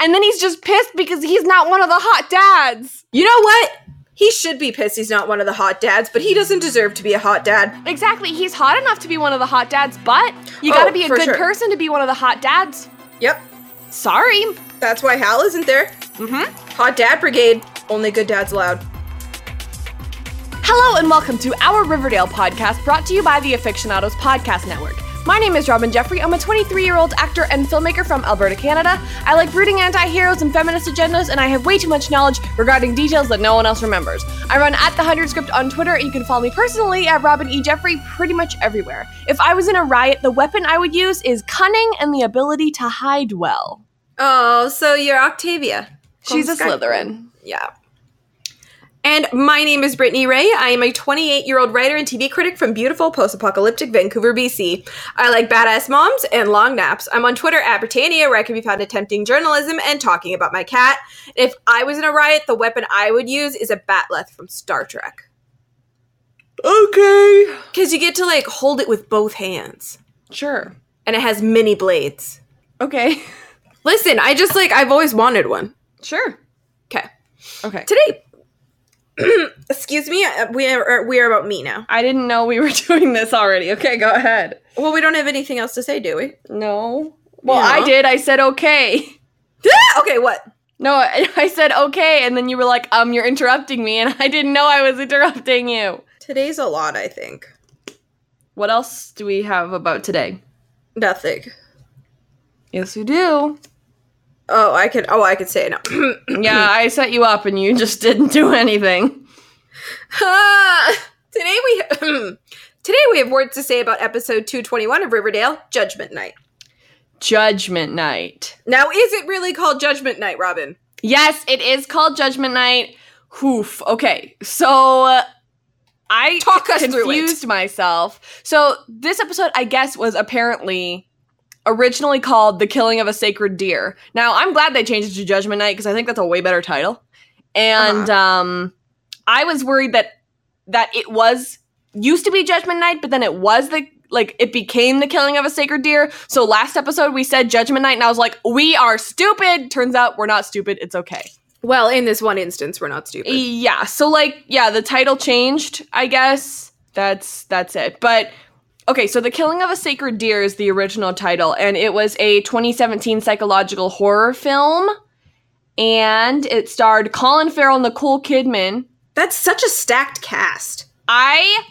And then he's just pissed because he's not one of the hot dads. You know what? He should be pissed he's not one of the hot dads, but he doesn't deserve to be a hot dad. Exactly. He's hot enough to be one of the hot dads, but you gotta Oh, be a for good sure. person to be one of the hot dads. Yep, Sorry. that's why Hal isn't there. Mm-hmm. Hot Dad Brigade, only good dads allowed. Hello and welcome to our Riverdale podcast brought to you by the Aficionados Podcast Network. My name is Robin Jeffrey. I'm a 23 year old actor and filmmaker from Alberta, Canada. I like brooding anti heroes and feminist agendas, and I have way too much knowledge regarding details that no one else remembers. I run at The Hundred Script on Twitter, and you can follow me personally at Robin E. Jeffrey pretty much everywhere. If I was in a riot, the weapon I would use is cunning and the ability to hide well. Oh, so you're Octavia. She's a From Sky- Slytherin. Yeah. And my name is Brittany Ray. I am a 28 year old writer and TV critic from beautiful post apocalyptic Vancouver, BC. I like badass moms and long naps. I'm on Twitter at Britannia, where I can be found attempting journalism and talking about my cat. If I was in a riot, the weapon I would use is a batleth from Star Trek. Okay. Because you get to like hold it with both hands, Sure. and it has mini blades. Okay. Listen, I just like, I've always wanted one. Sure. Okay. Okay. Today, excuse me, uh, we are, we are about me now. I didn't know we were doing this already. Okay, go ahead. Well, we don't have anything else to say, do we? No. Well, Yeah. I did. I said okay. Ah, okay, what? No, I I said okay, and then you were like, um, you're interrupting me, and I didn't know I was interrupting you. Today's a lot, I think. What else do we have about today? Nothing. Yes, we do. Oh, I could. Oh, I could say it now. yeah, I set you up, and you just didn't do anything. Ah, today we today we have words to say about episode two twenty one of Riverdale Judgment Night. Judgment night. Now, is it really called Judgment Night, Robin? Yes, it is called Judgment Night. Hoof. Okay, so uh, I Talk us through it. confused myself. So this episode, I guess, was apparently originally called "The Killing of a Sacred Deer." Now I'm glad they changed it to Judgment Night because I think that's a way better title. And um, I was worried that that it was used to be Judgment Night, but then it was the like it became the killing of a sacred deer. So last episode we said Judgment Night, and I was like, we are stupid. Turns out we're not stupid. It's okay. Well, in this one instance, we're not stupid. Yeah. So like, yeah, the title changed. I guess that's that's it. But okay, so the killing of a sacred deer is the original title, and it was a 2017 psychological horror film, and it starred Colin Farrell, Nicole Kidman, That's such a stacked cast. I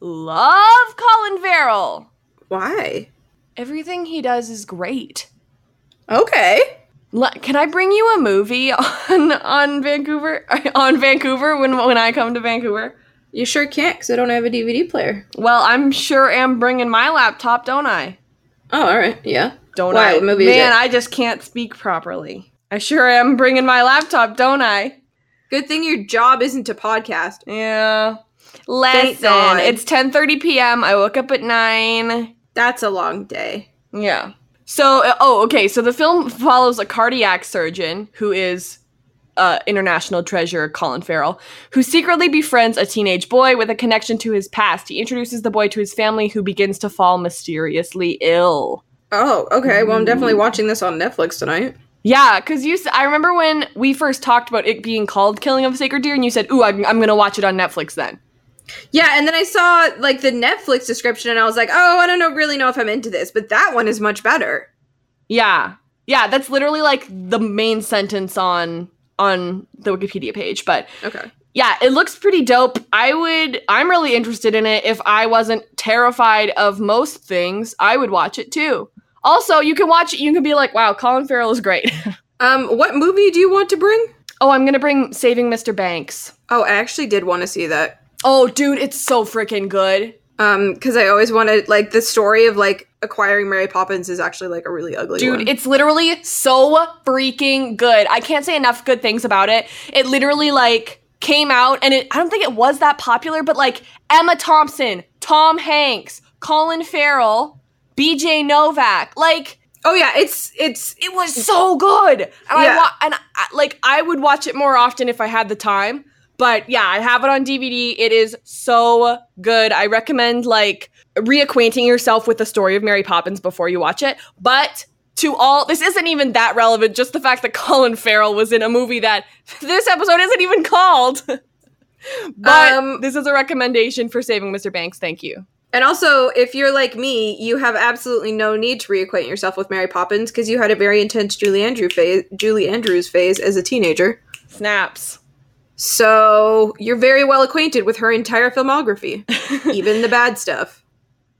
love Colin Farrell. Why? Everything he does is great. Okay. Le- Can I bring you a movie on on Vancouver on Vancouver when when I come to Vancouver? You sure can't because I don't have a DVD player. Well, I'm sure am bringing my laptop, don't I? Oh, all right. Yeah. Don't Why? I? What movie is Man, it? I just can't speak properly. I sure am bringing my laptop, don't I? Good thing your job isn't to podcast. Yeah. Thank God. Listen, it's 10:30 p.m. I woke up at 9. That's a long day. Yeah. So, uh, oh, okay. So the film follows a cardiac surgeon who is uh, international treasure Colin Farrell, who secretly befriends a teenage boy with a connection to his past. He introduces the boy to his family, who begins to fall mysteriously ill. Oh, okay. Well, I'm definitely watching this on Netflix tonight. Yeah, because you. s- I remember when we first talked about it being called "Killing of a Sacred Deer," and you said, "Ooh, I'm, I'm gonna watch it on Netflix." Then, Yeah, and then I saw like the Netflix description, and I was like, oh, I don't know, really know if I'm into this, but that one is much better. yeah, yeah, that's literally like the main sentence on on the Wikipedia page. But Okay. yeah, it looks pretty dope. I would, I'm really interested in it. If I wasn't terrified of most things, I would watch it too. Also, you can watch it, you can be like, wow, Colin Farrell is great. Um, what movie do you want to bring? oh, I'm gonna bring Saving Mr. Banks. Oh, I actually did want to see that. Oh, dude, it's so freaking good. Um, because I always wanted like the story of like acquiring Mary Poppins is actually like a really ugly Dude, one. it's literally so freaking good. I can't say enough good things about it. It literally like came out and it I don't think it was that popular, but like Emma Thompson, Tom Hanks, Colin Farrell, BJ Novak, like oh yeah, it's it's it was so good. And I Yeah. wa- and I, like I would watch it more often if I had the time. But yeah, I have it on DVD. It is so good. I recommend like reacquainting yourself with the story of Mary Poppins before you watch it. But to all this isn't even that relevant just the fact that colin farrell was in a movie that this episode isn't even called but Um, this is a recommendation for saving mr banks thank you And also, if you're like me, you have absolutely no need to reacquaint yourself with Mary Poppins because you had a very intense Julie Andrew phase, Julie Andrews phase as a teenager. snaps So you're very well acquainted with her entire filmography, even the bad stuff.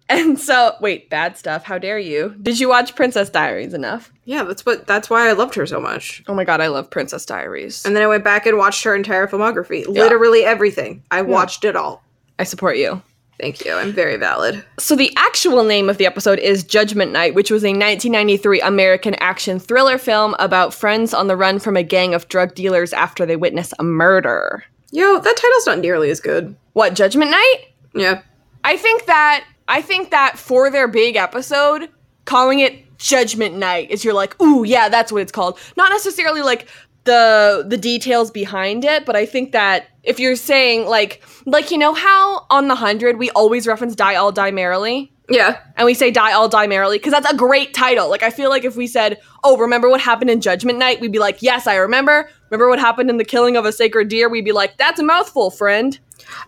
and so wait bad stuff how dare you did you watch princess diaries enough Yeah, that's what. That's why I loved her so much. oh my god i love princess diaries And then I went back and watched her entire filmography, literally everything. I watched it all. i support you Thank you. I'm very valid. So the actual name of the episode is Judgment Night, which was a 1993 American action thriller film about friends on the run from a gang of drug dealers after they witness a murder. Yo, that title's not nearly as good. What Judgment Night? Yeah. I think that I think that for their big episode, calling it Judgment Night is you're like, "Ooh, yeah, that's what it's called." Not necessarily like the the details behind it, but I think that if you're saying like like you know how on the 100 we always reference Die All Die Merrily? Yeah. and we say die all die merrily because that's a great title like i feel like if we said oh remember what happened in judgment night we'd be like yes i remember remember what happened in the killing of a sacred deer we'd be like that's a mouthful friend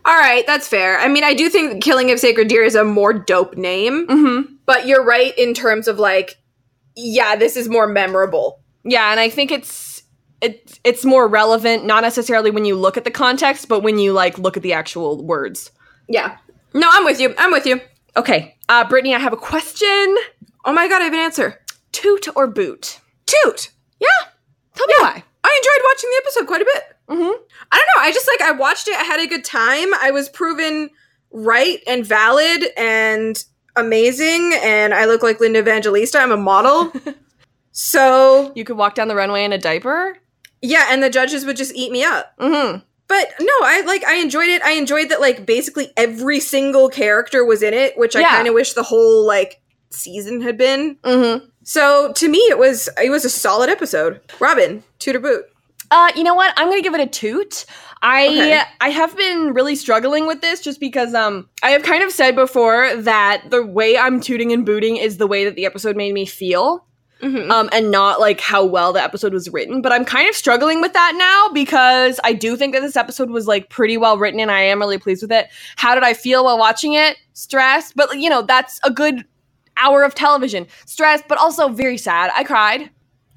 All right, that's fair. I mean, I do think Killing of Sacred Deer is a more dope name, mm-hmm but you're right in terms of like, yeah, this is more memorable. yeah and i think it's it, it's more relevant not necessarily when you look at the context but when you like look at the actual words Yeah. No, I'm with you. I'm with you. okay uh brittany i have a question Oh my god, I have an answer. toot or boot Toot. yeah tell me why I enjoyed watching the episode quite a bit. mm-hmm I don't know. I just like I watched it. I had a good time. I was proven right and valid and amazing. And I look like Linda Evangelista. I'm a model. so you could walk down the runway in a diaper yeah, and the judges would just eat me up. mm-hmm But no, I like I enjoyed it. I enjoyed that like basically every single character was in it, which I Yeah. kind of wish the whole like season had been. mm-hmm So to me, it was it was a solid episode. Robin, Tudor boot. Uh, you know what? I'm gonna give it a toot. I Okay. I have been really struggling with this just because um I have kind of said before that the way I'm tooting and booting is the way that the episode made me feel. Mm-hmm. Um, and not like how well the episode was written. But I'm kind of struggling with that now because I do think that this episode was like pretty well written and I am really pleased with it. How did I feel while watching it? Stressed, but you know, that's a good hour of television. Stressed, but also very sad. I cried.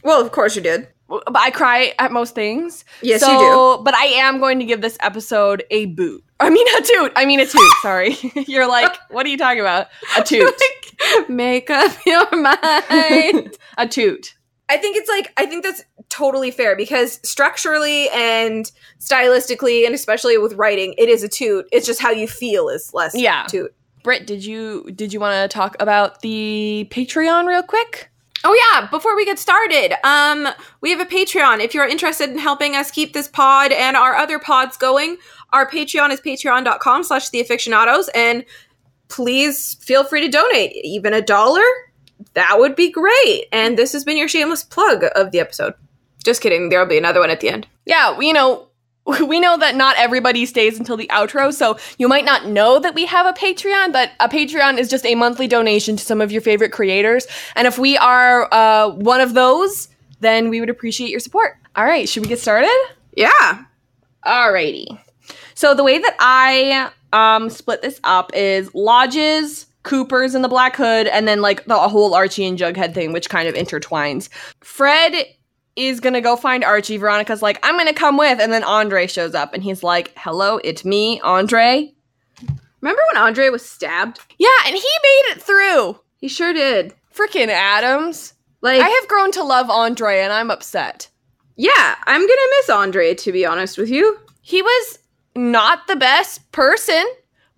Well, of course you did. But I cry at most things Yes, so, you do. But I am going to give this episode a boot. I mean a toot. I mean a toot. Sorry. You're like, what are you talking about? A toot. Make up your mind. a toot. I think it's like I think that's totally fair because structurally and stylistically and especially with writing, it is a toot. It's just how you feel is less Yeah. toot. Britt, did you did you want to talk about the Patreon real quick? Oh yeah, before we get started, um we have a Patreon. If you're interested in helping us keep this pod and our other pods going, our Patreon is patreon.com slash the aficionados and please feel free to donate. Even a dollar? That would be great. And this has been your shameless plug of the episode. Just kidding, there'll be another one at the end. Yeah, we, you know, we know that not everybody stays until the outro, so you might not know that we have a Patreon, but a Patreon is just a monthly donation to some of your favorite creators. And if we are uh, one of those, then we would appreciate your support. All right, should we get started? Yeah. Alrighty. So the way that I um split this up is lodges, Coopers and the Black Hood, and then like the whole Archie and Jughead thing, which kind of intertwines. Fred is gonna go find Archie. Veronica's like, I'm gonna come with, and then Andre shows up and he's like, Hello, it's me, Andre. Remember when Andre was stabbed? Yeah, and he made it through. He sure did. Freaking Adams. Like, I have grown to love Andre and I'm upset. yeah, I'm gonna miss Andre to be honest with you. He was not the best person,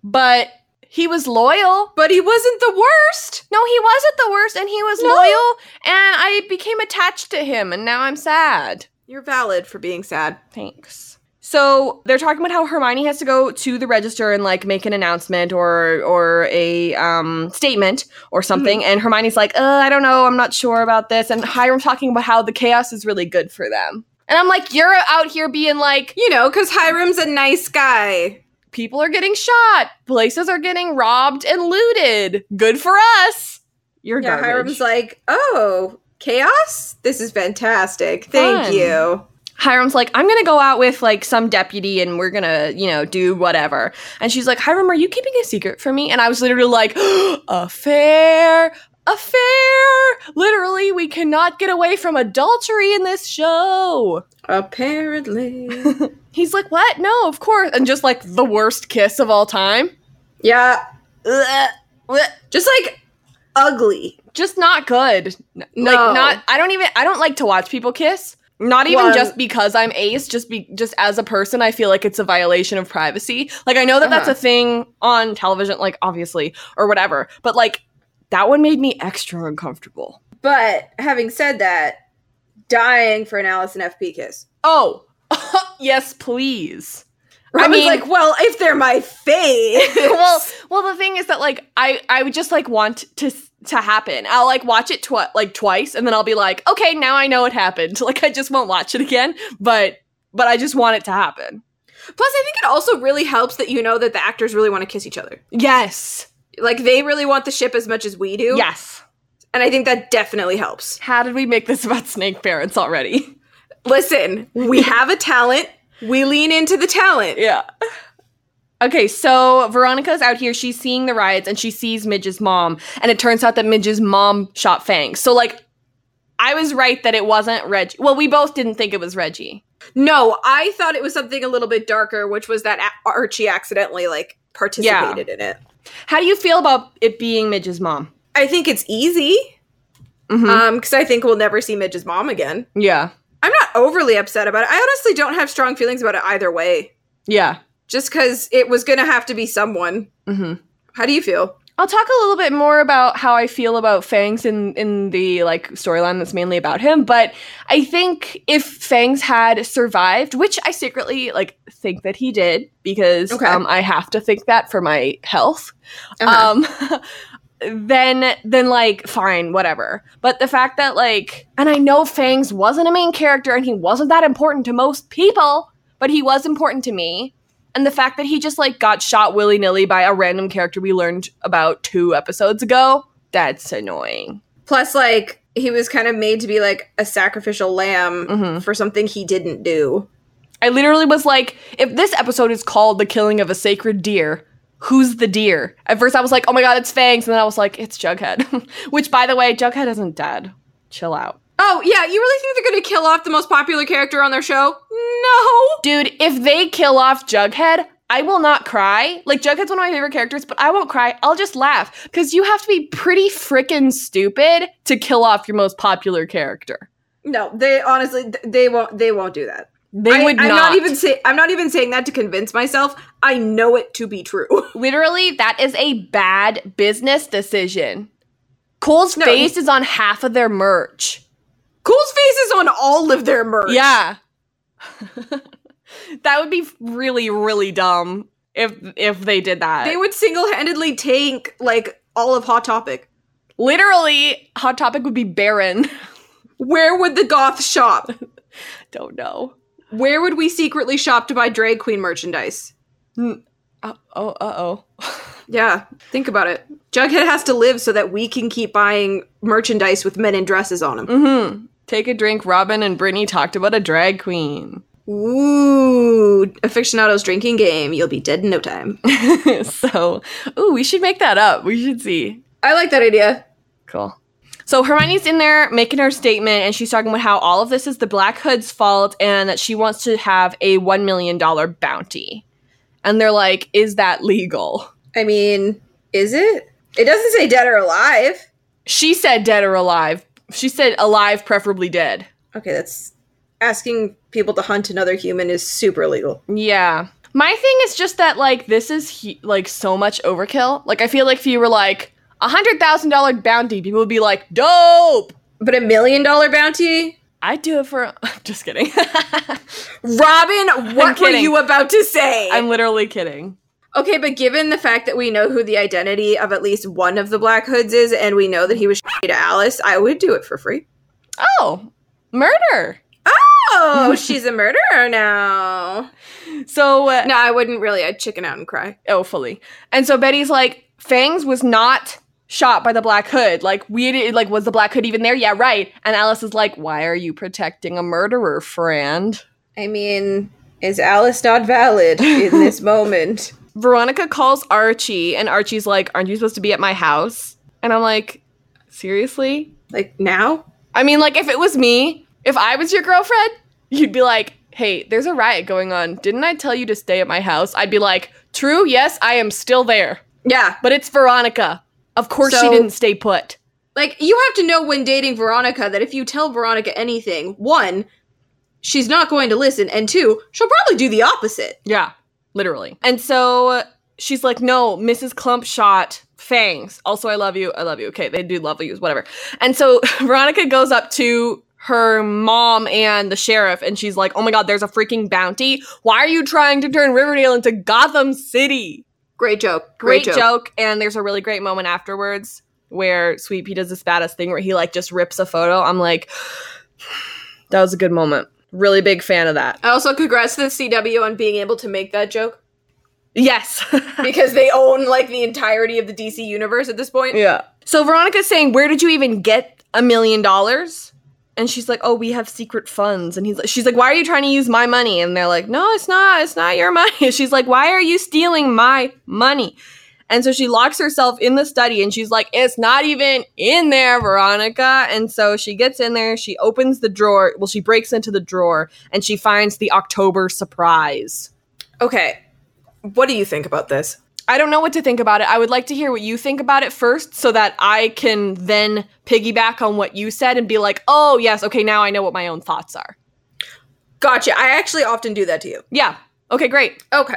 but he was loyal. But he wasn't the worst. No, he wasn't the worst, and he was No. loyal, and I became attached to him, and now I'm sad. You're valid for being sad. Thanks. So they're talking about how Hermione has to go to the register and like make an announcement or or a um, statement Mm-hmm. or something, and Hermione's like, uh, I don't know, I'm not sure about this, and Hiram's talking about how the chaos is really good for them, and I'm like, you're out here being like, You know, because Hiram's a nice guy. people are getting shot, places are getting robbed and looted, good for us. You're yeah, garbage. Hiram's like, oh, chaos. This is fantastic. Thank Fun. you. Hiram's like, I'm gonna go out with like some deputy and we're gonna, you know, do whatever. And she's like, Hiram, are you keeping a secret from me? And I was literally like, affair, affair. Literally, we cannot get away from adultery in this show. Apparently. He's like, what? No, of course. And just like the worst kiss of all time. yeah, Ugh. Ugh. just like ugly. Just not good. N- No. Like not I don't even I don't like to watch people kiss. Not even Well- just because I'm ace, just be just as a person, I feel like it's a violation of privacy. Like I know that that's Uh-huh. a thing on television, like obviously, or whatever. But like that one made me extra uncomfortable. But having said that, dying for an Allison FP kiss. Oh, yes, please. I, was mean- like, well, if they're my fave. well, well, the thing is that like I I would just like want to s- to happen. I'll like watch it twi- like twice, and then I'll be like, okay, now I know it happened. Like I just won't watch it again, but but I just want it to happen. Plus, I think it also really helps that you know that the actors really want to kiss each other. Yes, Like they really want the ship as much as we do. yes. And I think that definitely helps. How did we make this about snake parents already? Listen, we have a talent. We lean into the talent. Yeah. Okay, so Veronica's out here. She's seeing the riots and she sees Midge's mom. And it turns out that Midge's mom shot Fang. So, like, I was right that it wasn't Reggie. Well, we both didn't think it was Reggie. No, I thought it was something a little bit darker, which was that a- Archie accidentally like participated in it. How do you feel about it being Midge's mom? I think it's easy Mhm. um because I think we'll never see Midge's mom again. yeah. I'm not overly upset about it. I honestly don't have strong feelings about it either way. Yeah. Just because it was gonna have to be someone. hmm How do you feel? I'll talk a little bit more about how I feel about Fangs in in the like storyline that's mainly about him, but I think if Fangs had survived, which I secretly like think that he did because Okay. um, I have to think that for my health. Uh-huh. Um, then then like fine, whatever. But the fact that like, and I know Fangs wasn't a main character and he wasn't that important to most people, but he was important to me. And the fact that he just like got shot willy nilly by a random character we learned about two episodes ago, that's annoying. Plus, like he was kind of made to be like a sacrificial lamb Mhm. for something he didn't do. I literally was like, if this episode is called The Killing of a Sacred Deer, who's the deer? At first I was like, oh my god, it's Fangs. And then I was like, it's Jughead. Which, by the way, Jughead isn't dead. Chill out. Oh yeah, you really think they're gonna kill off the most popular character on their show? No. Dude, if they kill off Jughead, I will not cry. Like, Jughead's one of my favorite characters, but I won't cry. I'll just laugh. Because you have to be pretty freaking stupid to kill off your most popular character. No, they honestly th- they won't they won't do that. They I, would I'm not. even say I'm not even saying that to convince myself. I know it to be true. Literally, that is a bad business decision. Cole's No, face is on half of their merch. Cool's face is on all of their merch. Yeah. that would be really, really dumb if if they did that. They would single-handedly tank like all of Hot Topic. Literally, Hot Topic would be barren. Where would the goth shop? Don't know. Where would we secretly shop to buy drag queen merchandise? Uh, oh, uh oh. Yeah, think about it. Jughead has to live so that we can keep buying merchandise with men in dresses on them. mm-hmm. Take a drink. Robin and Brittany talked about a drag queen. Ooh, aficionados drinking game. You'll be dead in no time. so, ooh, we should make that up. We should see. I like that idea. Cool. So Hermione's in there making her statement, and she's talking about how all of this is the Black Hood's fault and that she wants to have a $1 million bounty. And they're like, Is that legal? I mean, is it? It doesn't say dead or alive. She said dead or alive. She said alive, preferably dead. Okay, that's asking people to hunt another human is super illegal. Yeah. My thing is just that, like, this is he- like so much overkill. Like, I feel like if you were like, a $100,000 bounty, people would be like, Dope! But a million dollar bounty? I'd do it for. just kidding. Robin, what were kidding. you about to say? I'm literally kidding. okay, but given the fact that we know who the identity of at least one of the Black Hoods is, and we know that he was shitty to Alice, I would do it for free. Oh, murder. Oh, she's a murderer now. So, uh, No, I wouldn't really. I'd chicken out and cry. oh, fully. And so Betty's like, Fangs was not shot by the black hood. Like we did, like was the black hood even there? Yeah, right. And Alice is like, "Why are you protecting a murderer, friend?" I mean, is Alice not valid in this moment? Veronica calls Archie and Archie's like, "Aren't you supposed to be at my house?" And I'm like, "Seriously?" Like now? I mean, like if it was me, if I was your girlfriend, you'd be like, "Hey, there's a riot going on. Didn't I tell you to stay at my house?" I'd be like, "True, yes, I am still there." Yeah. But it's Veronica. Of course she So- didn't stay put. Like you have to know when dating Veronica that if you tell Veronica anything, one, she's not going to listen, and two, she'll probably do the opposite. Yeah, literally. And so uh, she's like, no, Mrs. Clump shot Fangs. Also, I love you. I love you. Okay, they do love you, whatever. And so Veronica goes up to her mom and the sheriff, and she's like, oh my God, there's a freaking bounty. Why are you trying to turn Riverdale into Gotham City? Great joke. Great, joke. And there's a really great moment afterwards where Sweet Pea does this badass thing where he like just rips a photo. I'm like, that was a good moment. Really big fan of that. I also congrats to the CW on being able to make that joke Yes. because they own like the entirety of the DC universe at this point. Yeah. So Veronica's saying, "Where did you even get a million dollars?" And she's like, "Oh, we have secret funds." And he's like, "She's like, why are you trying to use my money?" And they're like, "No, it's not. It's not your money." She's like, "Why are you stealing my money?" And so she locks herself in the study and she's like, "It's not even in there, Veronica." And so she gets in there, she opens the drawer, well she breaks into the drawer and she finds the October surprise. Okay. What do you think about this? I don't know what to think about it. I would like to hear what you think about it first so that I can then piggyback on what you said and be like, oh, yes, okay, now I know what my own thoughts are. Gotcha. I actually often do that to you. Yeah. Okay, great. Okay.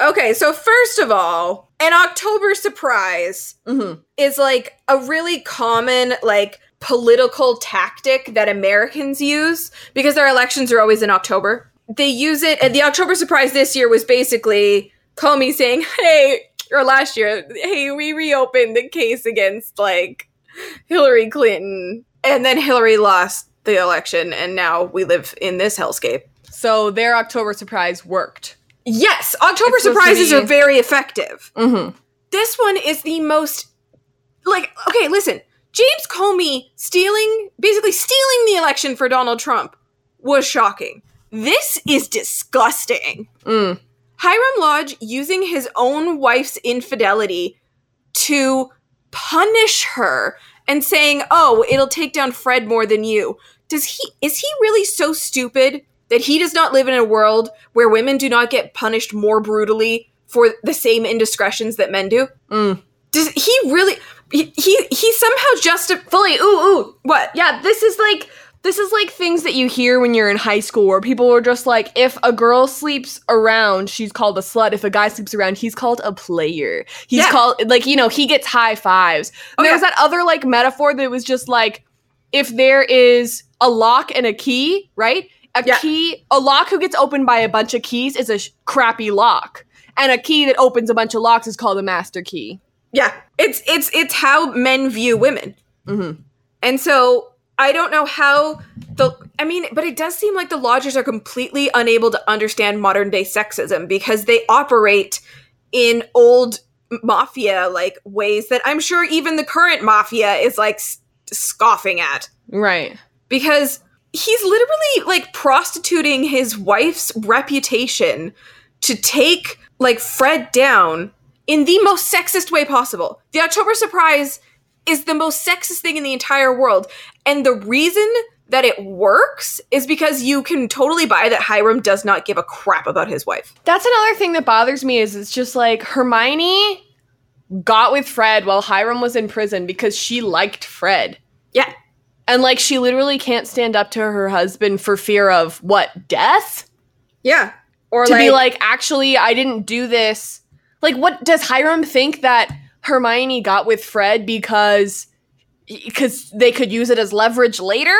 Okay, so first of all, an October surprise hmm is like a really common like political tactic that Americans use because their elections are always in October. They use it and the October surprise this year was basically Comey saying, "Hey, or last year, hey, we reopened the case against like Hillary Clinton." And then Hillary lost the election and now we live in this hellscape. So their October surprise worked. Yes, October It's supposed to surprises be- are very effective. Mm-hmm. this one is the most like okay listen james comey stealing basically stealing the election for donald trump was shocking this is disgusting Mm. hiram lodge using his own wife's infidelity to punish her and saying oh it'll take down fred more than you does he is he really so stupid that he does not live in a world where women do not get punished more brutally for the same indiscretions that men do Mm. does he really? He he, he somehow just Fully, ooh, ooh. what? Yeah, this is like this is like things that you hear when you're in high school where people were just like, if a girl sleeps around, she's called a slut. If a guy sleeps around, he's called a player. He's Yeah. called like, you know, he gets high fives. Oh, And there yeah. was that other like metaphor that was just like, if there is a lock and a key, right? A Yeah. key, a lock who gets opened by a bunch of keys is a sh- crappy lock. And a key that opens a bunch of locks is called a master key. Yeah, it's it's it's how men view women, Mm-hmm. and so I don't know how the. I mean, but it does seem like the lodgers are completely unable to understand modern day sexism because they operate in old mafia like ways that I'm sure even the current mafia is like s- scoffing at. Right. because he's literally like prostituting his wife's reputation to take like Fred down in the most sexist way possible. The October surprise is the most sexist thing in the entire world. And the reason that it works is because you can totally buy that Hiram does not give a crap about his wife. That's another thing that bothers me is it's just like Hermione got with Fred while Hiram was in prison because she liked Fred. Yeah. And like she literally can't stand up to her husband for fear of what, death? Yeah. Or to be like, actually, I didn't do this. Like, what does Hiram think that Hermione got with Fred because because they could use it as leverage later?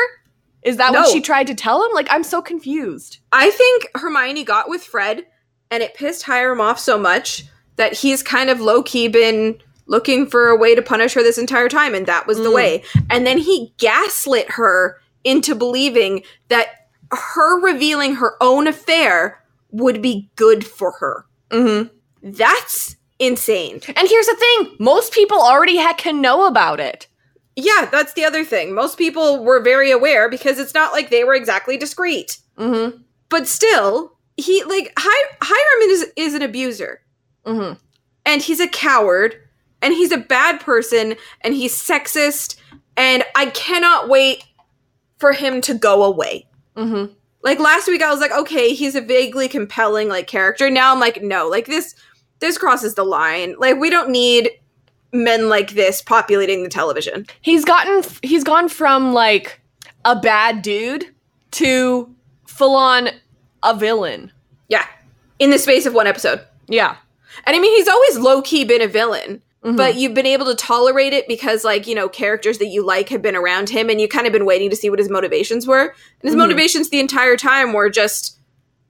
Is that No. what she tried to tell him? Like, I'm so confused. I think Hermione got with Fred, and it pissed Hiram off so much that he's kind of low key been looking for a way to punish her this entire time, and that was the Mm. way. And then he gaslit her into believing that her revealing her own affair would be good for her. Mm-hmm. That's insane. And here's the thing most people already ha- can know about it. Yeah, that's the other thing. Most people were very aware because it's not like they were exactly discreet. Mm But still, he like Hi- Hiram is is an abuser hmm. Mm hmm. and he's a coward and he's a bad person and he's sexist and I cannot wait for him to go away. Mm hmm. Like last week I was like, okay, he's a vaguely compelling like character. Now I'm like, no, like this this crosses the line. Like we don't need men like this populating the television. He's gotten, f- he's gone from like a bad dude to full on a villain. Yeah. In the space of one episode. Yeah. And I mean, he's always low key been a villain, Mhm. but you've been able to tolerate it because, like, you know, characters that you like have been around him and you kind of been waiting to see what his motivations were. And his Mhm. motivations the entire time were just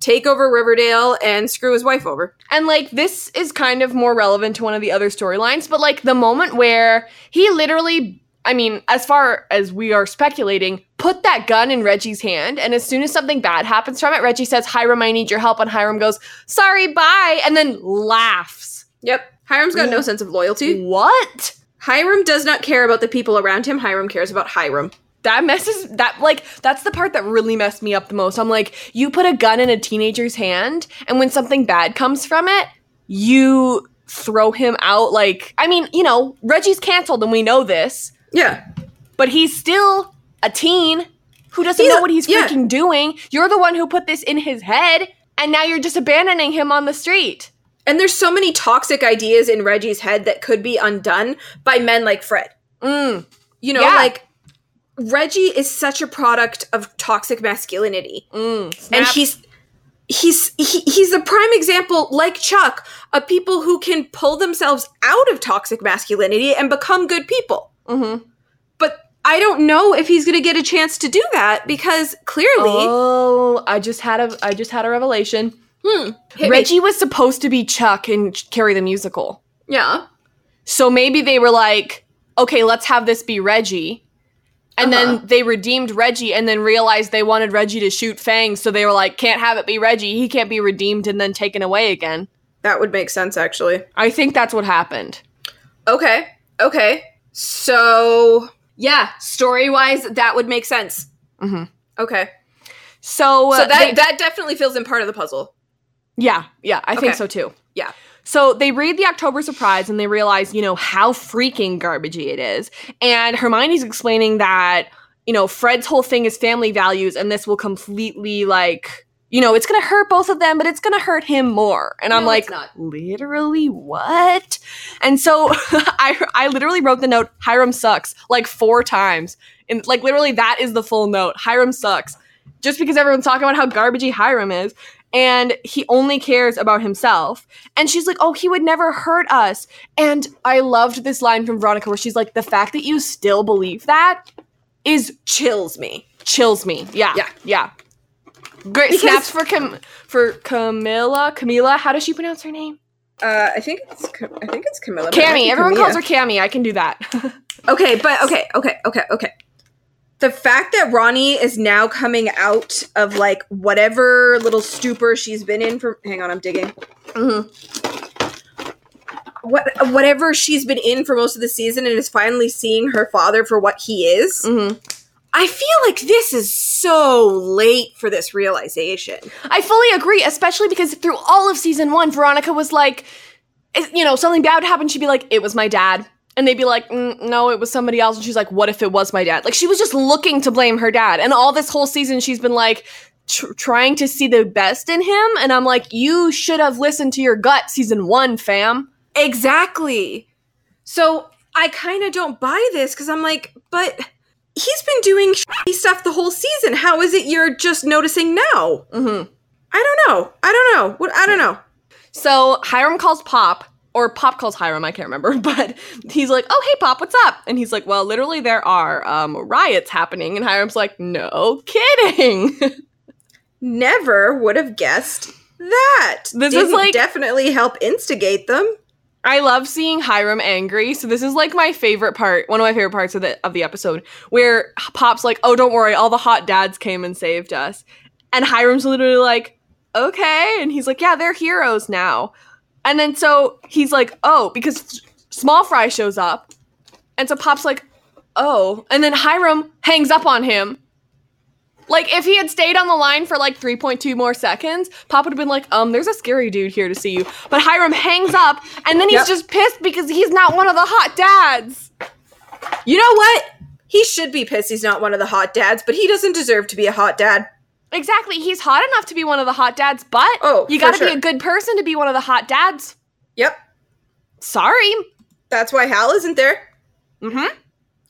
take over Riverdale and screw his wife over. And like this is kind of more relevant to one of the other storylines, but like the moment where he literally I mean, as far as we are speculating, put that gun in Reggie's hand, and as soon as something bad happens from it, Reggie says, Hiram, I need your help, and Hiram goes, Sorry, bye, and then laughs. Yep. Hmm. Hiram's got no sense of loyalty. What? Hiram does not care about the people around him. Hiram cares about Hiram. That messes that like that's the part that really messed me up the most. I'm like, you put a gun in a teenager's hand, and when something bad comes from it, you throw him out like I mean, you know, Reggie's canceled and we know this, Yeah. but he's still a teen who doesn't He's- know what he's yeah. freaking doing. You're the one who put this in his head, and now you're just abandoning him on the street. And there's so many toxic ideas in Reggie's head that could be undone by men like Fred. Hmm. Mm. You know, Yeah. like Reggie is such a product of toxic masculinity. Mm. And Snap. he's he's he, he's the prime example like Chuck of people who can pull themselves out of toxic masculinity and become good people. Mhm. But I don't know if he's going to get a chance to do that because clearly Oh, I just had a I just had a revelation. Hmm. Hit me. Reggie was supposed to be Chuck in Ch- Carrie the Musical. yeah. So maybe they were like, okay, let's have this be Reggie. And Uh-huh. then they redeemed Reggie and then realized they wanted Reggie to shoot Fang. So they were like, can't have it be Reggie. He can't be redeemed and then taken away again. That would make sense actually. I think that's what happened. Okay. Okay. So, yeah, story-wise that would make sense. Mm-hmm. Mhm. Okay. So, uh, so that they- that definitely fills in part of the puzzle. yeah, yeah, I think Okay. so too. Yeah. So they read the October surprise and they realize, you know, how freaking garbagey it is. And Hermione's explaining that, you know, Fred's whole thing is family values and this will completely like, you know, it's going to hurt both of them, but it's going to hurt him more. And I'm No, like, it's not. literally what? And so I I literally wrote the note Hiram sucks like four times. And like literally that is the full note. Hiram sucks. Just because everyone's talking about how garbagey Hiram is and he only cares about himself. And she's like, "Oh, he would never hurt us." And I loved this line from Veronica where she's like, "The fact that you still believe that is Chills me. chills me." Yeah. Yeah. Yeah. Great Because- snaps for Cam- for Camilla. Camila, how does she pronounce her name? Uh, I think it's Ca- I think it's Camilla. but it might Cammy. be Everyone Camilla. calls her Cammy. I can do that. Okay, but okay, okay, okay, okay. The fact that Ronnie is now coming out of like whatever little stupor she's been in for hang on, I'm digging. Mm-hmm. What whatever she's been in for most of the season and is finally seeing her father for what he is. Mm-hmm. I feel like this is so late for this realization. I fully agree, especially because through all of season one, Veronica was like, is- you know, something bad happened. She'd be like, it was my dad. And they'd be like, "Mm, no, it was somebody else. And she's like, what if it was my dad? Like, she was just looking to blame her dad. And all this whole season, she's been like, tr- trying to see the best in him. And I'm like, you should have listened to your gut season one, fam. Exactly. So I kind of don't buy this because I'm like, but he's been doing shitty stuff the whole season. How is it you're just noticing now? Mm-hmm. I don't know. I don't know. What I don't know. So Hiram calls Pop, or Pop calls Hiram, I can't remember, but he's like, oh, hey, Pop, what's up? And he's like, well, literally, there are um, riots happening. And Hiram's like, no kidding. Never would have guessed that. This is Didn't like- definitely help instigate them. I love seeing Hiram angry. So this is like my favorite part, one of my favorite parts of the of the episode, where Pop's like, "Oh, don't worry, all the hot dads came and saved us," and Hiram's literally like, "Okay," and he's like, "Yeah, they're heroes now." And then so he's like, oh, because Small Fry shows up. And so Pop's like, oh. And then Hiram hangs up on him. Like, if he had stayed on the line for like 3.2 more seconds, Pop would have been like, um, there's a scary dude here to see you. But Hiram hangs up, and then he's Yep. just pissed because he's not one of the hot dads. You know what? He should be pissed he's not one of the hot dads, but he doesn't deserve to be a hot dad. Exactly. He's hot enough to be one of the hot dads, but Oh, you for gotta be sure. a good person to be one of the hot dads. Yep. Sorry. That's why Hal isn't there. Mm-hmm.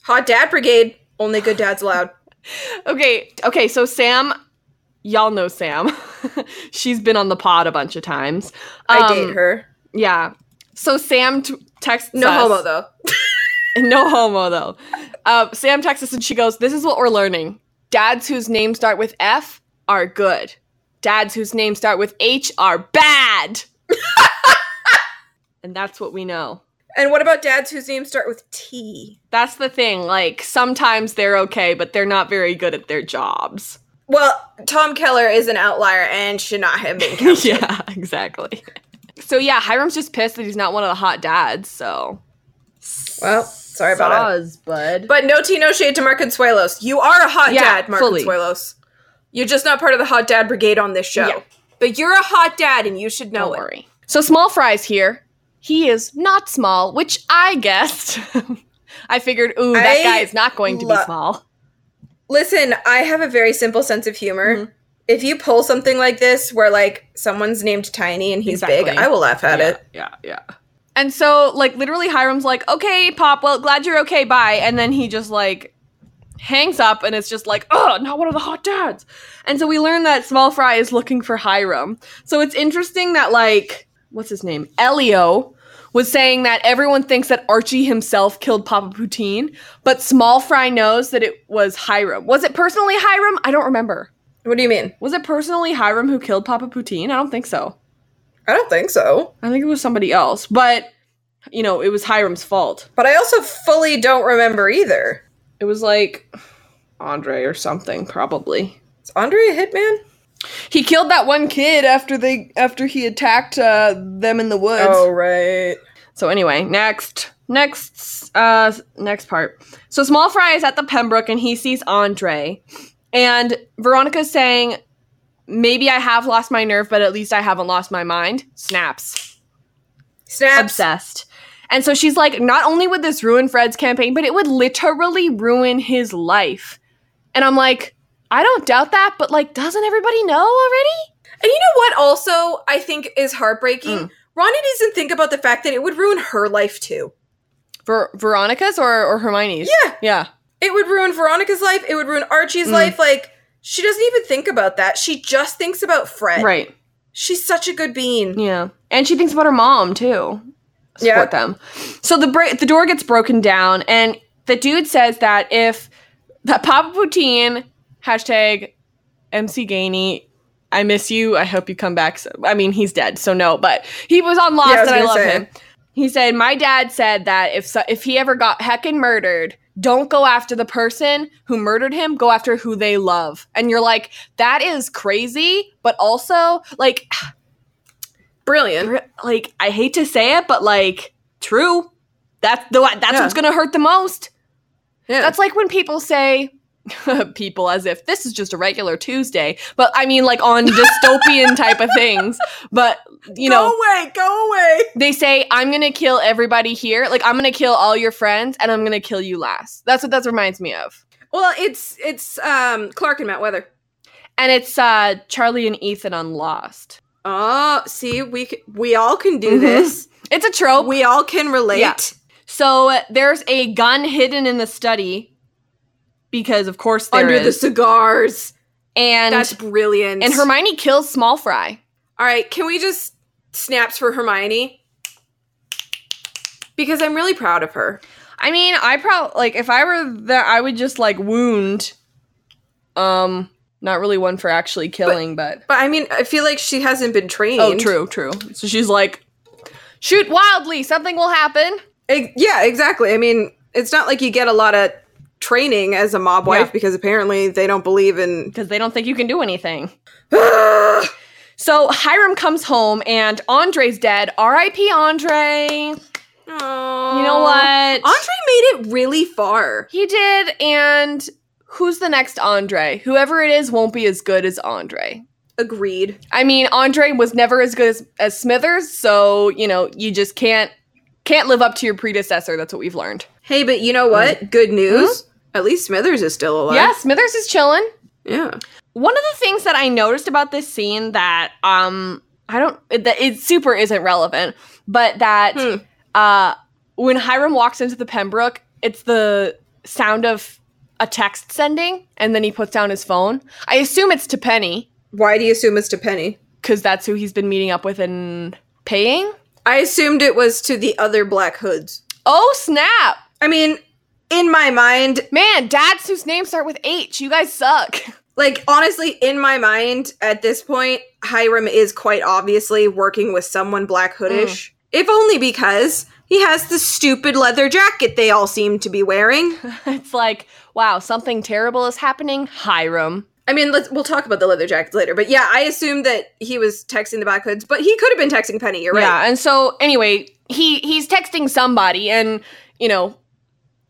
Hot dad brigade. Only good dads allowed. Okay, okay, so Sam, y'all know Sam. She's been on the pod a bunch of times. I Um, date her. Yeah. So Sam t- texts No us- homo though. No homo though. Uh, Sam texts us and she goes, "This is what we're learning. Dads whose names start with F are good. Dads whose names start with H are bad." and that's what we know. And what about dads whose names start with T? That's the thing. Like sometimes they're okay, but they're not very good at their jobs. Well, Tom Keller is an outlier and should not have been counted. yeah, exactly. So yeah, Hiram's just pissed that he's not one of the hot dads. So well, sorry about it. Saws, bud. But no tea, no shade to Mark Consuelos. You are a hot Yeah, dad, Mark fully. Consuelos. You're just not part of the hot dad brigade on this show. Yeah. But you're a hot dad and you should know Don't it. worry. So small fries here. He is not small, which I guessed. I figured, ooh, that I guy is not going to be lo- small. Listen, I have a very simple sense of humor. Mhm. If you pull something like this where like someone's named Tiny and he's big, Exactly. I will laugh at yeah, it. Yeah, yeah. And so, like, literally, Hiram's like, okay, Pop, well, glad you're okay, bye. And then he just, like, hangs up and it's just like, oh, not one of the hot dads. And so we learn that Small Fry is looking for Hiram. So it's interesting that, like, what's his name? Elio was saying that everyone thinks that Archie himself killed Papa Poutine, but Small Fry knows that it was Hiram. Was it personally Hiram? I don't remember. What do you mean? Was it personally Hiram who killed Papa Poutine? I don't think so. I don't think so. I think it was somebody else, but you know, it was Hiram's fault. But I also fully don't remember either. It was like Andre or something, probably. Is Andre a hitman? He killed that one kid after they after he attacked uh, them in the woods. Oh right. So anyway, next next uh next part. So Small Fry is at the Pembroke and he sees Andre and Veronica's saying maybe I have lost my nerve but at least I haven't lost my mind. Snaps. Snaps. obsessed. And so she's like, not only would this ruin Fred's campaign, but it would literally ruin his life. And I'm like, I don't doubt that, but like, doesn't everybody know already? And you know what also I think is heartbreaking? Mm. Ronnie doesn't think about the fact that it would ruin her life too. Ver- Veronica's or, or Hermione's? Yeah. Yeah. It would ruin Veronica's life, it would ruin Archie's Mm. life, like she doesn't even think about that. She just thinks about Fred. Right. She's such a good bean. Yeah. And she thinks about her mom too. Support Yeah. them. So the bra- the door gets broken down, and the dude says that if that Papa Poutine hashtag MC Gainey, I miss you. I hope you come back. So, I mean, he's dead, so no. But he was on Lost, Yeah, I was and I gonna love say. him. He said, "My dad said that if so- if he ever got heckin' murdered." Don't go after the person who murdered him. Go after who they love. And you're like, that is crazy, but also, like, Brilliant. re- like I hate to say it, but like true. That's the that's Yeah. what's gonna hurt the most. Yeah. That's like when people say people as if this is just a regular Tuesday, but I mean like on dystopian type of things. But you know, Go away, go away. they say I'm gonna kill everybody here. Like I'm gonna kill all your friends, and I'm gonna kill you last. That's what that reminds me of. Well, it's it's um Clark and Matt Weather. And it's uh Charlie and Ethan on Lost. Oh, see, we c- we all can do Mhm. this. It's a trope. We all can relate. Oh. Yeah. so uh, there's a gun hidden in the study because of course there Under the is. cigars. and That's brilliant. and Hermione kills Small Fry. All right, can we just snaps for Hermione? Because I'm really proud of her. I mean, I probably like if I were there, I would just like wound. Um, not really one for actually killing, but, But I mean, I feel like she hasn't been trained. oh, true, true. So she's like, shoot wildly, something will happen. Ex- yeah, exactly. I mean, it's not like you get a lot of training as a mob wife Yeah. because apparently they don't believe in. because they don't think you can do anything. So Hiram comes home and Andre's dead. R.I.P. Andre. Aww. You know what? Andre made it really far. He did, and who's the next Andre? Whoever it is won't be as good as Andre. Agreed. I mean, Andre was never as good as, as Smithers, so you know, you just can't can't live up to your predecessor. That's what we've learned. Hey, but you know what? Good news. At least Smithers is still alive. Yeah, Smithers is chilling. Yeah. One of the things that I noticed about this scene that um I don't it- that it super isn't relevant, but that Hmm. uh when Hiram walks into the Pembroke, it's the sound of a text sending and then he puts down his phone. I assume it's to Penny Why do you assume it's to Penny? cuz that's who he's been meeting up with and paying. I assumed it was to the other Black Hoods. Oh snap. I mean, in my mind, Man, dads whose names start with H. You guys suck. like honestly, in my mind at this point, Hiram is quite obviously working with someone Black Hoodish. If only because he has the stupid leather jacket they all seem to be wearing. it's like, wow, something terrible is happening. Hiram. I mean, let's we'll talk about the leather jackets later, but yeah, I assumed that he was texting the Black Hoods, but he could have been texting Penny. You're right. Yeah, and so anyway, he he's texting somebody, and you know,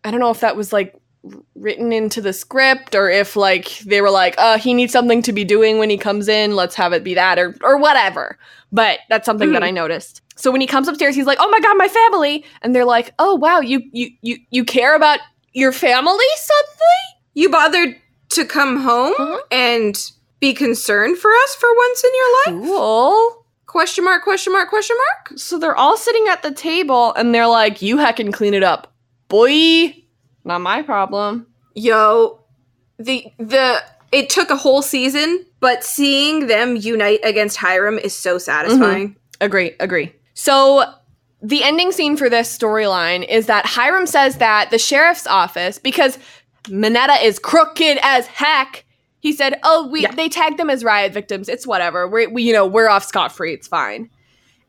I don't know if that was like w- written into the script or if like they were like, uh, he needs something to be doing when he comes in. Let's have it be that or or whatever. But that's something that Mhm. I noticed. So when he comes upstairs, he's like, "Oh my god, my family!" And they're like, "Oh wow, you you you you care about your family, suddenly?" You bothered to come home Mhm. and be concerned for us for once in your life? Cool. Question mark, question mark, question mark? So they're all sitting at the table and they're like, you heckin' clean it up. Boy, not my problem. Yo, the the it took a whole season, but seeing them unite against Hiram is so Mm-hmm. satisfying. Agree, agree. So the ending scene for this storyline is that Hiram says that the sheriff's office, because Minetta is crooked as heck, he said, "Oh, we Yeah. they tagged them as riot victims. It's whatever. We're, we you know we're off scot free. It's fine."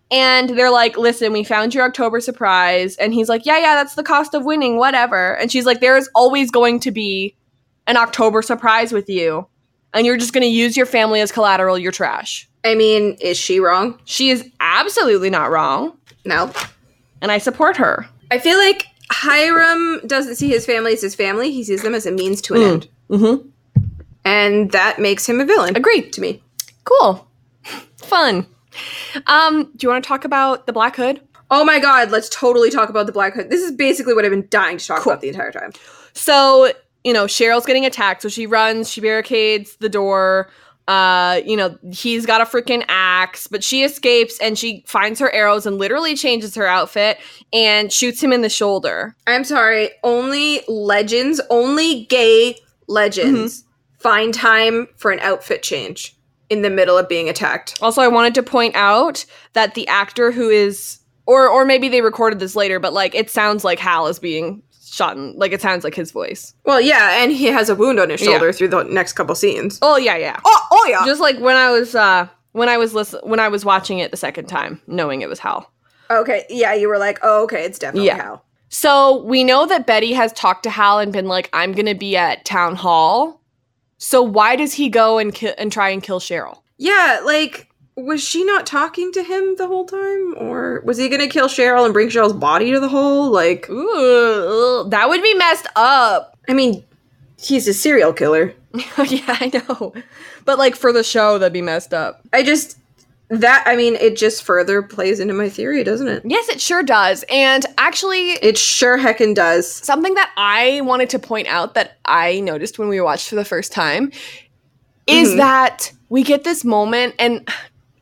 And they're like, "Listen, we found your October surprise," and he's like, "Yeah, yeah, that's the cost of winning. Whatever." And she's like, "There is always going to be an October surprise with you, and you're just going to use your family as collateral. You're trash." I mean, is she wrong? She is absolutely not wrong, No. and I support her. I feel like Hiram doesn't see his family as his family. He sees them as a means to an Mm. end. Mm-hmm. And that makes him a villain. Agreed. to me. Cool. Fun. Um, do you want to talk about the Black Hood? Oh my god, let's totally talk about the Black Hood. This is basically what I've been dying to talk about the entire time. So, you know, Cheryl's getting attacked, so she runs, she barricades the door. Uh, you know, he's got a freaking axe, but she escapes and she finds her arrows and literally changes her outfit and shoots him in the shoulder. I'm sorry, only legends, only gay legends find time for an outfit change in the middle of being attacked. Also, I wanted to point out that the actor who is, or or maybe they recorded this later, but like it sounds like Hal is being shot, in, like it sounds like his voice. Well, yeah, and he has a wound on his Yeah. shoulder through the next couple scenes. Oh yeah, yeah. Oh, oh yeah. Just like when I was uh when I was listen- when I was watching it the second time, knowing it was Hal. okay, yeah, you were like, oh, okay, it's definitely Yeah. Hal. So we know that Betty has talked to Hal and been like, "I'm gonna be at town hall." So why does he go and ki- and try and kill Cheryl? Yeah, like, was she not talking to him the whole time, or was he gonna kill Cheryl and bring Cheryl's body to the hole? Like, Ooh, that would be messed up. I mean, he's a serial killer. yeah, I know. But like for the show, that'd be messed up. I just that I mean, it just further plays into my theory, doesn't it? Yes, it sure does. And actually, It sure heckin' does. something that I wanted to point out that I noticed when we watched for the first time is Mhm. that we get this moment and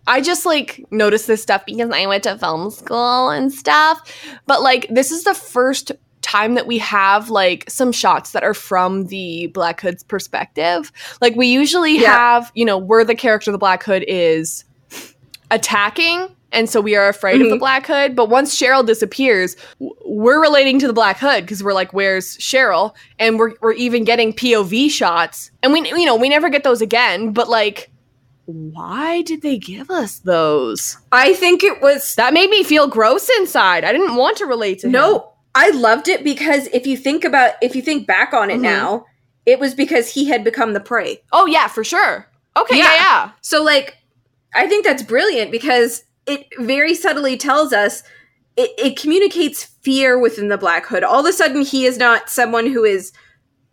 I just like noticed this stuff because I went to film school and stuff, but like this is the first time that we have like some shots that are from the Black Hood's perspective. Like we usually Yeah. have, you know, where the character of the Black Hood is attacking and so we are afraid of the Mhm. black hood but once cheryl disappears w- we're relating to the black hood because we're like where's cheryl and we're, we're even getting pov shots and we you know we never get those again but like why did they give us those I think it was that made me feel gross inside i didn't want to relate to him. no. I loved it because if you think about if you think back on it Mhm. now, it was because he had become the prey. oh yeah for sure okay Yeah. yeah yeah So like I think that's brilliant because it very subtly tells us it, it communicates fear within the Black Hood. All of a sudden, he is not someone who is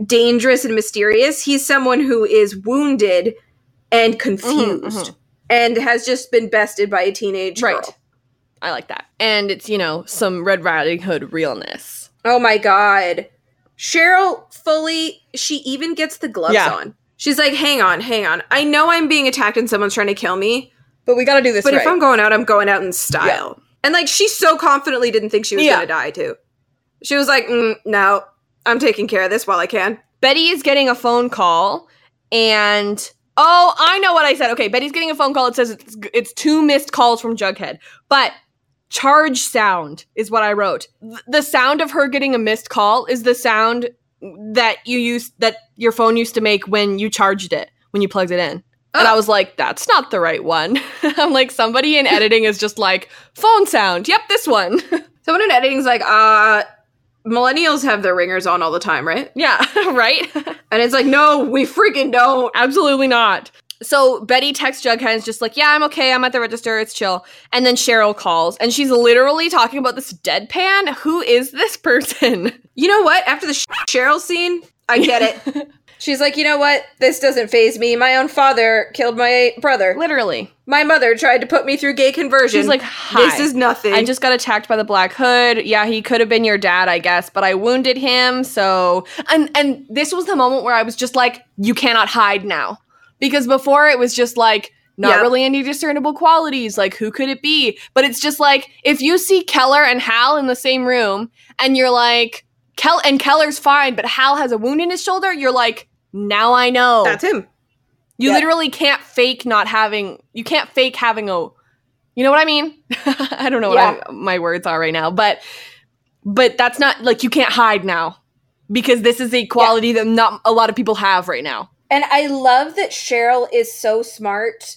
dangerous and mysterious. He's someone who is wounded and confused mhm. and has just been bested by a teenage Right. girl. I like that. And it's, you know, some Red Riding Hood realness. Oh my god. Cheryl fully she even gets the gloves Yeah. on. She's like, "Hang on, hang on. I know I'm being attacked and someone's trying to kill me, But we got to do this but if right. I'm going out, I'm going out in style." And like she so confidently didn't think she was Yeah. going to die too. She was like, mm, "No, I'm taking care of this while I can." Betty is getting a phone call and oh, I know what I said. Okay, Betty's getting a phone call. It says it's, it's two missed calls from Jughead. But charge sound is what I wrote. Th- The sound of her getting a missed call is the sound that you used that your phone used to make when you charged it, when you plugged it in. And I was like, that's not the right one. I'm like, somebody in editing is just like, phone sound. Yep, this one. Someone in editing's like, "Uh, millennials have their ringers on all the time, right?" yeah, right? And it's like, "No, we freaking don't." Absolutely not. So Betty texts Jughead and is just like, yeah, I'm okay. I'm at the register. It's chill. And then Cheryl calls and she's literally talking about this deadpan. Who is this person? You know what? After the Sh- Cheryl scene, I get it. it. She's like, you know what? This doesn't phase me. My own father killed my brother. literally. My mother tried to put me through gay conversion. She's like, hi. this is nothing. I just got attacked by the Black Hood. Yeah, he could have been your dad, I guess, but I wounded him. So, and and this was the moment where I was just like, you cannot hide now, because before it was just like not Yeah. really any discernible qualities. Like, who could it be? But it's just like if you see Keller and Hal in the same room, and you're like, Kel and Keller's fine, but Hal has a wound in his shoulder. You're like, now I know. that's him. you yeah. literally can't fake not having. You can't fake having a you know what I mean? I don't know what I, my words are right now, but but that's not like you can't hide now because this is a quality that not a lot of people have right now. And I love that Cheryl is so smart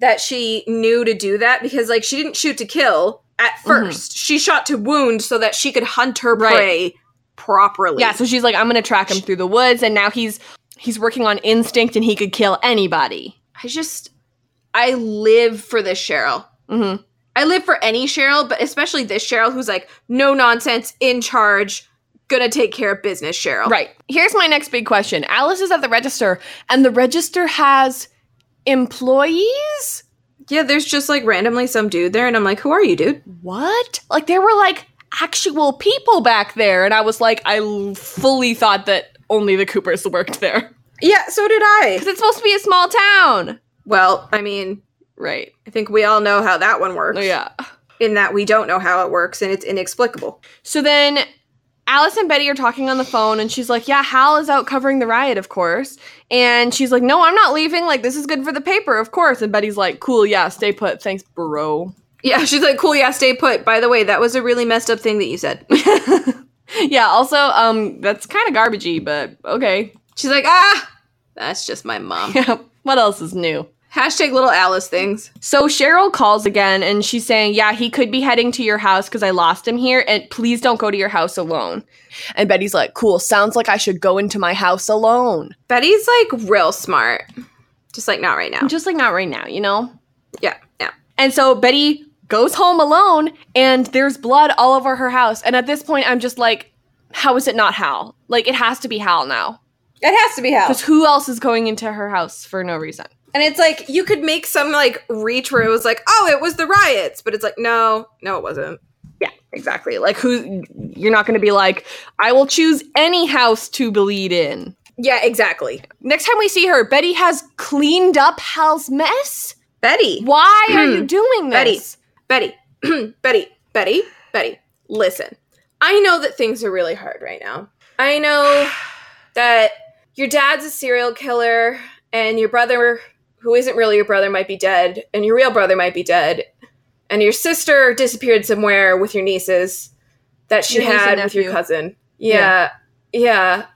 that she knew to do that because, like, she didn't shoot to kill at 1st She shot to wound so that she could hunt her Right. prey properly. Yeah, so she's like, I'm gonna track him through the woods, and now he's he's working on instinct, and he could kill anybody. I just, I live for this Cheryl. hmm I live for any Cheryl, but especially this Cheryl who's like, no nonsense, in charge, gonna take care of business, Cheryl. Right. Here's my next big question. Alice is at the register, and the register has employees. Yeah, there's just like randomly some dude there, and I'm like, who are you, dude? what? Like there were like actual people back there, and I was like, I l- fully thought that only the Coopers worked there Yeah, so did I. because it's supposed to be a small town, Well, I mean, right? I think we all know how that one works. Oh yeah. In that we don't know how it works, and it's inexplicable. So then. Alice and Betty are talking on the phone, and she's like, Yeah, Hal is out covering the riot, of course. And she's like, No, I'm not leaving. Like, this is good for the paper, of course. And Betty's like, Cool, yeah, stay put. Thanks, bro. Yeah, she's like, cool, yeah, stay put. By the way, that was a really messed up thing that you said. yeah, also, um, that's kind of garbagey, but okay. she's like, ah, that's just my mom. Yeah, what else is new? Hashtag little Alice things. So Cheryl calls again and she's saying, Yeah, he could be heading to your house because I lost him here. And please don't go to your house alone. And Betty's like, Cool, sounds like I should go into my house alone. Betty's like real smart. Just like not right now. Just like, not right now, you know? Yeah, yeah. And so Betty goes home alone and there's blood all over her house. And at this point, I'm just like, How is it not Hal? Like, it has to be Hal now. It has to be Hal. Because who else is going into her house for no reason? And it's like you could make some like reach where it was like, oh, it was the riots, but it's like, no, no, it wasn't. Yeah, exactly. Like, who, you're not going to be like, I will choose any house to bleed in. Yeah, exactly. Next time we see her, Betty has cleaned up Hal's mess. Betty, Why are you doing this? Betty, Betty, Betty, Betty. Listen, I know that things are really hard right now. I know that your dad's a serial killer, and your brother, who isn't really your brother, might be dead, and your real brother might be dead, and your sister disappeared somewhere with your nieces that she Your niece had and with your nephew. cousin. yeah. yeah.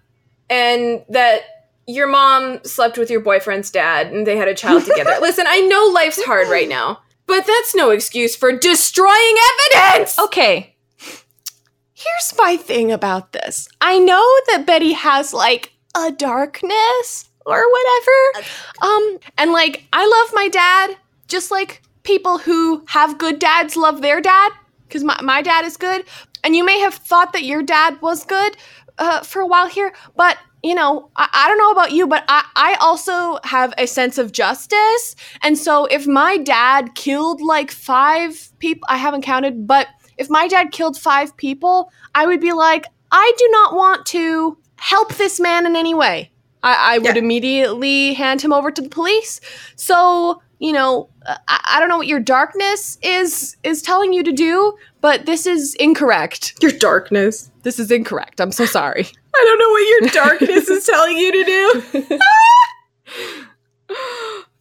And that your mom slept with your boyfriend's dad and they had a child together. Listen, I know life's hard right now, but that's no excuse for destroying evidence. Okay. Here's my thing about this. I know that Betty has like a darkness or whatever. Um and like I love my dad Just like people who have good dads love their dad, because my, my dad is good. And you may have thought that your dad was good uh, for a while here, but you know, I, I don't know about you, but I, I also have a sense of justice. And so if my dad killed like five people, I haven't counted, but if my dad killed five people, I would be like, I do not want to help this man in any way. I, I would Yeah. immediately hand him over to the police. So, you know, I, I don't know what your darkness is is telling you to do, but this is incorrect. Your darkness. This is incorrect. I'm so sorry. I don't know what your darkness is telling you to do.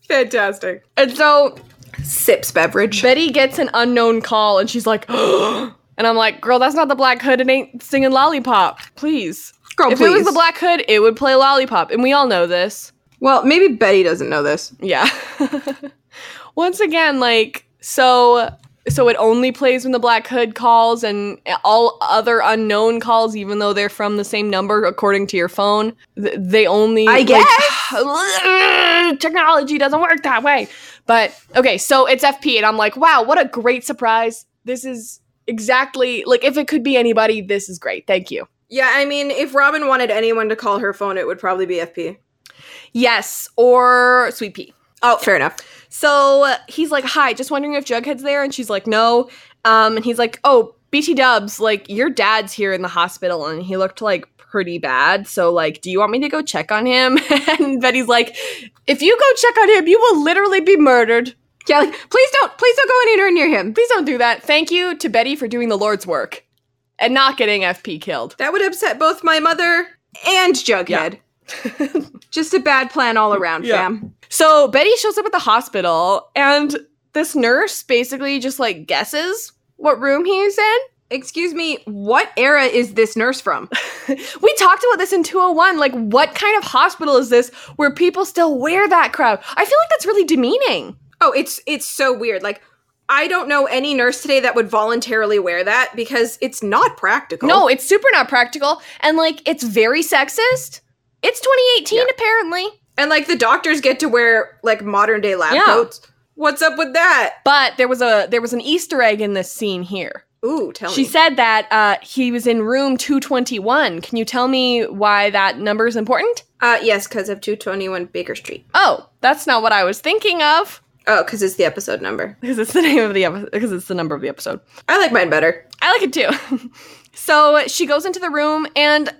Fantastic. And so Sips beverage. Betty gets an unknown call and she's like, and I'm like, girl, that's not the Black Hood. It ain't singing Lollipop. Oh, Please. Girl, if it was the Black Hood, it would play Lollipop. And we all know this. well, maybe Betty doesn't know this. Yeah. Once again, like, so. So it only plays when the Black Hood calls and all other unknown calls, even though they're from the same number according to your phone. th- They only I like, guess. technology doesn't work that way. But okay, so it's FP, and I'm like, wow, what a great surprise! This is exactly like if it could be anybody, this is great. Thank you. Yeah, I mean, if Robin wanted anyone to call her phone, it would probably be FP. Yes, or Sweet Pea. Oh, fair enough. So uh, he's like, "Hi, just wondering if Jughead's there," and she's like, "No." Um, and he's like, "Oh, BT Dubs, like your dad's here in the hospital, and he looked like pretty bad. So like, do you want me to go check on him?" and Betty's like, "If you go check on him, you will literally be murdered. Yeah, like, please don't, please don't go anywhere near him. Please don't do that. Thank you to Betty for doing the Lord's work and not getting FP killed." That would upset both my mother and Jughead. Just a bad plan all around, Yeah. fam. So Betty shows up at the hospital, and this nurse basically just like guesses what room he's in. Excuse me, what era is this nurse from? We talked about this in 201. Like, what kind of hospital is this where people still wear that crowd? I feel like that's really demeaning. Oh, it's it's so weird. Like I don't know any nurse today that would voluntarily wear that because it's not practical. No, it's super not practical. And, like, it's very sexist. It's 2018, Yeah. apparently. and like the doctors get to wear like modern day lab Yeah. coats. What's up with that? But there was a there was an Easter egg in this scene here. Ooh, tell She me. said that uh, he was in room 221. Can you tell me why that number is important? uh, yes, because of two twenty one Baker Street. Oh, that's not what I was thinking of. Oh, because it's the episode number. Because it's the name of the episode. Because it's the number of the episode. I like mine better. I like it too. so she goes into the room and heck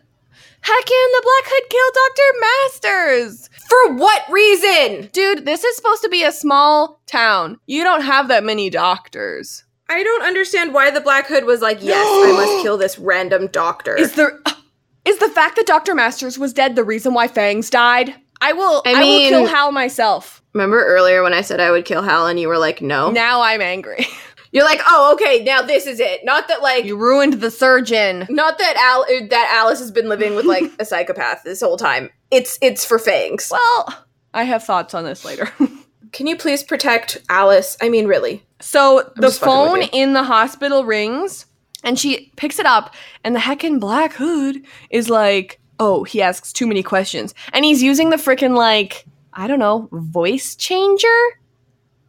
in the Black Hood kill Dr. Masters. For what reason? Dude, this is supposed to be a small town. You don't have that many doctors. I don't understand why the Black Hood was like, yes, I must kill this random doctor. Is there is the fact that Dr. Masters was dead the reason why Fangs died? I will I I, mean- will kill Hal myself. Remember earlier when I said I would kill Hal and you were like, no? Now I'm angry. You're like, oh, okay, now this is it. Not that like you ruined the surgeon. Not that Al uh, that Alice has been living with like a psychopath this whole time. It's it's for fangs. Well, I have thoughts on this later. Can you please protect Alice? I mean, really. So the just fucking phone with in the hospital rings and she picks it up and the heckin' black hood is like, "Oh, he asks too many questions." And he's using the freaking like, I don't know, voice changer?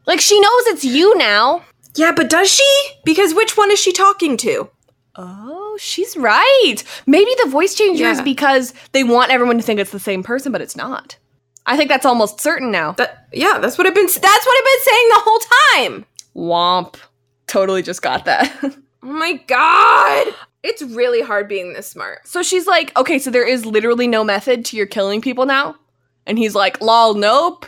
Like she knows it's you now. Yeah, but does she? Because which one is she talking to? Oh, she's right. Maybe the voice changer is Yeah. because they want everyone to think it's the same person, but it's not. I think that's almost certain now. That yeah, that's what I've been. s- That's what I've been saying the whole time. Womp. Totally just got that. Oh my god, it's really hard being this smart. So she's like, okay, so there is literally no method to your killing people now? And he's like, lol, nope.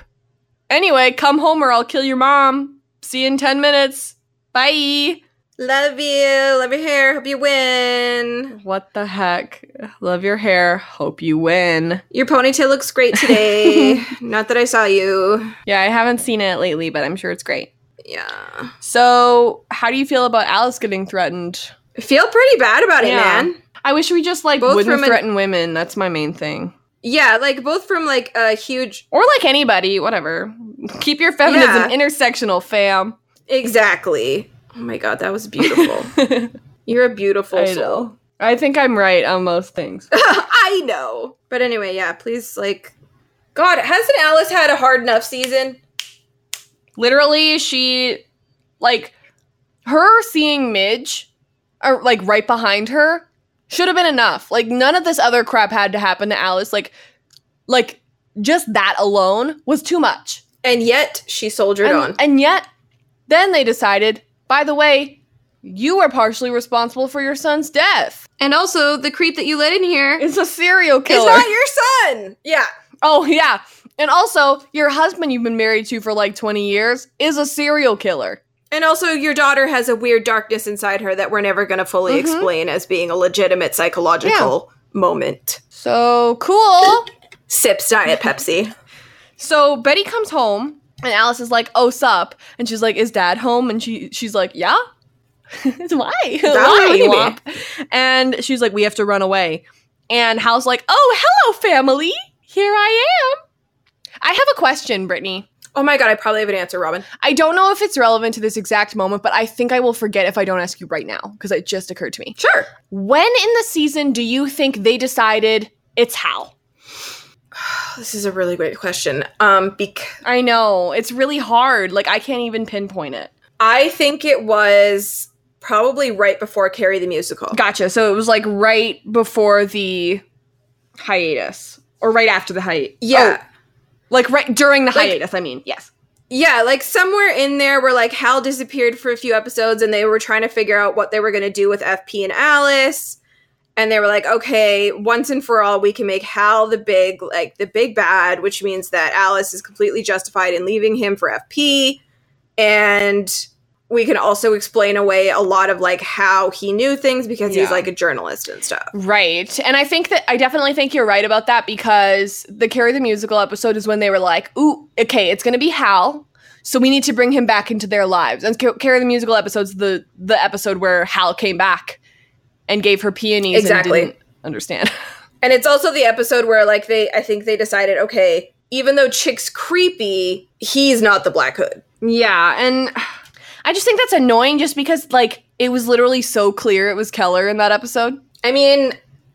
Anyway, come home or I'll kill your mom. See you in 10 minutes. Bye. Love you, love your hair. Hope you win. What the heck? Love your hair. Hope you win. Your ponytail looks great today. Not that I saw you. Yeah, I haven't seen it lately, but I'm sure it's great. Yeah, So, how do you feel about Alice getting threatened? I feel pretty bad about it, Yeah. man. I wish we just like Both wouldn't from an- threaten women. That's my main thing. Yeah, like both from like a huge Or like anybody, whatever. Keep your feminism Yeah. intersectional, fam. Exactly. Oh my god, that was beautiful. You're a beautiful I soul. know. I think I'm right on most things. I know. But anyway, yeah, please like God, hasn't Alice had a hard enough season? Literally, she like her seeing Midge or like right behind her should have been enough. Like none of this other crap had to happen to Alice. Like like just that alone was too much. And yet she soldiered and, on. and yet then they decided, by the way, you are partially responsible for your son's death. And also, the creep that you let in here. It's a serial It's killer. not your son. Yeah. oh yeah. And also, your husband you've been married to for like 20 years is a serial killer. And also, your daughter has a weird darkness inside her that we're never going to fully Mhm. explain as being a legitimate psychological moment. So cool. Sips Diet Pepsi. So Betty comes home and Alice is like, "Oh, sup?" And she's like, "Is Dad home?" And she she's like, "Yeah." Why? what do Why? you Womp? And she's like, "We have to run away." And Hal's like, "Oh, hello, family. Here I am." I have a question, Brittany. Oh my god, I probably have an answer, Robin. I don't know if it's relevant to this exact moment, but I think I will forget if I don't ask you right now because it just occurred to me. Sure. When in the season do you think they decided it's Hal? Oh, This is a really great question. Um, bec- I know it's really hard. Like I can't even pinpoint it. I think it was probably right before Carrie the musical. Gotcha. So it was like right before the hiatus, or right after the hiatus. Yeah. like right during the Like- hiatus. I mean, yes. Yeah, like somewhere in there where like Hal disappeared for a few episodes and they were trying to figure out what they were going to do with FP and Alice. And they were like, okay, once and for all, we can make Hal the big, like the big bad, which means that Alice is completely justified in leaving him for FP. And we can also explain away a lot of like how he knew things because he's Yeah. like a journalist and stuff. Right. And I think that I definitely think you're right about that because the Carrie the Musical episode is when they were like, ooh, okay, it's going to be Hal. So we need to bring him back into their lives. And Car- Carrie the Musical episode's the the episode where Hal came back and gave her peonies Exactly. and didn't understand. And it's also the episode where like they, I think they decided, okay, even though Chick's creepy, he's not the Black Hood. Yeah, and I just think that's annoying just because like it was literally so clear it was Keller in that episode. I mean,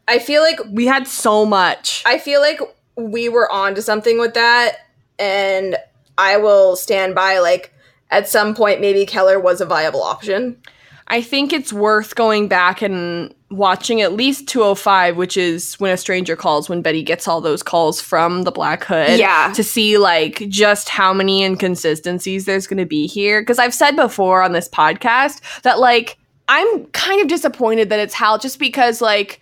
I feel like We had so much. I feel like we were onto something with that, and I will stand by. Like at some point, maybe Keller was a viable option. I think it's worth going back and watching at least 205, which is when a stranger calls when Betty gets all those calls from the Black Hood. Yeah. To see like just how many inconsistencies there's going to be here because I've said before on this podcast that like I'm kind of disappointed that it's Hal just because like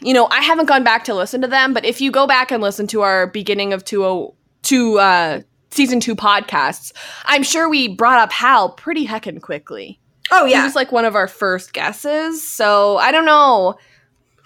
you know, I haven't gone back to listen to them, but if you go back and listen to our beginning of 202 uh season 2 podcasts, I'm sure we brought up Hal pretty heckin' quickly. Oh He yeah, was like one of our first guesses. So I don't know.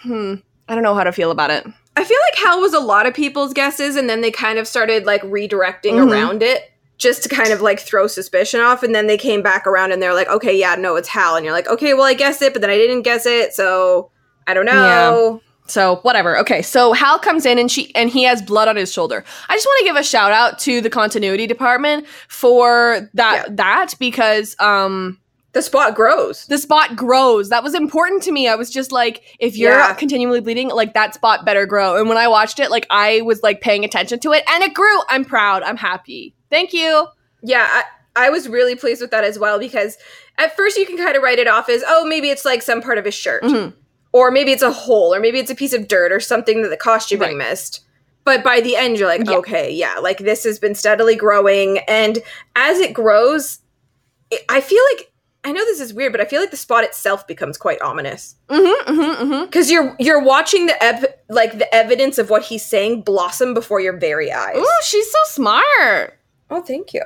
Hmm. I don't know how to feel about it. I feel like Hal was a lot of people's guesses, and then they kind of started like redirecting Mhm. around it just to kind of like throw suspicion off, and then they came back around and they're like, okay, yeah, no, it's Hal, and you're like, okay, well, I guess it, but then I didn't guess it, so I don't know. So whatever. Okay. So Hal comes in and she and he has blood on his shoulder. I just want to give a shout out to the continuity department for that that because um The spot grows. the spot grows. That was important to me. I was just like, if you're Yeah. continually bleeding, like that spot better grow. And when I watched it, like I was like paying attention to it and it grew. I'm proud. I'm happy. Thank you. Yeah, I, I was really pleased with that as well because at first you can kind of write it off as, oh, maybe it's like some part of his shirt, Mhm. or maybe it's a hole, or maybe it's a piece of dirt or something that the costuming missed. But by the end, you're like, Yeah. okay, yeah, like this has been steadily growing. And as it grows, it, I feel like, I know this is weird, but I feel like the spot itself becomes quite ominous Mm-hmm. Mm-hmm. Mm-hmm. because you're you're watching the ev- like the evidence of what he's saying blossom before your very eyes. Ooh, she's so smart. Oh, thank you.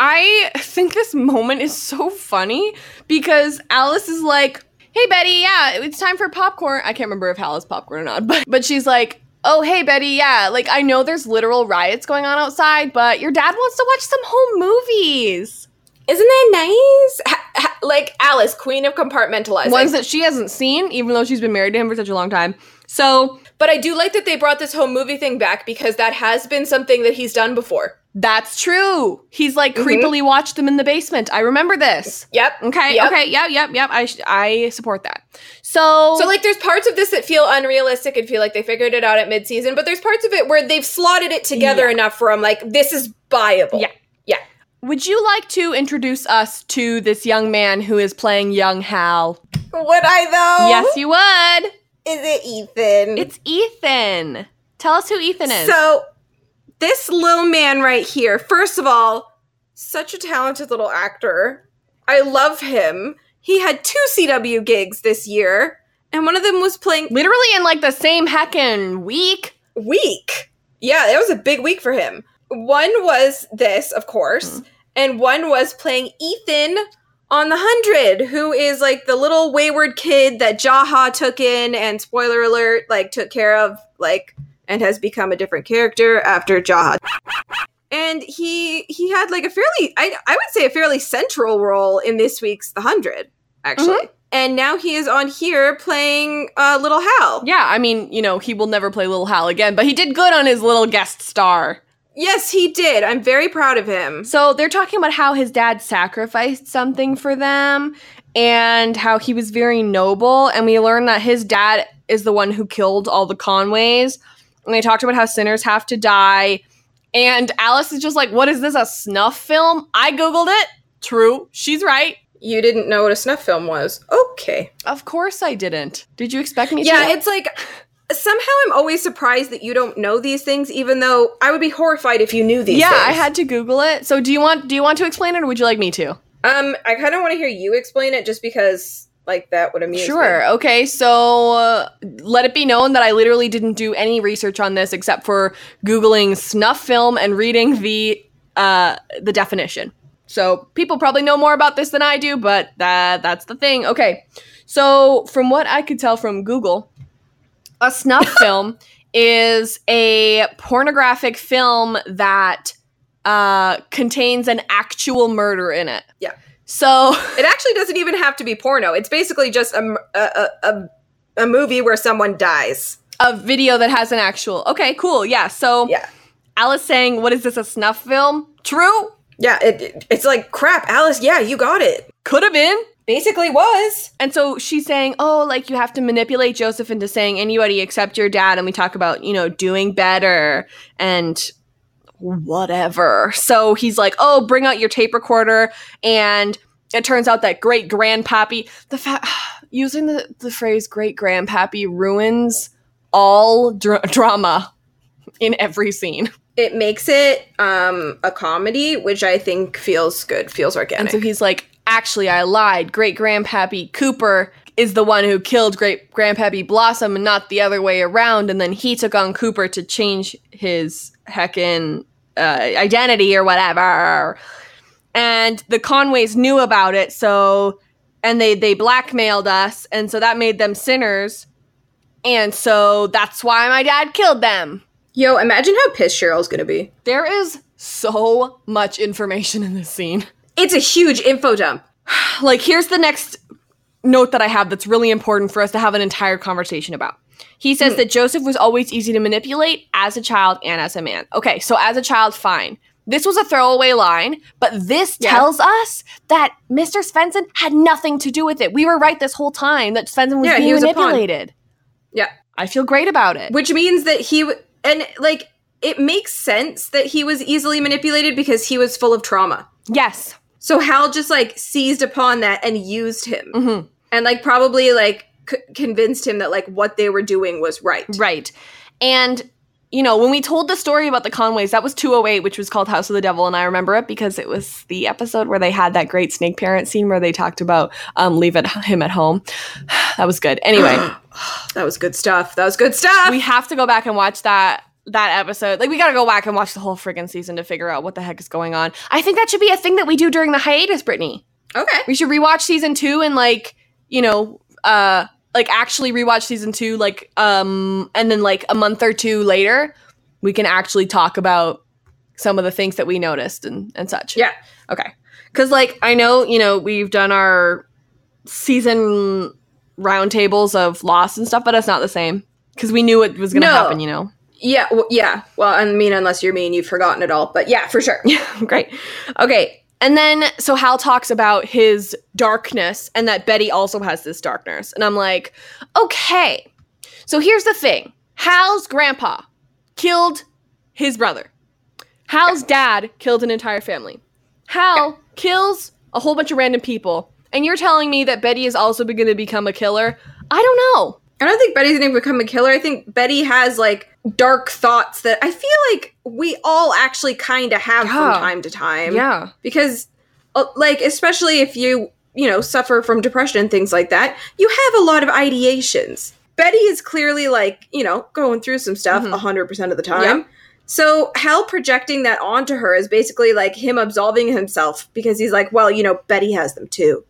I think this moment is so funny because Alice is like, "Hey Betty, yeah, it's time for popcorn." I can't remember if Hal is popcorn or not, but but she's like, "Oh hey Betty, yeah, like I know there's literal riots going on outside, but your dad wants to watch some home movies, Isn't that nice? Ha- ha- like Alice, queen of compartmentalizing. ones that she hasn't seen, even though she's been married to him for such a long time." So but I do like that they brought this whole movie thing back because that has been something that he's done before. that's true. He's like Mm-hmm. creepily watched them in the basement. I remember this. Yep. Okay, Yep. okay, yep, yep, yep. I sh- I support that. So So like there's parts of this that feel unrealistic and feel like they figured it out at midseason, but there's parts of it where they've slotted it together Yeah. enough for I'm like, this is viable. Yeah. Would you like to introduce us to this young man who is playing young Hal? Would I though? Yes, you would. Is it Ethan? It's Ethan. Tell us who Ethan is. So, this little man right here, first of all, such a talented little actor. I love him. He had two CW gigs this year, and one of them was playing Literally in like the same heckin' week. Week. Yeah, that was a big week for him. One was this, of course, and one was playing Ethan on the Hundred, who is like the little wayward kid that Jaha took in and spoiler alert, like took care of, like, and has become a different character after Jaha. And he he had like a fairly I I would say a fairly central role in this week's The Hundred, actually. And now he is on here playing uh, Little Hal. Yeah, I mean, you know, he will never play Little Hal again, but he did good on his little guest star. Yes, he did. I'm very proud of him. So they're talking about how his dad sacrificed something for them and how he was very noble. And we learn that his dad is the one who killed all the Conways. And they talked about how sinners have to die. And Alice is just like, What is this? A snuff film? I Googled it. True. She's right. You didn't know what a snuff film was. Okay. Of course I didn't. Did you expect me to? Yeah, it's like somehow I'm always surprised that you don't know these things, even though I would be horrified if you knew these yeah, things. I had to Google it. So do you want do you want to explain it or would you like me to? Um, I kind of want to hear you explain it just because, like, that would amuse me. Sure. Okay. So uh, let it be known that I literally didn't do any research on this except for googling snuff film and reading the uh, the definition. So people probably know more about this than I do, but that that's the thing. Okay. So from what I could tell from Google, a snuff film is a pornographic film that uh, contains an actual murder in it. Yeah. So. It actually doesn't even have to be porno. It's basically just a m- a- a- a- a movie where someone dies. a video that has an actual. Okay, cool. Yeah. So Yeah. Alice saying, "What is this? A snuff film?" True. Yeah, it, it- it's like crap, Alice. Yeah, you got it. Could have been. Basically, was And so she's saying, "Oh, like you have to manipulate Joseph into saying anybody except your dad." And we talk about you know doing better and whatever. So he's like, "Oh, bring out your tape recorder." And it turns out that great grandpappy, the fact using the the phrase great grandpappy ruins all dra- drama in every scene. it makes it um a comedy, which I think feels good, feels And organic. so he's like, actually, I lied. Great grandpappy Cooper is the one who killed great grandpappy Blossom and not the other way around. And then he took on Cooper to change his heckin' uh, identity or whatever. And the Conways knew about it. So, and they, they blackmailed us. And so that made them sinners. And so that's why my dad killed them. Yo, imagine how pissed Cheryl's gonna be. There is so much information in this scene. It's a huge info dump. like here's the next note that I have that's really important for us to have an entire conversation about. He Hmm. says that Joseph was always easy to manipulate as a child and as a man. Okay, so as a child, fine. This was a throwaway line, but this Yeah. tells us that Mr. Svensson had nothing to do with it. We were right this whole time that Svensson was Yeah, he being was a pawn. manipulated. Yeah, I feel great about it. which means that he w- and like it makes sense that he was easily manipulated because he was full of trauma. yes. So Hal just like seized upon that and used him, hmm and like probably like c- convinced him that like what they were doing was right. Right. And, you know, when we told the story about the Conways, that was 208, which was called House of the Devil. And I remember it because it was the episode where they had that great snake parent scene where they talked about um, leave it, him at home. that was good. Anyway, That was good stuff. That was good stuff. we have to go back and watch that. That episode, like we gotta go back and watch the whole friggin' season to figure out what the heck is going on. I think that should be a thing that we do during the hiatus, Brittany. okay. We should rewatch season two and like, you know, uh like actually rewatch season two, like um and then like a month or two later, we can actually talk about some of the things that we noticed and, and such. Yeah. Okay. Cause like I know, you know, we've done our season roundtables of loss and stuff, but it's not the same. Cause we knew it was gonna No. happen, you know. Yeah, well, yeah. Well, I mean, unless you're me and you've forgotten it all, but yeah, for sure. Great. Okay. And then so Hal talks about his darkness and that Betty also has this darkness. And I'm like, okay. So here's the thing. Hal's grandpa killed his brother. Hal's dad killed an entire family. Hal kills a whole bunch of random people, and you're telling me that Betty is also going to become a killer? I don't know. I don't think Betty's gonna become a killer. I think Betty has like dark thoughts that I feel like we all actually kind of have from Yeah. time to time. Yeah. because uh, like especially if you you know suffer from depression and things like that, you have a lot of ideations. Betty is clearly like you know going through some stuff Mhm. 100 percent of the time. So Hal projecting that onto her is basically like him absolving himself because he's like, well, you know, Betty has them too.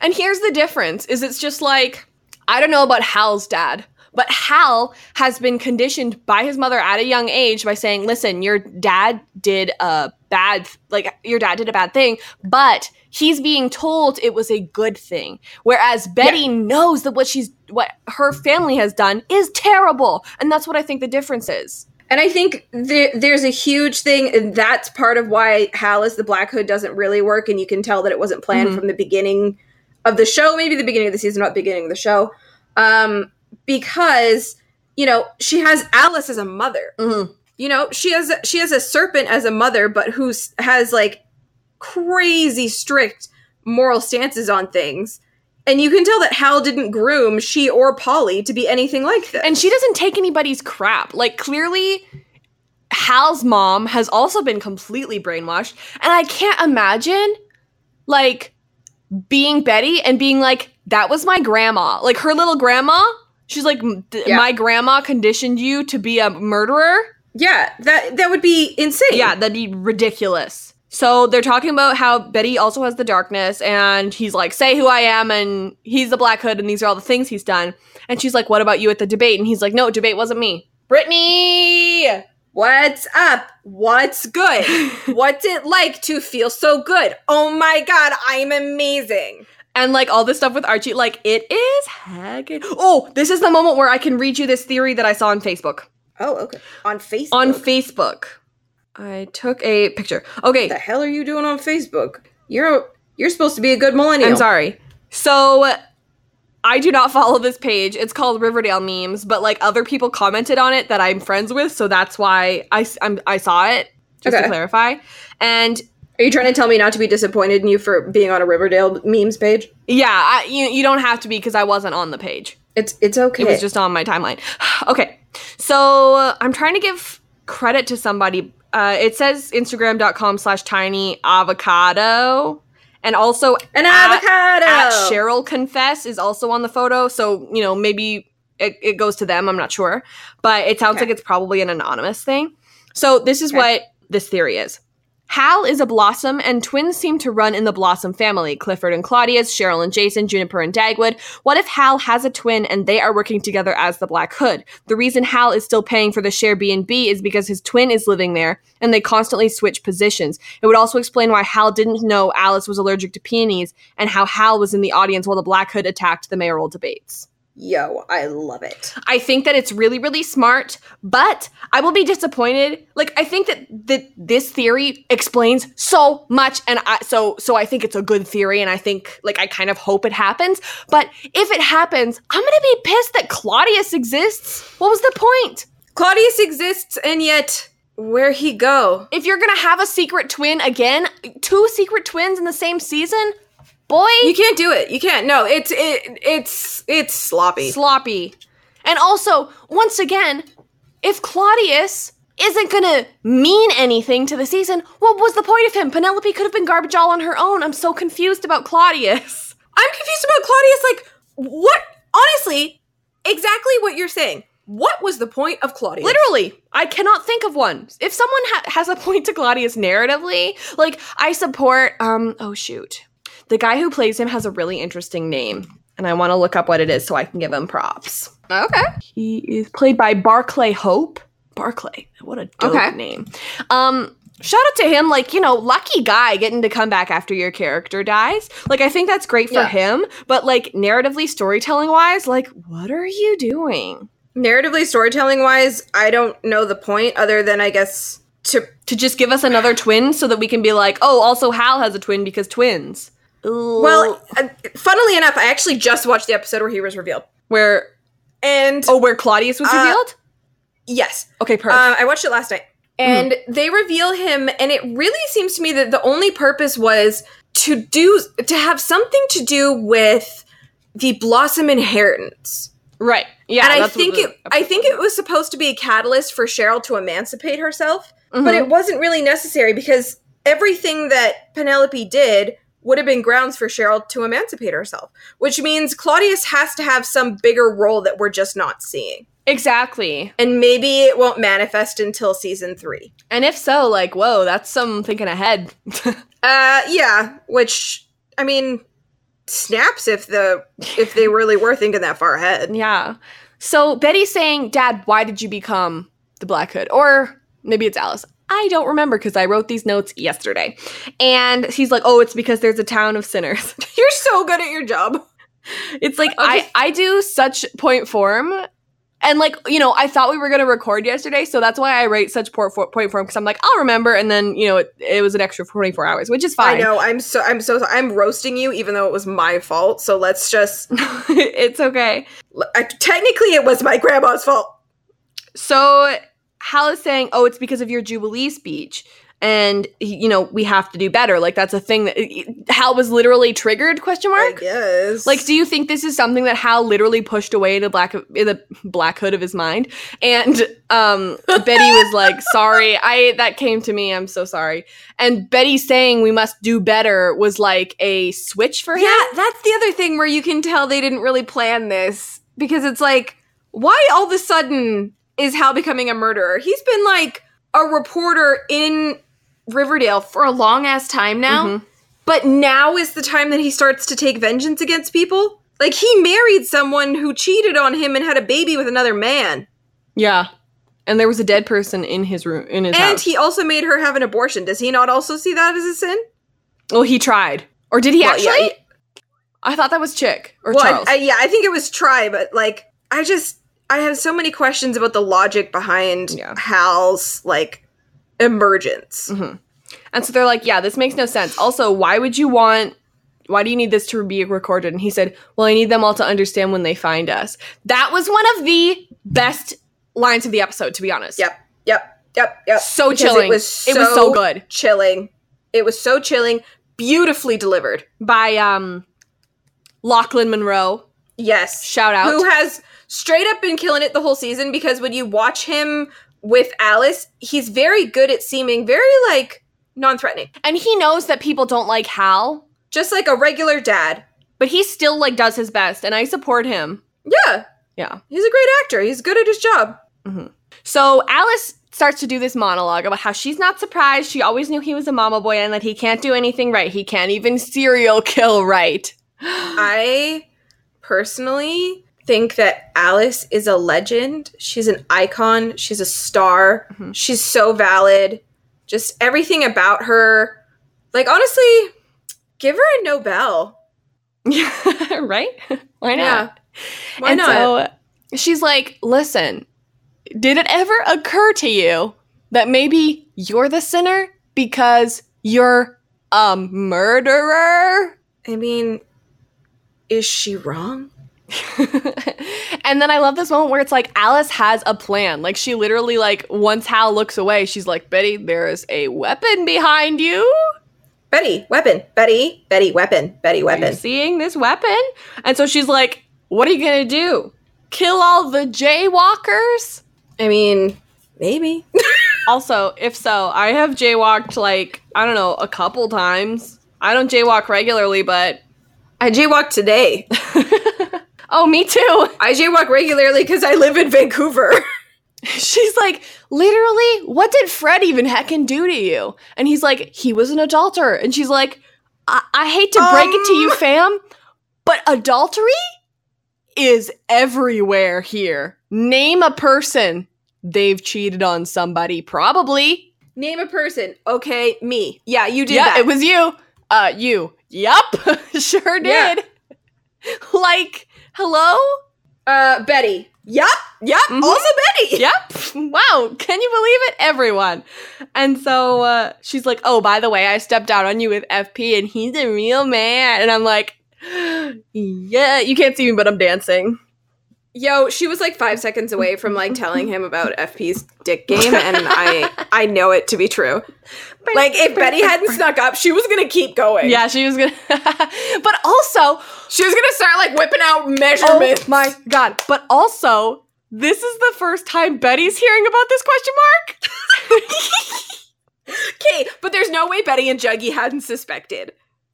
And here's the difference is it's just like I don't know about Hal's dad, but Hal has been conditioned by his mother at a young age by saying, "Listen, your dad did a bad like your dad did a bad thing, but he's being told it was a good thing." Whereas Betty knows that what she's what her family has done is terrible, and that's what I think the difference is. And I think there, there's a huge thing, and that's part of why Hal is the Black Hood doesn't really work, and you can tell that it wasn't planned Mhm. from the beginning of the show, maybe the beginning of the season, not the beginning of the show, um, because you know she has Alice as a mother. You know she has she has a serpent as a mother, but who s- has like crazy strict moral stances on things. And you can tell that Hal didn't groom she or Polly to be anything like this. And she doesn't take anybody's crap. Like clearly Hal's mom has also been completely brainwashed, and I can't imagine like being Betty and being like that was my grandma. Like her little grandma, she's like "M- th- Yeah. my grandma conditioned you to be a murderer. yeah, that that would be insane. Yeah, that'd be ridiculous. So they're talking about how Betty also has the darkness, and he's like, "Say who I am," and he's the Black Hood, and these are all the things he's done. And she's like, "What about you at the debate?" And he's like, "No, debate wasn't me, Brittany." What's up? What's good? What's it like to feel so good? Oh my god, I'm amazing. And like all this stuff with Archie, like it is hacking. Oh, this is the moment where I can read you this theory that I saw on Facebook. Oh, okay. On Facebook. On Facebook, I took a picture. Okay, what the hell are you doing on Facebook? You're you're supposed to be a good millennial. I'm sorry. So I do not follow this page. It's called Riverdale Memes, but like other people commented on it that I'm friends with, so that's why I s- I'm- I saw it. Just Okay. to clarify, and Are you trying to tell me not to be disappointed in you for being on a Riverdale memes page? yeah, I, you you don't have to be because I wasn't on the page. It's it's okay. It was just on my timeline. okay, so uh, I'm trying to give credit to somebody. Uh, it says Instagram.com slash tiny avocado, and also an at- avocado. at Cheryl Confess is also on the photo. So, you know, maybe it, it goes to them. I'm not sure. But it sounds Okay. like it's probably an anonymous thing. So, this is Okay. what this theory is Hal is a blossom, and twins seem to run in the blossom family Clifford and Claudius, Cheryl and Jason, Juniper and Dagwood. What if Hal has a twin and they are working together as the Black Hood? The reason Hal is still paying for the share B&B is because his twin is living there and they constantly switch positions. It would also explain why Hal didn't know Alice was allergic to peonies and how Hal was in the audience while the Black Hood attacked the mayoral debates. Yo, I love it. I think that it's really really smart, but I will be disappointed. Like I think that that this theory explains so much and I so so I think it's a good theory and I think like I kind of hope it happens, but if it happens, I'm going to be pissed that Claudius exists. What was the point? Claudius exists and yet where he go? if you're gonna have a secret twin again, two secret twins in the same season, boy, You can't do it. You can't. No, it's it it's it's sloppy. sloppy. And also, once again, if Claudius isn't gonna mean anything to the season, what was the point of him? Penelope could have been garbage all on her own. I'm so confused about Claudius. I'm confused about Claudius. Like, what? Honestly, exactly what you're saying. What was the point of Claudius? Literally, I cannot think of one. If someone ha- has a point to Claudius narratively, like I support. Um, oh shoot, the guy who plays him has a really interesting name, and I want to look up what it is so I can give him props. Okay. He is played by Barclay Hope. Barclay, what a dope Okay. name. Um, shout out to him, like you know, lucky guy getting to come back after your character dies. Like I think that's great for Yeah. him, but like narratively, storytelling wise, like what are you doing Narratively, storytelling wise, I don't know the point other than I guess to. to just give us another twin so that we can be like, oh, also Hal has a twin because twins. Well, uh, funnily enough, I actually just watched the episode where he was revealed. where And oh, where Claudius was Uh, revealed. yes, Okay, perfect. uh, I watched it last night. and they reveal him and it really seems to me that the only purpose was to do to have something to do with the blossom inheritance Right. Yeah. and i that's what think the it i think it was supposed to be a catalyst for cheryl to emancipate herself Mm-hmm. but it wasn't really necessary because everything that penelope did would have been grounds for cheryl to emancipate herself which means claudius has to have some bigger role that we're just not seeing exactly. and maybe it won't manifest until season three And if so, like, whoa, that's some thinking ahead. Uh, yeah. Which I mean, snaps if the if they really were thinking that far ahead. yeah. So Betty's saying, "Dad, why did you become the Black Hood?" Or maybe it's Alice. I don't remember because I wrote these notes yesterday. And he's like, "Oh, it's because there's a town of sinners." You're so good at your job. It's like I I do such point form, and like you know I thought we were gonna record yesterday, so that's why I write such poor for, point form because I'm like I'll remember, and then you know it, it was an extra 24 hours, which is I fine. know. I'm so I'm so I'm roasting you, even though it was my fault. So let's just it's okay. I, technically it was my grandma's fault. So Hal is saying, "Oh, it's because of your Jubilee speech." And he- you know we have to do better. Like that's a thing that Hal was literally triggered? Question I mark. guess. Like, do you think this is something that Hal literally pushed away in the black in the black hood of his mind? And um, Betty was like, "Sorry, I that came to me. I'm so sorry." And Betty saying we must do better was like a switch for him. Yeah, that's the other thing where you can tell they didn't really plan this because it's like, why all of a sudden is Hal becoming a murderer? He's been like a reporter in Riverdale for a long ass time now. Mhm. But now is the time that he starts to take vengeance against people. Like he married someone who cheated on him and had a baby with another man. Yeah. And there was a dead person in his room in his And house. he also made her have an abortion. Does he not also see that as a sin? well, he tried, or did he Well, actually? yeah, I thought that was Chick or well, I- Charles. I, yeah, I think it was try, but like, I just I have so many questions about the logic behind Yeah. Mm. Hal's like emergence. and so they're like, "Yeah, this makes no sense." Also, why would you want? Why do you need this to be recorded? And he said, "Well, I need them all to understand when they find us." That was one of the best lines of the episode, to be honest. Yep, yep, yep, yep. So Because chilling. It was so, so good chilling. It was so chilling. Beautifully delivered. by um, Lachlan Monroe. Yes. Shout out. Who has straight up been killing it the whole season because when you watch him with Alice, he's very good at seeming very like non-threatening. and he knows that people don't like Hal, Just like a regular dad. but he still like does his best, and I support him. Yeah. Yeah. He's a great actor. He's good at his job. So Alice starts to do this monologue about how she's not surprised. She always knew he was a mama boy and that he can't do anything right. He can't even serial kill right. I personally think that Alice is a legend. She's an icon. She's a star. Mhm. She's so valid. Just everything about her. Like, honestly, give her a Nobel. Yeah, right? Why not? Yeah. Why and not? So she's like, listen, did it ever occur to you that maybe you're the sinner because you're a murderer? I mean, is she wrong? and then I love this moment where it's like Alice has a plan. Like she literally like once Hal looks away, she's like, "Betty, there is a weapon behind you. Betty, weapon. Betty, Betty, weapon. Betty, Are you weapon. seeing this weapon?" And so she's like, "What are you going to do? Kill all the jaywalkers?" I mean, maybe. Also, if so, I have jaywalked like, I don't know, a couple times. I don't jaywalk regularly, but I jaywalk today. oh, me too. I jaywalk regularly because I live in Vancouver. She's like, literally, what did Fred even heckin' do to you? And he's like, he was an adulterer. And she's like, I, I hate to break it to you, Um. fam, but adultery is everywhere here. Name a person they've cheated on somebody, probably. Name a person. Okay, me. Yeah, you did yeah, that. it was you. Uh, you. Yup, sure Yeah. did. like, hello? Uh, Betty. Mm-hmm. Yep, yep. Mhm. Also Betty. yep. Wow. Can you believe it? Everyone. And so uh, she's like, oh, by the way, I stepped out on you with FP and he's a real man. And I'm like, yeah, you can't see me, but I'm dancing. Yo, she was like five seconds away from like telling him about FP's dick game, and I I know it to be true. Like if Betty hadn't snuck up, she was gonna keep going. Yeah, she was gonna. but also, she was gonna start like whipping out oh measurements. my god! But also, this is the first time Betty's hearing about this question mark. Okay, but there's no way Betty and Juggy hadn't suspected.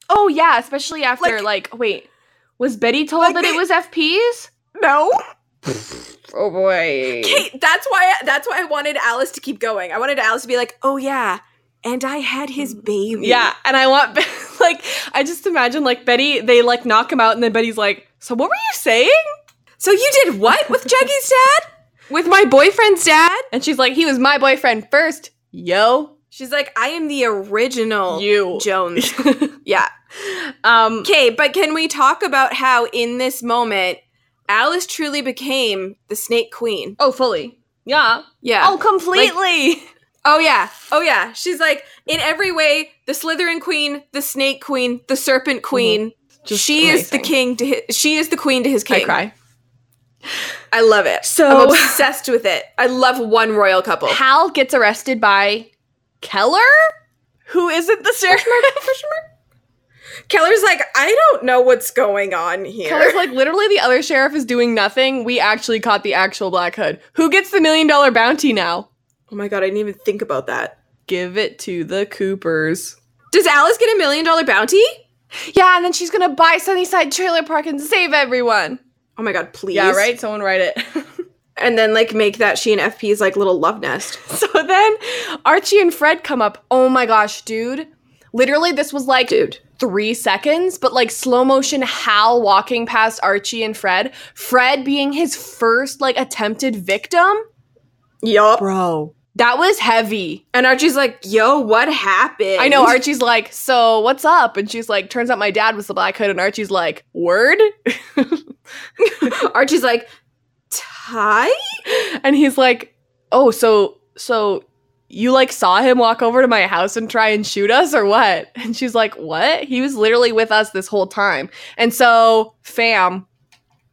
Oh yeah, especially after like, wait, was Betty told Like that they- it was FPs? No, Oh boy. Kate, that's why that's why I wanted Alice to keep going. I wanted Alice to be like, "Oh yeah, and I had his baby." Yeah, and I want like I just imagine like Betty they like knock him out and then Betty's like, "So what were you saying?" So you did what with Juggy's dad? With my boyfriend's dad? And she's like, "He was my boyfriend first. Yo, She's like, "I am the original you." Jones." yeah. Um Okay, but can we talk about how in this moment Alice truly became the Snake Queen? oh, fully. Yeah. Yeah. Oh, completely. Oh yeah. Oh yeah. She's like in every way the Slytherin queen, the snake queen, the serpent queen. Mhm. Just she is the amazing. king to his, she is the queen to his king. I cry. I love it. So- I'm obsessed with it. I love one royal couple. Hal gets arrested by Keller, who isn't the sheriff. Keller's like, I don't know what's going on here. Keller's like literally the other sheriff is doing nothing. We actually caught the actual Black Hood. Who gets the million dollar bounty now? oh my god, I didn't even think about that. Give it to the Coopers. Does Alice get a million dollar bounty? Yeah, and then she's gonna buy Sunnyside Trailer Park and save everyone. Oh my god, please. Yeah, right? Someone write it. And then like make that she and FP's like little love nest. so then Archie and Fred come up. Oh my gosh, dude. Literally, this was like Dude. three seconds, but like slow motion Hal walking past Archie and Fred. Fred being his first like attempted victim. Yup. Bro. That was heavy. And Archie's like, yo, what happened? I know Archie's like, so what's up? And she's like, turns out my dad was the Black Hood. And Archie's like, word? Archie's like, Ty? and he's like, "Oh, so so you like saw him walk over to my house and try and shoot us or what?" And she's like, "What? He was literally with us this whole time." And so, fam,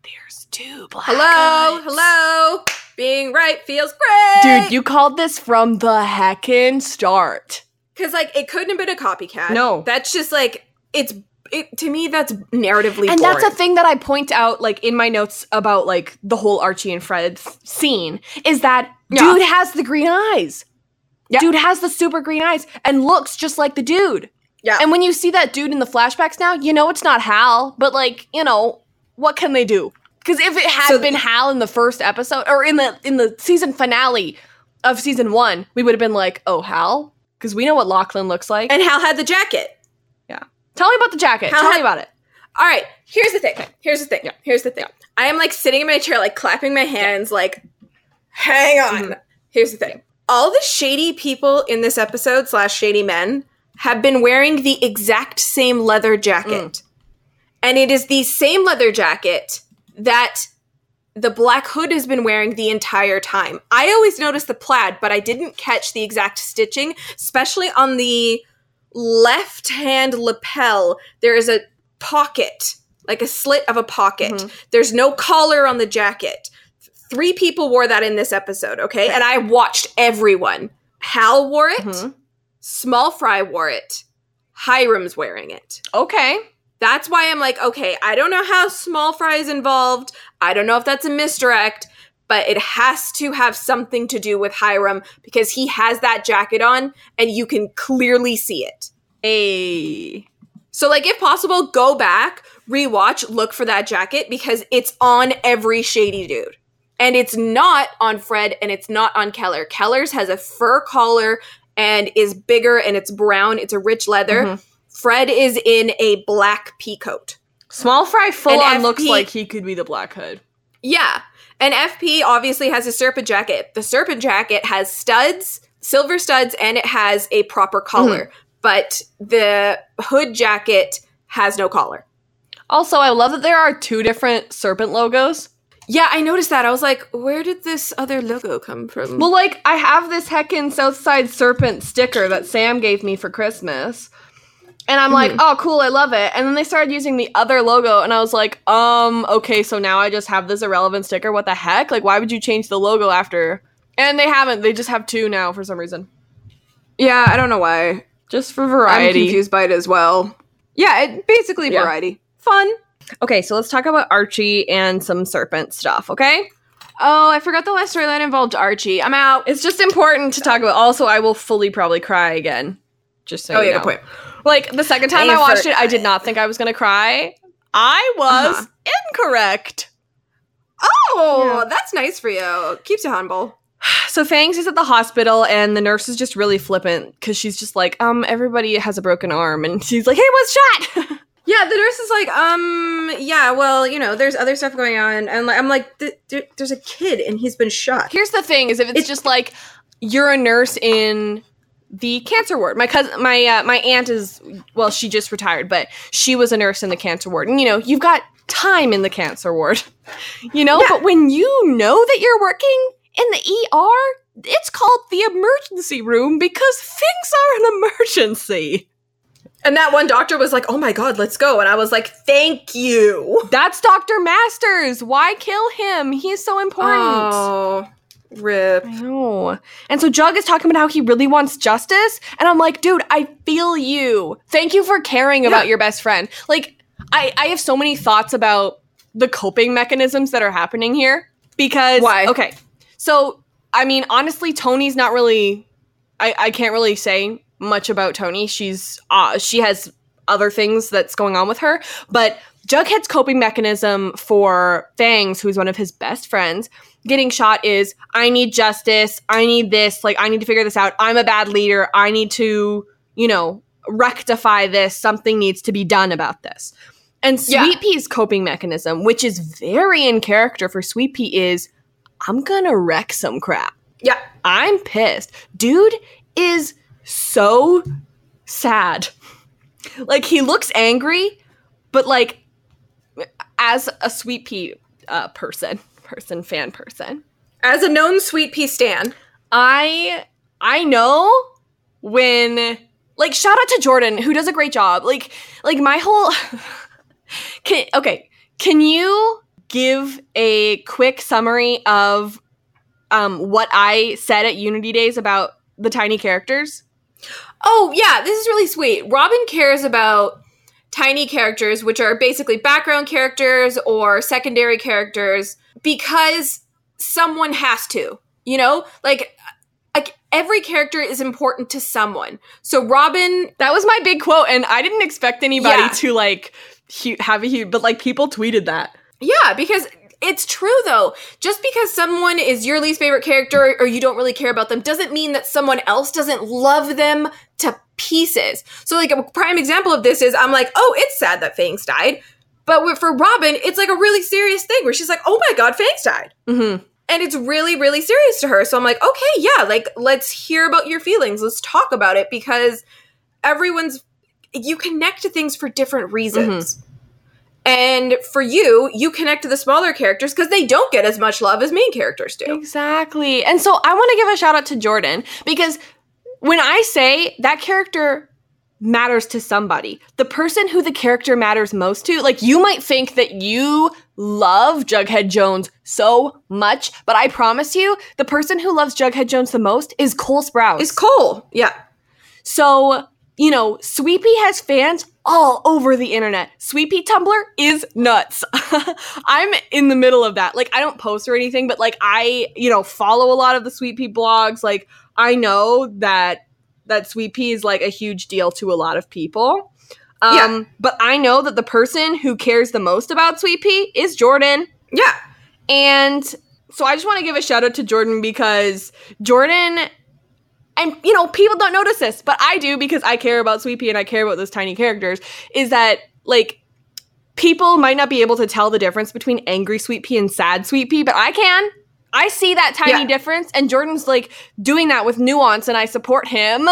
there's two black Hello, eyes. hello. Being right feels great. Dude, you called this from the heckin' start. Because, like, it couldn't have been a copycat. No. That's just, like, it's, it, to me, that's narratively and that's a boring. thing that I point out like in my notes about like the whole Archie and Fred th- scene is that Yeah. dude has the green eyes. Yeah. Dude has the super green eyes and looks just like the dude. Yeah. And when you see that dude in the flashbacks now, you know it's not Hal, but like, you know, what can they do? Because if it had So- been Hal in the first episode or in the in the season finale of season one, we would have been like, oh Hal? Because we know what Lachlan looks like. And Hal had the jacket. Tell me about the jacket. Hal Tell had- me about it. All right, here's the thing. Here's the thing. Yeah. Here's the thing. I am like sitting in my chair, like clapping my hands, like, hang on. Mm-hmm. Here's the thing. All the shady people in this episode, slash shady men, have been wearing the exact same leather jacket. Mm. And it is the same leather jacket that the Black Hood has been wearing the entire time. I always noticed the plaid, but I didn't catch the exact stitching, especially on the left hand lapel. There is a pocket, like a slit of a pocket. There's no collar on the jacket. Three people wore that in this episode, okay? And I watched everyone. Hal wore it, Mhm. Small Fry wore it, Hiram's wearing it. Okay. That's why I'm like, okay, I don't know how Small Fry is involved. I don't know if that's a misdirect, but it has to have something to do with Hiram because he has that jacket on and you can clearly see it. A So, like, if possible, go back, rewatch, look for that jacket because it's on every shady dude. And it's not on Fred and it's not on Keller. Keller's has a fur collar and is bigger and it's brown. It's a rich leather. Mhm. Fred is in a black pea coat. Small Fry full And on FP looks like he could be the Black Hood. Yeah. And FP obviously has a serpent jacket. The serpent jacket has studs, silver studs, and it has a proper collar. Mm-hmm. But the hood jacket has no collar. Also, I love that there are two different serpent logos. Yeah, I noticed that. I was like, where did this other logo come from? Well, like I have this heckin' Southside Serpent sticker that Sam gave me for Christmas, And I'm like, oh, cool, I love it. And then they started using the other logo, and I was like, um, okay, so now I just have this irrelevant sticker. What the heck? Like, why would you change the logo after? And they haven't. They just have two now for some reason, Yeah, I don't know why. just for I'm variety. confused by it as well. Yeah, it basically Yeah. variety. Fun. Oh, Okay, so let's talk about Archie and some serpent stuff. Okay, Oh, I forgot the last storyline involved Archie. I'm out. it's just important to talk about. Also, I will fully probably cry again. Just so oh you yeah, know. good point. Like the second time And I for- watched it, I did not think I was gonna cry. I was Uh-huh. incorrect. Oh, Oh, that's nice for you. Keeps you humble. So Fangs is at the hospital, and the nurse is just really flippant because she's just like, um, everybody has a broken arm, and she's like, hey, what's shot? Yeah, the nurse is like, um, yeah, well, you know, there's other stuff going on, and like, I'm like, th- there- there's a kid, and he's been shot. Here's the thing: is if it's, It's- just like you're a nurse in the cancer ward. My cousin, my uh, my aunt is well, she just retired, but she was a nurse in the cancer ward, and you know, you've got time in the cancer ward, you know. Yeah. But when you know that you're working in the ER, it's called the emergency room because things are an emergency. And that one doctor was like, oh my god, let's go, and I was like, thank you. That's Dr. Masters. Why kill him? He's so important. Oh, rip. I know. And so Jug is talking about how he really wants justice. And I'm like, dude, I feel you. Thank you for caring about your best friend. Like, I, I have so many thoughts about the coping mechanisms that are happening here because. Why? Okay. So, I mean, honestly, Tony's not really. I, I can't really say much about Tony. She's. Uh, she has other things that's going on with her. But Jughead's coping mechanism for Fangs, who's one of his best friends, getting shot is I need justice. I need this. Like, I need to figure this out. I'm a bad leader. I need to, you know, rectify this. Something needs to be done about this. And Sweet Yeah. Pea's coping mechanism, which is very in character for Sweet Pea, is I'm going to wreck some crap. Yeah. I'm pissed. Dude is so sad. Like, he looks angry, but like, as a Sweet Pea uh, person, person, fan person, As a known sweet pea stan, I I know when like shout out to Jordan who does a great job. Like like my whole can, okay, can you give a quick summary of um what I said at Unity Days about the tiny characters? Oh, yeah, this is really sweet. Robin cares about tiny characters, which are basically background characters or secondary characters, because someone has to, you know? Like, like every character is important to someone. So Robin, That was my big quote and I didn't expect anybody Yeah. to like hu- have a huge but like people tweeted that. yeah, because it's true though. Just because someone is your least favorite character or you don't really care about them doesn't mean that someone else doesn't love them to pieces. so like a prime example of this is, I'm like, oh, it's sad that Fangs died, but with- for Robin, it's like a really serious thing where she's like, oh my god, Fangs died. Mhm. and it's really really serious to her so i'm like okay yeah like let's hear about your feelings let's talk about it because everyone's you connect to things for different reasons Mm-hmm. and for you you connect to the smaller characters because they don't get as much love as main characters do Exactly. And so I want to give a shout out to Jordan because when I say that character matters to somebody, the person who the character matters most to, like you might think that you love Jughead Jones so much, but I promise you, the person who loves Jughead Jones the most is Cole Sprouse. is cole yeah So, you know, Sweepy has fans all over the internet. Sweepy Tumblr is nuts. I'm in the middle of that. Like, I don't post or anything, but like, I, you know, follow a lot of the Sweepy blogs. Like, I know that that Sweepy is like a huge deal to a lot of people. Um, Yeah. But I know that the person who cares the most about Sweepy is Jordan. yeah And so I just want to give a shout out to Jordan because Jordan, and you know, people don't notice this, but I do because I care about Sweet Pea and I care about those tiny characters, is that like people might not be able to tell the difference between angry Sweet Pea and sad Sweet Pea, but I can. I see that tiny Yeah. difference, and Jordan's like doing that with nuance, and I support him.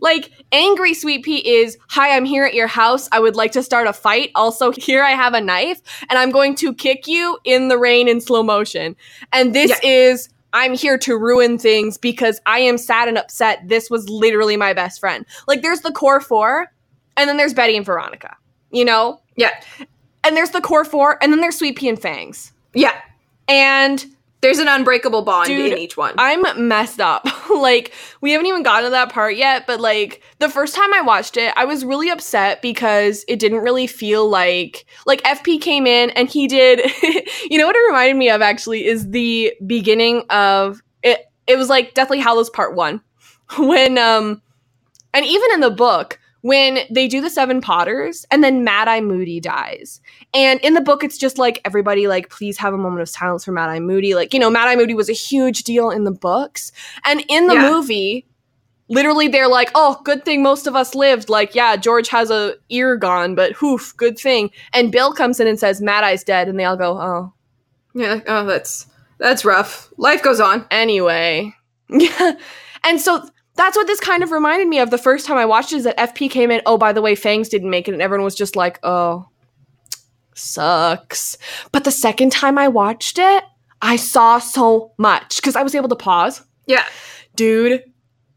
like angry sweet pea is hi i'm here at your house i would like to start a fight also here i have a knife and i'm going to kick you in the rain in slow motion and this Yeah. is I'm here to ruin things because I am sad and upset. This was literally my best friend. Like there's the core four, and then there's Betty and Veronica, you know? Yeah. And there's the core four, and then there's Sweet Pea and Fangs. Yeah. And There's an unbreakable bond Dude, in each one. I'm messed up. like, we haven't even gotten to that part yet, but like the first time I watched it, I was really upset because it didn't really feel like like FP came in and he did you know what it reminded me of actually is the beginning of it it was like Deathly Hallows Part 1 when um and even in the book when they do the seven potters and then mad eye moody dies and in the book it's just like everybody like please have a moment of silence for mad eye moody like you know mad eye moody was a huge deal in the books and in the Yeah. movie literally they're like oh good thing most of us lived like yeah george has a ear gone but hoof good thing and bill comes in and says mad eye's dead and they all go oh yeah. Oh, that's that's rough. Life goes on. anyway. Yeah. And so that's what this kind of reminded me of the first time I watched it is that FP came in, oh, by the way, Fangs didn't make it. And everyone was just like, oh, sucks. But the second time I watched it, I saw so much because I was able to pause. Yeah. Dude,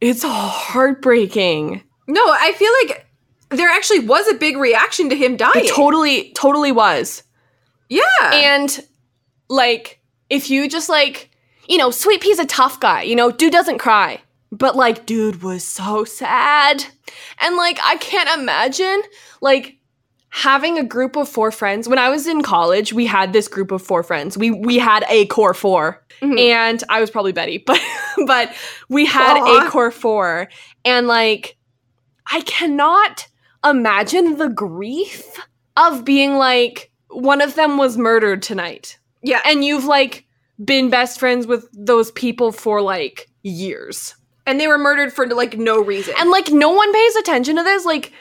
it's heartbreaking. No, I feel like there actually was a big reaction to him dying. It totally, totally was. yeah. And like, if you just like, you know, Sweet Pea's a tough guy, you know, dude doesn't cry. But like, dude was so sad. And like, I can't imagine like having a group of four friends. When I was in college, we had this group of four friends. We we had a core four. Mhm. And I was probably Betty, but but we had Aw. a core four. And like, I cannot imagine the grief of being like one of them was murdered tonight yeah. and you've like been best friends with those people for like years and they were murdered for like no reason. and like no one pays attention to this like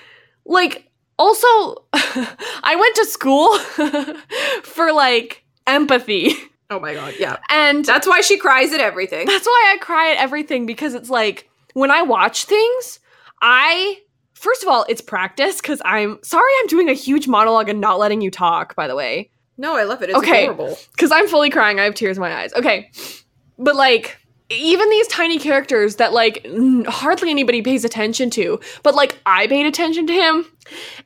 like also i went to school for like empathy oh my god, yeah. and That's why she cries at everything. That's why I cry at everything because it's like when I watch things, I first of all, it's practice because I'm sorry I'm doing a huge monologue and not letting you talk, by the way. No, I love it. It's Okay. adorable. Because I'm fully crying, I have tears in my eyes. Okay. But like even these tiny characters that like n- hardly anybody pays attention to, but like I paid attention to him.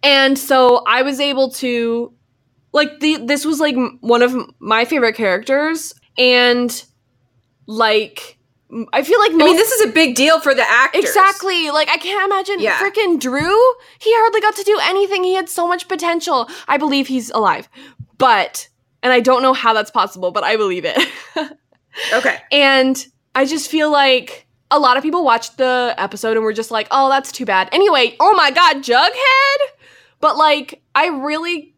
And so I was able to like the this was like m- one of m- my favorite characters and like m- I feel like I most mean, this is a big deal for the actors. Exactly. Like I can't imagine Yeah. freaking Drew. He hardly got to do anything. He had so much potential. I believe he's alive. But and I don't know how that's possible, but I believe it. Okay. and I just feel like a lot of people watched the episode and were just like, "Oh, that's too bad." Anyway, oh my god, Jughead. But like I really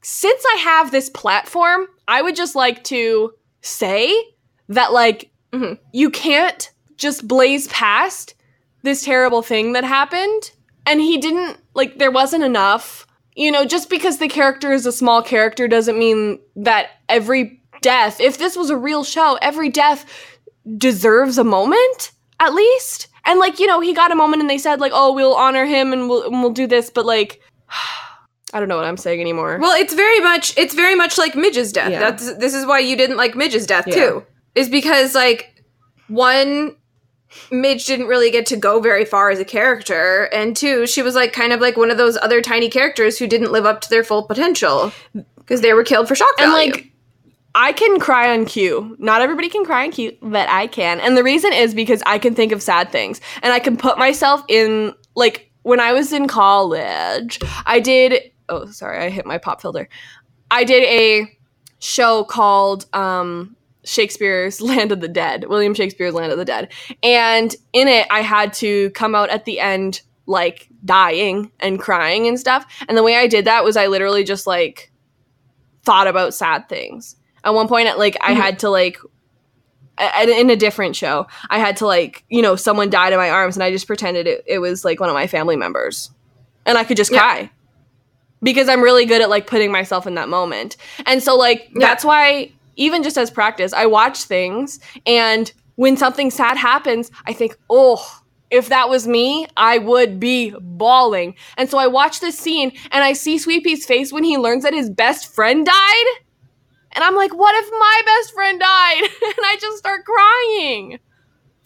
since I have this platform, I would just like to say that like mm-hmm, Mhm. you can't just blaze past this terrible thing that happened and he didn't like there wasn't enough you know just because the character is a small character doesn't mean that every death if this was a real show every death deserves a moment at least and like you know he got a moment and they said like oh we'll honor him and we'll, and we'll do this but like i don't know what i'm saying anymore Well, it's very much it's very much like Midge's death. Yeah. That's this is why you didn't like Midge's death Yeah. too. Is because like one Midge didn't really get to go very far as a character, and two, she was like kind of like one of those other tiny characters who didn't live up to their full potential because they were killed for shock and value. like I can cry on cue. Not everybody can cry on cue, but I can. And the reason is because I can think of sad things and I can put myself in like when I was in college, I did oh sorry, I hit my pop filter. I did a show called um Shakespeare's Land of the Dead, William Shakespeare's Land of the Dead. And in it I had to come out at the end like dying and crying and stuff. And the way I did that was I literally just like thought about sad things. At one point, like I Mm-hmm. had to like, a- a- in a different show, I had to like, you know, someone died in my arms, and I just pretended it, it was like one of my family members, and I could just Yeah. cry because I'm really good at like putting myself in that moment. And so like Yeah. that's why even just as practice, I watch things, and when something sad happens, I think, oh. If that was me, I would be bawling. And so I watch this scene and I see Sweet Pea's face when he learns that his best friend died. And I'm like, what if my best friend died? and I just start crying.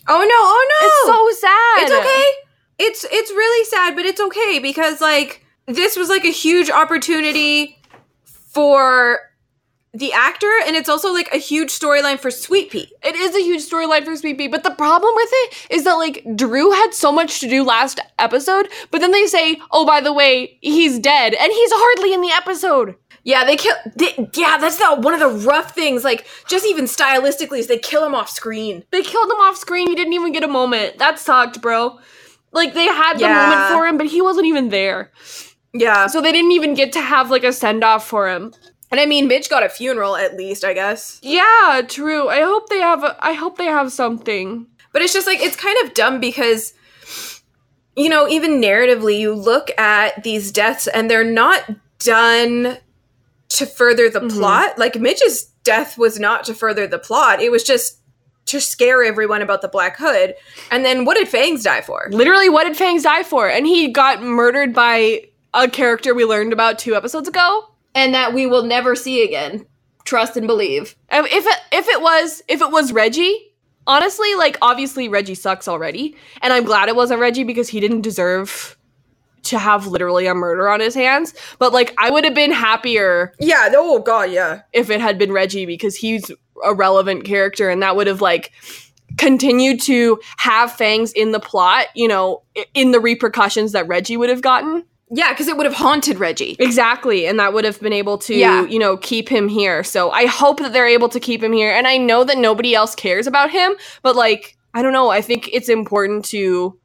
Oh no! It's Oh so sad. no! It's okay. It's it's really sad, but it's okay because like this was like a huge opportunity for the actor, and it's also like a huge storyline for Sweet Pea. It is a huge storyline for Sweet Pea, but the problem with it is that like Drew had so much to do last episode, but then they say, "Oh, by the way, he's dead," and he's hardly in the episode. Yeah, they kill. They, yeah, that's the, one of the rough things. Like just even stylistically, is they kill him off screen. They killed him off screen. He didn't even get a moment. That sucked, bro. Like they had the Yeah. moment for him, but he wasn't even there. Yeah. So they didn't even get to have like a send off for him. And I mean, Mitch got a funeral at least, I guess. Yeah, true. I hope they have. A, I hope they have something. But it's just like, it's kind of dumb because, you know, even narratively, you look at these deaths and they're not done to further the Mhm. Mm-hmm. plot. Like, Mitch's death was not to further the plot, it was just to scare everyone about the Black Hood. And then what did Fangs die for? Literally, what did Fangs die for? And he got murdered by a character we learned about two episodes ago. and that we will never see again. Trust and believe. Um, If it, if it was if it was Reggie, honestly, like obviously Reggie sucks already, and I'm glad it wasn't Reggie because he didn't deserve to have literally a murder on his hands. But like, I would have been happier Yeah, oh god, yeah. if it had been Reggie because he's a relevant character, and that would have like continued to have Fangs in the plot, you know, i- in the repercussions that Reggie would have gotten. Yeah, because it would have haunted Reggie. Exactly, and that would have been able to, Yeah. you know, keep him here. So I hope that they're able to keep him here, and I know that nobody else cares about him, but like, I don't know. I think it's important to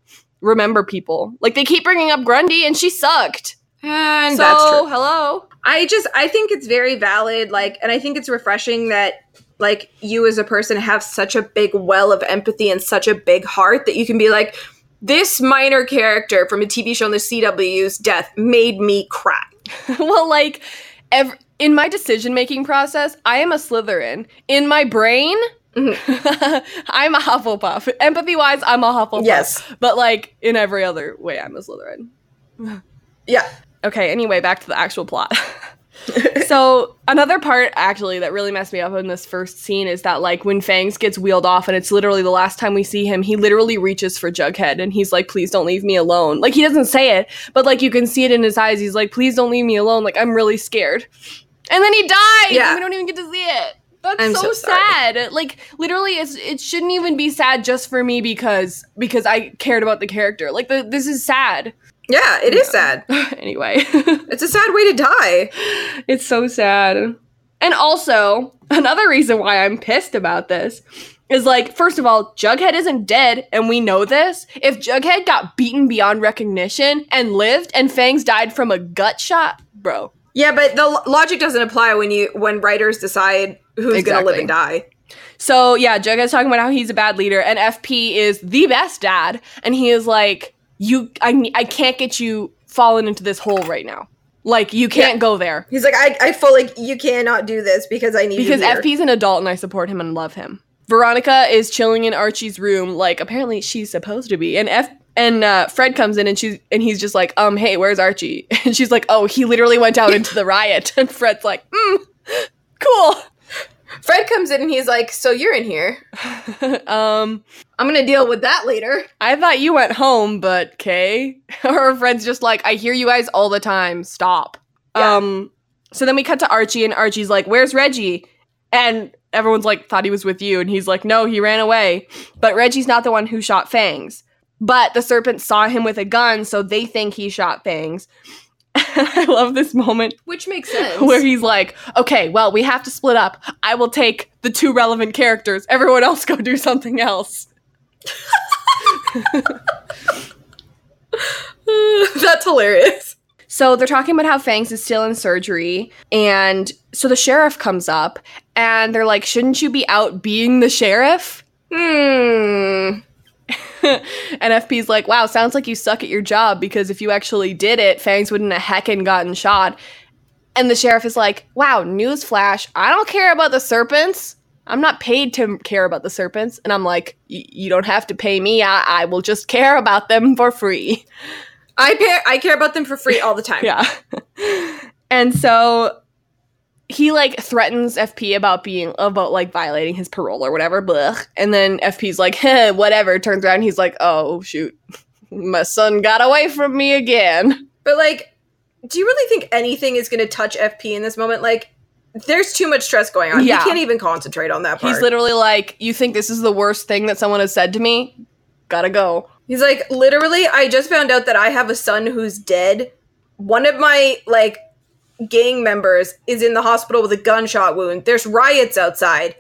remember people. Like they keep bringing up Grundy, and she sucked. And so that's true. hello, I just I think it's very valid, like, and I think it's refreshing that like you as a person have such a big well of empathy and such a big heart that you can be like, this minor character from a TV show on the CW's death made me cry. well, like, ev- in my decision making process, I am a Slytherin. In my brain, Mhm. I'm a Hufflepuff. Empathy wise, I'm a Hufflepuff. Yes. but like in every other way, I'm a Slytherin. Yeah. Okay, anyway, back to the actual plot. so, another part actually that really messed me up in this first scene is that, like, when Fangs gets wheeled off and it's literally the last time we see him, he literally reaches for Jughead and he's like, please don't leave me alone. Like, he doesn't say it, but like, you can see it in his eyes. He's like, please don't leave me alone. Like, I'm really scared. And then he dies. Yeah. And we don't even get to see it. That's I'm so, so sorry. sad. Like literally, it's it shouldn't even be sad just for me because because I cared about the character. Like the, this is sad. Yeah, it is sad. anyway, It's a sad way to die. It's so sad. And also, another reason why I'm pissed about this is like, first of all, Jughead isn't dead, and we know this. If Jughead got beaten beyond recognition and lived, and Fangs died from a gut shot, bro. Yeah, but the lo- logic doesn't apply when you when writers decide who's gonna live Exactly. and die. So yeah, Jughead's talking about how he's a bad leader, and FP is the best dad, and he is like, "You, I, ne- I can't get you fallen into this hole right now. Like, you can't go there He's like, I, I feel like you cannot do this because I need because FP's an adult and I support him and love him. Veronica is chilling in Archie's room, like apparently she's supposed to be. And F and uh, Fred comes in and she's and he's just like, um, hey, where's Archie? And she's like, oh, he literally went out into the riot. And Fred's like, mm, cool. Fred comes in and he's like, So you're in here. um, I'm gonna deal with that later. I thought you went home, but Kay. Her friend's just like, I hear you guys all the time. Stop. Yeah. Um. So then we cut to Archie, and Archie's like, "Where's Reggie?" And everyone's like, "Thought he was with you," and he's like, "No, he ran away." But Reggie's not the one who shot Fangs. But the serpent saw him with a gun, so they think he shot Fangs. I love this moment Which makes sense. where he's like, "Okay, well, we have to split up. I will take the two relevant characters. Everyone else go do something else." That's hilarious. So they're talking about how Fangs is still in surgery. And so the sheriff comes up and they're like, shouldn't you be out being the sheriff? Hmm. and FP's like, wow, sounds like you suck at your job because if you actually did it, Fangs wouldn't have heckin' gotten shot. And the sheriff is like, wow, newsflash, I don't care about the serpents. I'm not paid to care about the serpents. And I'm like, "Y- you don't have to pay me. I, I will just care about them for free. I pay- I care about them for free all the time. Yeah. and so he like threatens FP about being about like violating his parole or whatever, blech. And then FP's like, "Heh, whatever. Turns around, he's like, oh shoot, my son got away from me again. But like, do you really think anything is going to touch FP in this moment? Like, there's too much stress going on. Yeah. He can't even concentrate on that part. He's literally like, you think this is the worst thing that someone has said to me? Gotta go. He's like, literally, I just found out that I have a son who's dead. One of my like gang members is in the hospital with a gunshot wound. There's riots outside.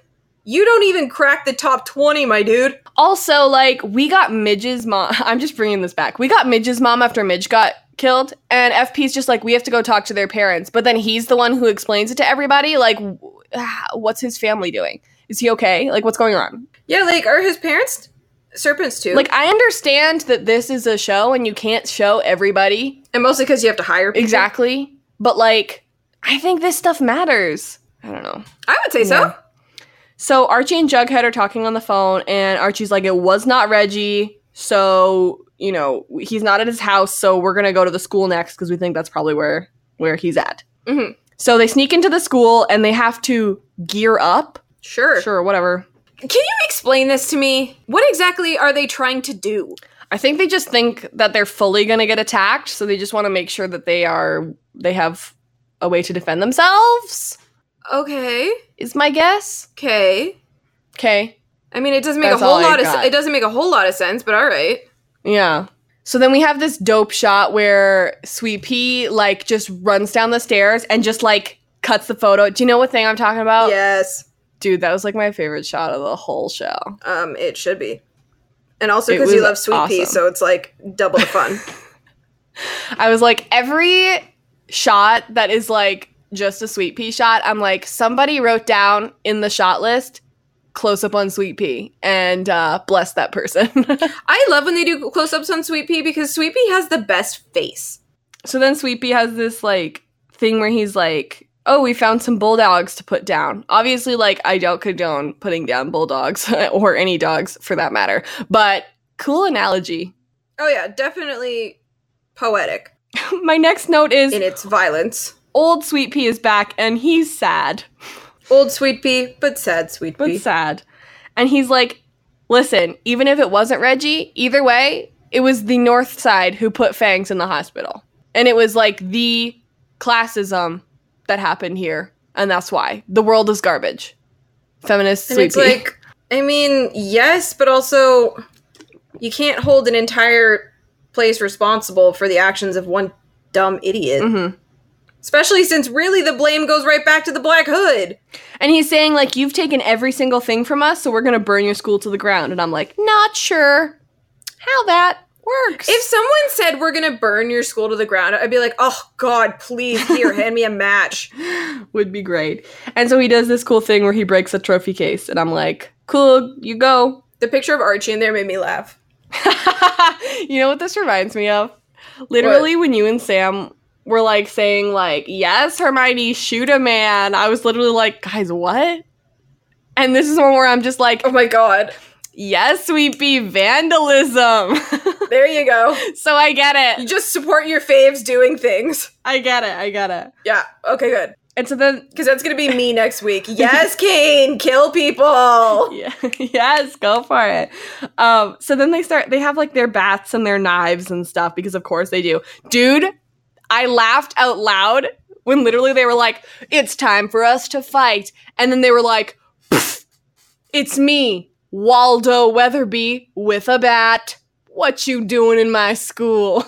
You don't even crack the top 20, my dude. Also, like, we got Midge's mom. I'm just bringing this back. We got Midge's mom after Midge got killed, and FP's just like, we have to go talk to their parents. But then he's the one who explains it to everybody. Like, w- ah, what's his family doing? Is he okay? Like, what's going on? Yeah, like, are his parents serpents too? Like, I understand that this is a show and you can't show everybody and mostly because you have to hire people. exactly, but like, I think this stuff matters. I don't know. I would say so. So Archie and Jughead are talking on the phone, and Archie's like, "It was not Reggie, so you know he's not at his house. So we're gonna go to the school next because we think that's probably where where he's at." Mhm. So they sneak into the school and they have to gear up. Sure. Sure, whatever. Can you explain this to me? What exactly are they trying to do? I think they just think that they're fully gonna get attacked, so they just want to make sure that they are they have a way to defend themselves. Okay. Is my guess. Okay. Okay. I mean, it doesn't make That's a whole all I lot of got. se- it doesn't make a whole lot of sense, but all right. Yeah. So then we have this dope shot where Sweet Pea like just runs down the stairs and just like cuts the photo. Do you know what thing I'm talking about? Yes. Dude, that was like my favorite shot of the whole show. Um, it should be. And also It because he was loves sweet pea, awesome. so it's like double the fun. I was like, every shot that is like just a Sweet Pea shot, I'm like, somebody wrote down in the shot list close up on Sweet Pea and uh, bless that person. I love when they do close ups on Sweet Pea because Sweet Pea has the best face. So then Sweet Pea has this like thing where he's like, "Oh, we found some bulldogs to put down." Obviously, like I don't condone putting down bulldogs or any dogs for that matter, but cool analogy. Oh yeah, definitely poetic My next note is in its violence. old Sweet Pea is back and he's sad, Old Sweet Pea, but sad Sweet but Pea. sad, and he's like, "Listen, even if it wasn't Reggie, either way, it was the North Side who put Fangs in the hospital, and it was like the classism that happened here, and that's why the world is garbage." Feminist and Sweet it's Pea. like, I mean, yes, but also you can't hold an entire place responsible for the actions of one dumb idiot. Mhm. Especially since really the blame goes right back to the Black Hood. And he's saying, like, you've taken every single thing from us, so we're gonna burn your school to the ground. And I'm like, not sure how that works. If someone said we're gonna burn your school to the ground, I'd be like, "Oh God, please, here, hand me a match." would be great. And so he does this cool thing where he breaks a trophy case, and I'm like, cool, you go. The picture of Archie in there made me laugh. you know what this reminds me of? Literally, when you and Sam were like saying, like, yes, Hermione, shoot a man. I was literally like, guys, what? And this is one where I'm just like, Oh my God, yes, we be vandalism. there you go. so I get it. You just support your faves doing things. I get it. I get it. Yeah, okay, good. And so then, Because that's gonna be me next week. Yes, Kane, kill people. yeah, yes, go for it. Um, so then they start. They have like their bats and their knives and stuff because, of course, they do. Dude, I laughed out loud when literally they were like, "It's time for us to fight," and then they were like, "Pff, "It's me, Waldo Weatherby, with a bat. What you doing in my school,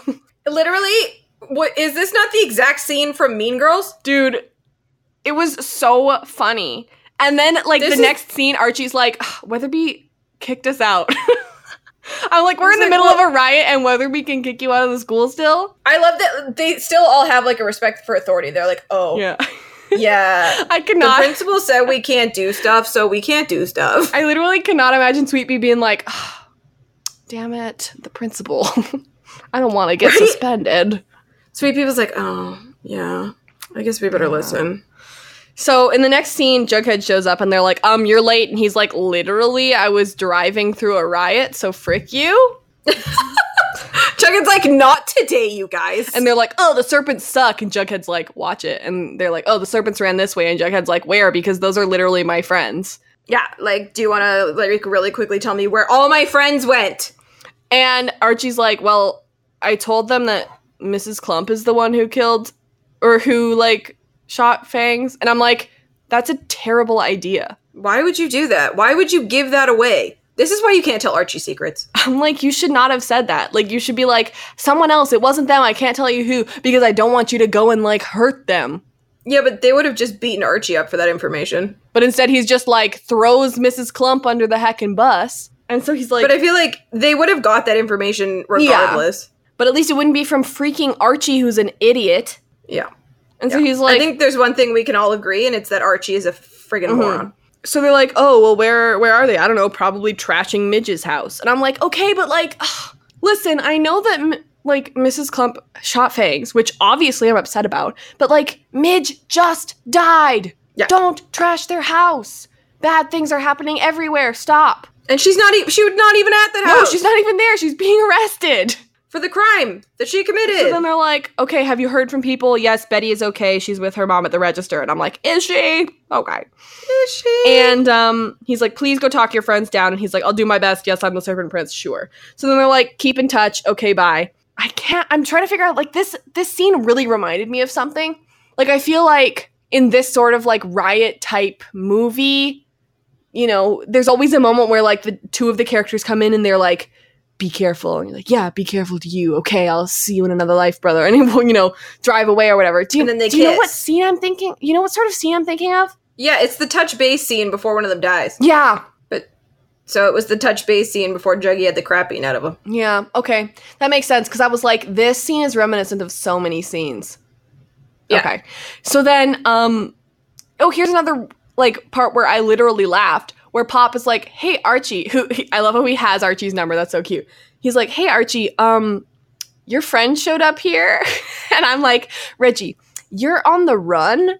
Literally, what is this? Not the exact scene from Mean Girls? dude?" It was so funny. And then, like This the is- next scene, Archie's like, "Ugh, "Weatherby kicked us out." I'm like, "We're in It's the like, middle of a riot, and Weatherby can kick you out of the school still." I love that they still all have like a respect for authority. They're like, "Oh, yeah." Yeah, I could The not. principal said we can't do stuff, so we can't do stuff. I literally cannot imagine Sweet Pea being like, "Ugh, "Damn it, the principal. I don't want to get Right? suspended." Sweet Pea was like, oh, yeah. I guess we better listen. So in the next scene, Jughead shows up, and they're like, "Um, you're late," and he's like, "Literally, I was driving through a riot, so frick you." Jughead's like, not today, you guys. And they're like, oh, the serpents suck. And Jughead's like, watch it. And they're like, oh, the serpents ran this way. And Jughead's like, where? Because those are literally my friends. yeah, like, do you want to like really quickly tell me where all my friends went? And Archie's like, well, I told them that Mrs. Clump is the one who killed or who like shot Fangs. And I'm like, that's a terrible idea. Why would you do that? Why would you give that away? This is why you can't tell Archie secrets. I'm like, you should not have said that. Like, you should be like, someone else. It wasn't them. I can't tell you who because I don't want you to go and like hurt them. Yeah, but they would have just beaten Archie up for that information. But instead, he's just like throws Mrs. Clump under the heck and bus. And so he's like, but I feel like they would have got that information regardless. but at least it wouldn't be from freaking Archie, who's an idiot. Yeah. And so yeah. he's like, I think there's one thing we can all agree, and it's that Archie is a friggin' Mm-hmm. moron. so they're like, oh well, where where are they? I don't know, probably trashing Midge's house. And I'm like, okay, but like, ugh, listen, I know that m- like Mrs. Clump shot Fangs, which obviously I'm upset about, but like Midge just died. Yeah. Don't trash their house. Bad things are happening everywhere. Stop. And she's not. E- she was not even at that No, house. she's not even there. She's being arrested. for the crime that she So committed. then they're like, okay, have you heard from people? Yes, Betty is okay. She's with her mom at the register. And I'm like, is she? Okay. Is she? And um, he's like, please go talk your friends down. And he's like, I'll do my best. Yes, I'm the serpent prince. Sure. So then they're like, keep in touch. Okay, bye. I can't. I'm trying to figure out like this. This scene really reminded me of something. Like I feel like in this sort of like riot type movie, you know, there's always a moment where like the two of the characters come in and they're like. Be careful, and you're like, yeah, be careful to you. Okay, I'll see you in another life, brother. And he will, you know, drive away or whatever. Do you, And then they do you know what kiss. scene I'm thinking? You know what sort of scene I'm thinking of? yeah, it's the touch base scene before one of them dies. Yeah, So it was the touch base scene before Juggy had the crap beaten out of him. Yeah, okay. That makes sense because I was like, this scene is reminiscent of so many scenes. Yeah. Okay. So then, um, oh, here's another like part where I literally laughed where Pop is like, hey, Archie, who he, I love how he has Archie's number. That's so cute. He's like, hey, Archie, um, your friend showed up here. and I'm like, Reggie, you're on the run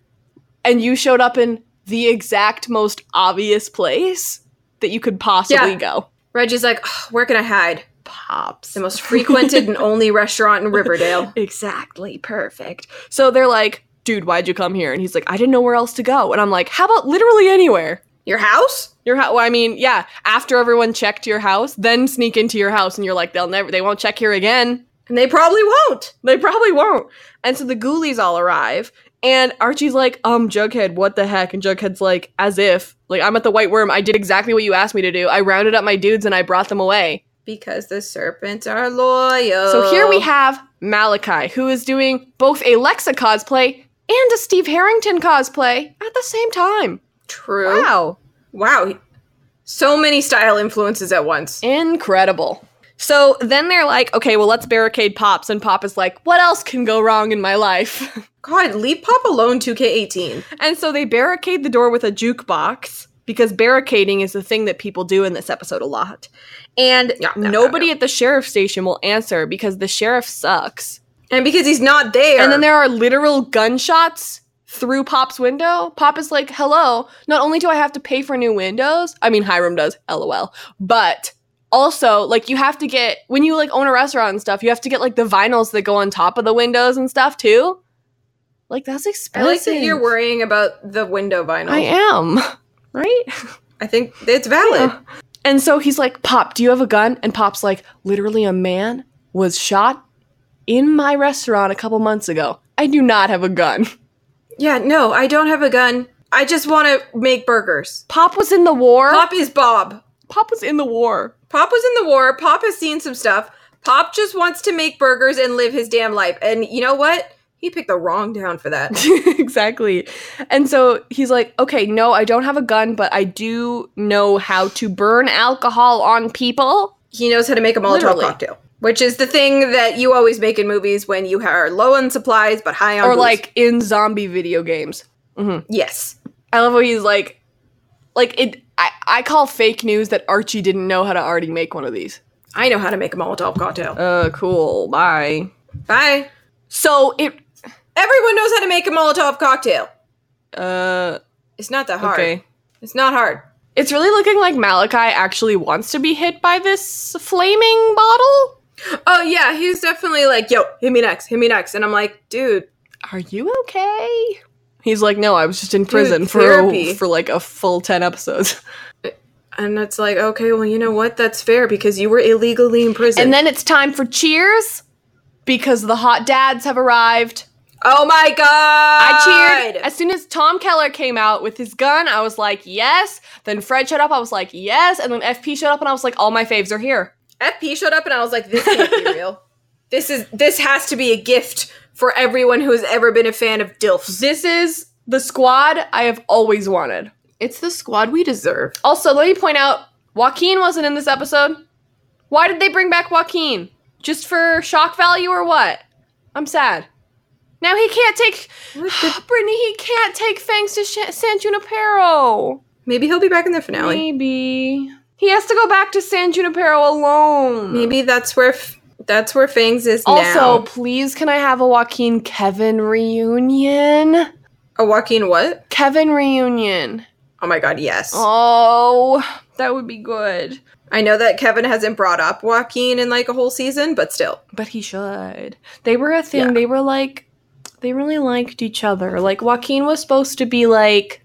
and you showed up in the exact most obvious place that you could possibly Yeah. go. Reggie's like, "Ugh, where can I hide? Pops. The most frequented and only restaurant in Riverdale. Exactly, perfect. So they're like, dude, why'd you come here? And he's like, I didn't know where else to go. And I'm like, how about literally anywhere? Your house? Your house. Well, I mean, yeah. After everyone checked your house, then sneak into your house, and you're like, they'll never, they won't check here again. And they probably won't. They probably won't. And so the ghoulies all arrive, and Archie's like, um, Jughead, what the heck? And Jughead's like, as if, like, I'm at the White Worm. I did exactly what you asked me to do. I rounded up my dudes and I brought them away. Because the serpents are loyal. So here we have Malachi, who is doing both a Lexa cosplay and a Steve Harrington cosplay at the same time. True. Wow. Wow. So many style influences at once. Incredible. So then they're like, okay, well, let's barricade Pops. And Pop is like, what else can go wrong in my life? God, leave Pop alone, 2K18. and so they barricade the door with a jukebox because barricading is the thing that people do in this episode a lot. And Yeah, no, no, nobody at the sheriff's station will answer because the sheriff sucks. And because he's not there. And then there are literal gunshots through Pop's window. Pop is like, hello, not only do I have to pay for new windows, I mean, Hiram does, lol, but also, like, you have to get, when you like own a restaurant and stuff, you have to get like the vinyls that go on top of the windows and stuff too. Like, that's I expensive. like that you're worrying about the window vinyl. I am, right? I think it's valid. Yeah. And so he's like, Pop, do you have a gun? And Pop's like, literally, a man was shot in my restaurant a couple months ago. I do not have a gun. Yeah, no, I don't have a gun. I just want to make burgers. Pop was in the war. Pop is Bob. Pop was in the war. Pop was in the war. Pop has seen some stuff. Pop just wants to make burgers and live his damn life. And you know what? He picked the wrong town for that. exactly. And so he's like, okay, no, I don't have a gun, but I do know how to burn alcohol on people. He knows how to make a Molotov Literally. cocktail, which is the thing that you always make in movies when you are low on supplies but high on Or booze. like in zombie video games. yes. I love how he's like, like it. I, I call fake news that Archie didn't know how to already make one of these. I know how to make a Molotov cocktail. Uh, cool. Bye. Bye. So it, Everyone knows how to make a Molotov cocktail. uh, It's not that hard. okay. It's not hard. It's really looking like Malachi actually wants to be hit by this flaming bottle. Oh yeah, he was definitely like, "Yo, hit me next, hit me next," and I'm like, "Dude, Are you okay? He's like, no, I was just in prison for therapy. for like a full ten episodes, And it's like, okay, well, you know what? That's fair because you were illegally in prison. and then it's time for cheers because the hot dads have arrived. oh my god, I cheered. As soon as Tom Keller came out with his gun, I was like, yes. Then Fred showed up, I was like, yes. And then FP showed up, and I was like, all my faves are here. FP showed up, and I was like, this can't be real. This is this has to be a gift for everyone who has ever been a fan of Dilfs. This is the squad I have always wanted. It's the squad we deserve. Also, let me point out Joaquin wasn't in this episode. Why did they bring back Joaquin? Just for shock value or what? I'm sad. Now he can't take. Brittany, he can't take Fangs to Sh- San Junipero. Maybe he'll be back in the finale. Maybe. He has to go back to San Junipero alone. Maybe that's where f- that's where Fangs is Also, now. please, can I have a Joaquin Kevin reunion? A Joaquin what? Kevin reunion. Oh my god, yes. Oh, that would be good. I know that Kevin hasn't brought up Joaquin in like a whole season, but still. But he should. They were a thing. Yeah. They were like, they really liked each other. Like, Joaquin was supposed to be like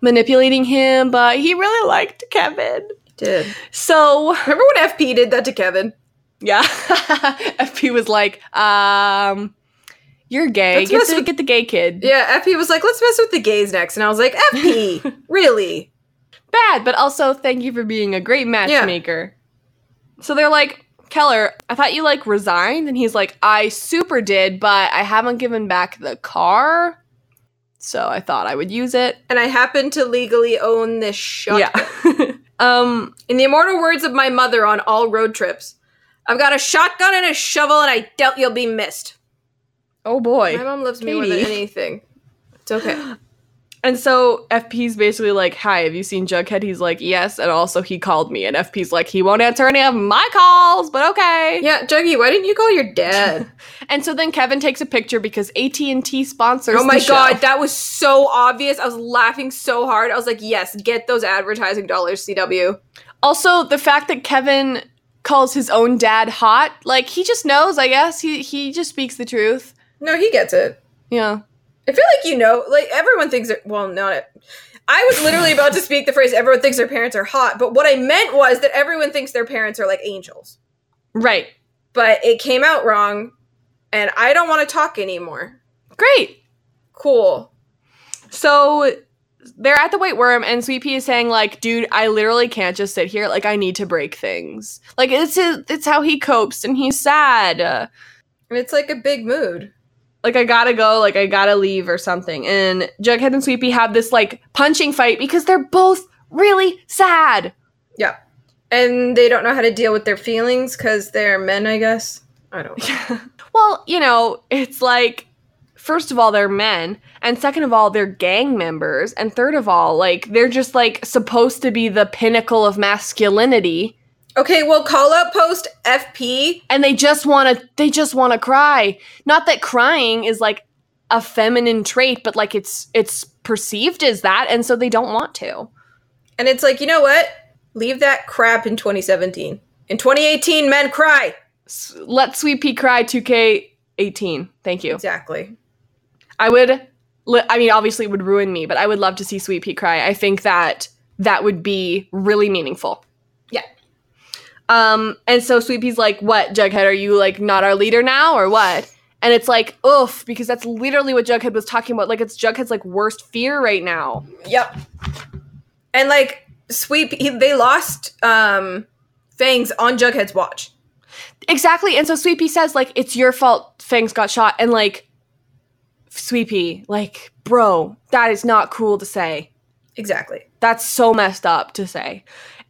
manipulating him, but he really liked Kevin. Did. So, Remember when FP did that to Kevin? yeah. FP was like, um, you're gay. Let's Get mess the, with- get the gay kid. Yeah, FP was like, let's mess with the gays next. And I was like, FP, really? bad, but also thank you for being a great matchmaker. So they're like, Keller, I thought you like resigned. And he's like, I super did, but I haven't given back the car. So I thought I would use it. And I happen to legally own this shotgun. yeah. um, In the immortal words of my mother on all road trips, I've got a shotgun and a shovel, and I doubt you'll be missed. oh My boy. mom loves me more than Katie. anything. It's okay. And so FP's basically like, Hi, have you seen Jughead? He's like, Yes. And also he called me. And FP's like, He won't answer any of my calls, but okay. Yeah, Juggy, why didn't you call your dad? And so then Kevin takes a picture because AT&T sponsors oh my the show. god, that was so obvious. I was laughing so hard. I was like, yes, get those advertising dollars, CW. Also, the fact that Kevin calls his own dad hot, like he just knows, I guess. He he just speaks the truth. No, he gets it. Yeah. I feel like you know, like everyone thinks. That, well, not. it- I was literally about to speak the phrase "everyone thinks their parents are hot," but what I meant was that everyone thinks their parents are like angels. Right. But it came out wrong, and I don't want to talk anymore. Great. Cool. So they're at the White Worm and Sweet Pea is saying like, "Dude, I literally can't just sit here. Like I need to break things." Like it's his, it's how he copes and he's sad. Uh, And it's like a big mood. like I gotta go, like I gotta leave or something. And Jughead and Sweet Pea have this like punching fight because they're both really sad. Yeah, and they don't know how to deal with their feelings because they're men, I guess. I don't. know. Well, you know, it's like, first of all, they're men, and second of all, they're gang members, and third of all, like, they're just like supposed to be the pinnacle of masculinity, Okay, well, call out post FP. and they just want to, they just want to cry. Not that crying is like a feminine trait, but like it's, it's perceived as that, and so they don't want to. And it's like, you know what? Leave that crap in 2017. In 2018, men cry. S- Let Sweet Pea cry 2K18. Thank you. Exactly. I would. Li- I mean, obviously, it would ruin me, but I would love to see Sweet Pea cry. I think that that would be really meaningful. Yeah. Um. And so Sweet Pea's like, "What, Jughead? Are you like not our leader now, or what?" And it's like, oof, because that's literally what Jughead was talking about. Like, it's Jughead's like worst fear right now. Yep. And like sweep, he, they lost um Fangs on Jughead's watch. Exactly. And so Sweet Pea says, like, it's your fault Fangs got shot. And like, Sweet Pea, like, bro, that is not cool to say. Exactly. That's so messed up to say.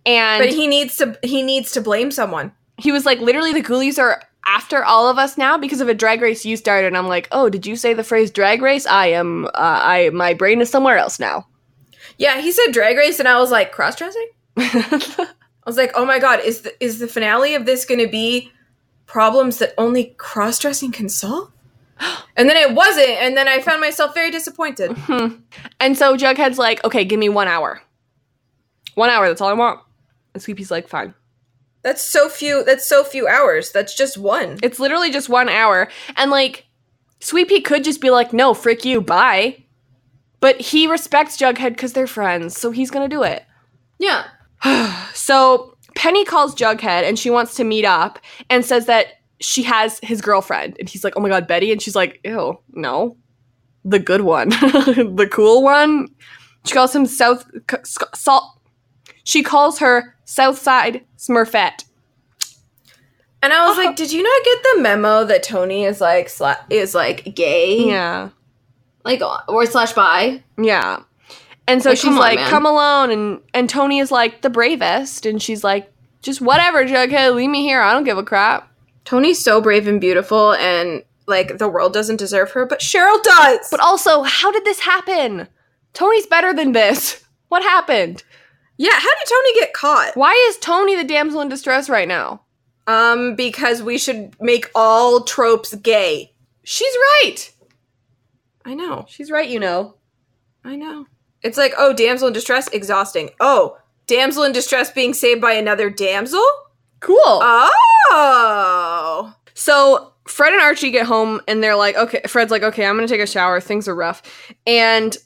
And But he needs to he needs to blame someone. he was like, literally, the ghoulies are after all of us now because of a drag race you started. And I'm like, oh, did you say the phrase drag race? I am, uh, I, my brain is somewhere else now. Yeah, he said drag race and I was like cross dressing? I was like, "Oh my god, is the is the finale of this going to be problems that only cross dressing can solve?" And then it wasn't, and then I found myself very disappointed. and so Jughead's like, okay, give me one hour. One hour, that's all I want. And Sweepy's like, fine. That's so few. That's so few hours. That's just one. It's literally just one hour. And like, Sweet Pea could just be like, no, frick you, bye. But he respects Jughead because they're friends, so he's gonna do it. Yeah. So Penny calls Jughead and she wants to meet up and says that she has his girlfriend. And he's like, oh my god, Betty. And she's like, ew, no. The good one, the cool one. She calls him South C- Sc- Salt. She calls her Southside Smurfette. And I was Uh-huh. like, did you not get the memo that Tony is like sla- is like gay? Yeah. Like or slash by. Yeah. And so Like, she's come on, like, man. come alone. And, and Tony is like, the bravest. And she's like, just whatever, Jughead, leave me here. I don't give a crap. Tony's so brave and beautiful, and like the world doesn't deserve her, but Cheryl does. But also, how did this happen? Tony's better than this. What happened? yeah, how did Tony get caught? Why is Tony the damsel in distress right now? Um, because we should make all tropes gay. She's right. I know. She's right, you know. I know. It's like, oh, damsel in distress, exhausting. Oh, damsel in distress being saved by another damsel? Cool. Oh. So Fred and Archie get home and they're like, okay, Fred's like, okay, I'm gonna take a shower. Things are rough. And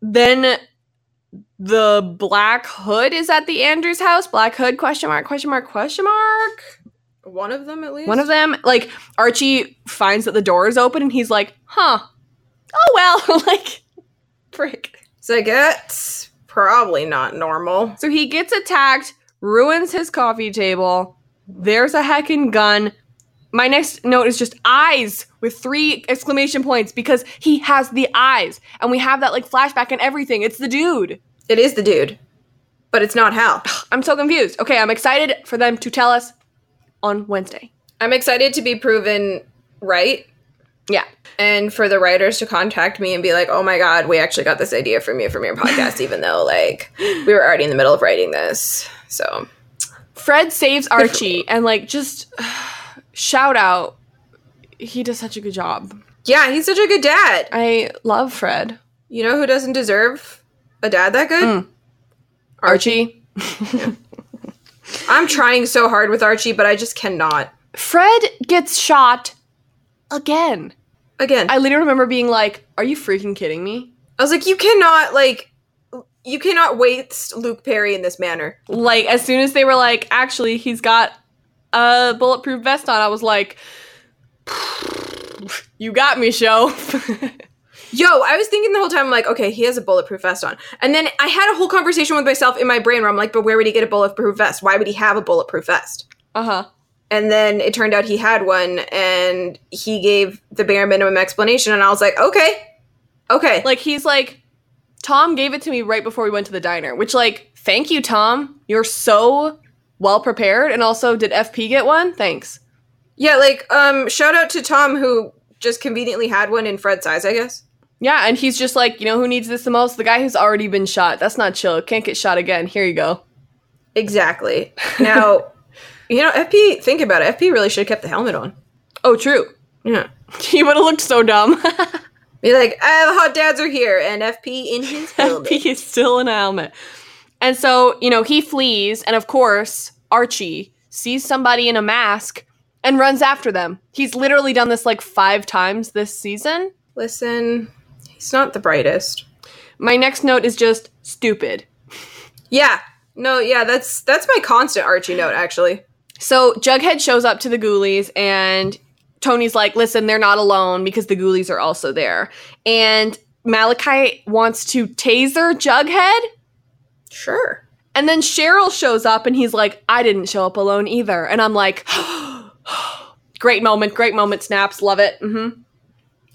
then the Black Hood is at the Andrews house. Black Hood, question mark, question mark, question mark. One of them, at least? One of them, like, Archie finds that the door is open and he's like, huh, oh well, like, frick. It's like, that's probably not normal. So he gets attacked, ruins his coffee table. There's a heckin' gun. My next note is just eyes with three exclamation points because he has the eyes. And we have that like flashback and everything. It's the dude. It is the dude, but it's not Hal. I'm so confused. Okay, I'm excited for them to tell us on Wednesday. I'm excited to be proven right Yeah. and for the writers to contact me and be like, oh my God, we actually got this idea from you from your podcast, even though, like, we were already in the middle of writing this. So, Fred saves Archie and like just shout out. He does such a good job. yeah, he's such a good dad. I love Fred. You know who doesn't deserve a dad that good? Mm. Archie. I'm trying so hard with Archie, but I just cannot. Fred gets shot again. Again, I literally remember being like, "Are you freaking kidding me?" I was like, you cannot, like, you cannot waste Luke Perry in this manner. Like as soon as they were like, "Actually, he's got a bulletproof vest on," I was like, "You got me, show." Yo, I was thinking the whole time, like, okay, he has a bulletproof vest on. And then I had a whole conversation with myself in my brain where I'm like, but where would he get a bulletproof vest? Why would he have a bulletproof vest? uh huh. And then it turned out he had one and he gave the bare minimum explanation. And I was like, okay, okay. Like he's like, Tom gave it to me right before we went to the diner, which like, thank you, Tom. You're so well prepared. And also, did FP get one? Thanks. yeah, like, um, shout out to Tom who just conveniently had one in Fred's size, I guess. Yeah, and he's just like, you know who needs this the most? The guy who's already been shot. That's not chill. Can't get shot again. Here you go. Exactly. Now, you know, FP, think about it. FP really should have kept the helmet on. Oh, true. Yeah. He would have looked so dumb. Be like, ah, the hot dads are here, and FP in his helmet. he is still in a helmet. And so, you know, he flees, and of course, Archie sees somebody in a mask and runs after them. He's literally done this like five times this season. Listen, he's not the brightest. My next note is just stupid. Yeah. No, yeah, that's that's my constant Archie note, actually. So Jughead shows up to the Ghoulies and Tony's like, listen, they're not alone because the Ghoulies are also there. And Malachi wants to taser Jughead. Sure. And then Cheryl shows up and he's like, I didn't show up alone either. And I'm like, great moment, great moment, snaps, love it. hmm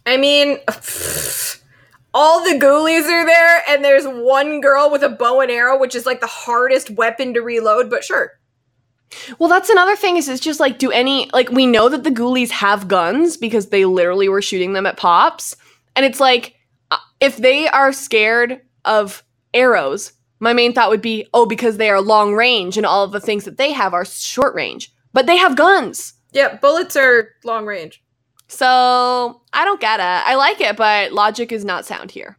I mean, all the ghoulies are there, and there's one girl with a bow and arrow, which is like the hardest weapon to reload, but sure. Well, that's another thing is it's just like, do any, like, we know that the ghoulies have guns because they literally were shooting them at Pops. And it's like, uh, if they are scared of arrows, my main thought would be, oh, because they are long range and all of the things that they have are short range. But they have guns. Yeah, bullets are long range. So I don't get it. I like it, but logic is not sound here.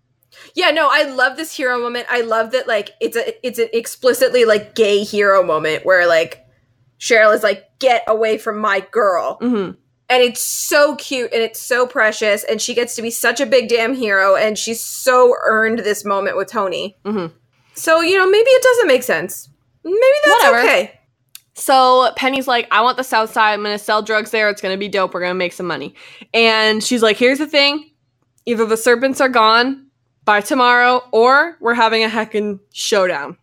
Yeah, no, I love this hero moment. I love that like it's a it's an explicitly like gay hero moment where like Cheryl is like, get away from my girl. hmm And it's so cute and it's so precious. And she gets to be such a big damn hero. And she's so earned this moment with Tony. Mhm. So, you know, maybe it doesn't make sense. Maybe that's Whatever. okay. So Penny's like, I want the South Side. I'm gonna sell drugs there. It's gonna be dope. We're gonna make some money. And she's like, here's the thing: either the serpents are gone by tomorrow, or we're having a heckin' showdown.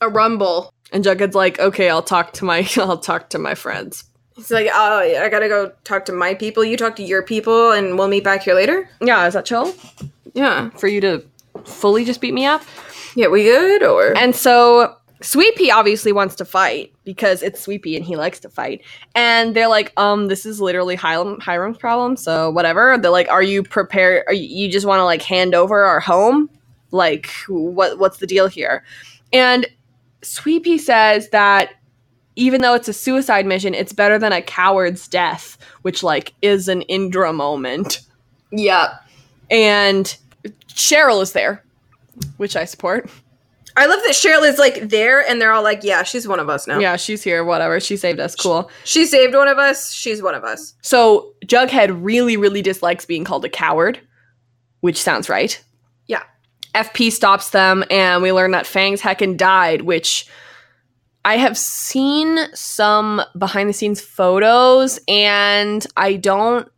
A rumble. And Jughead's like, okay, I'll talk to my, I'll talk to my friends. He's like, oh, yeah, I gotta go talk to my people. You talk to your people and we'll meet back here later. Yeah, Uh, is that chill Yeah. for you to fully just beat me up? Yeah, we good or? And so Sweet Pea obviously wants to fight because it's Sweet Pea and he likes to fight. And they're like, um, this is literally Hiram, Hiram's problem, so whatever. They're like, are you prepared? Are you, you just want to like hand over our home? Like, what what's the deal here? And Sweet Pea says that even though it's a suicide mission, it's better than a coward's death, which like is an Indra moment. Yep. And Cheryl is there, which I support. I love that Cheryl is like there and they're all like, yeah, she's one of us now. Yeah, she's here. Whatever. She saved us. Cool. She saved one of us. She's one of us. So Jughead really, really dislikes being called a coward, which sounds right. Yeah. FP stops them, and we learn that Fangs Heckin died, which I have seen some behind the scenes photos, and I don't.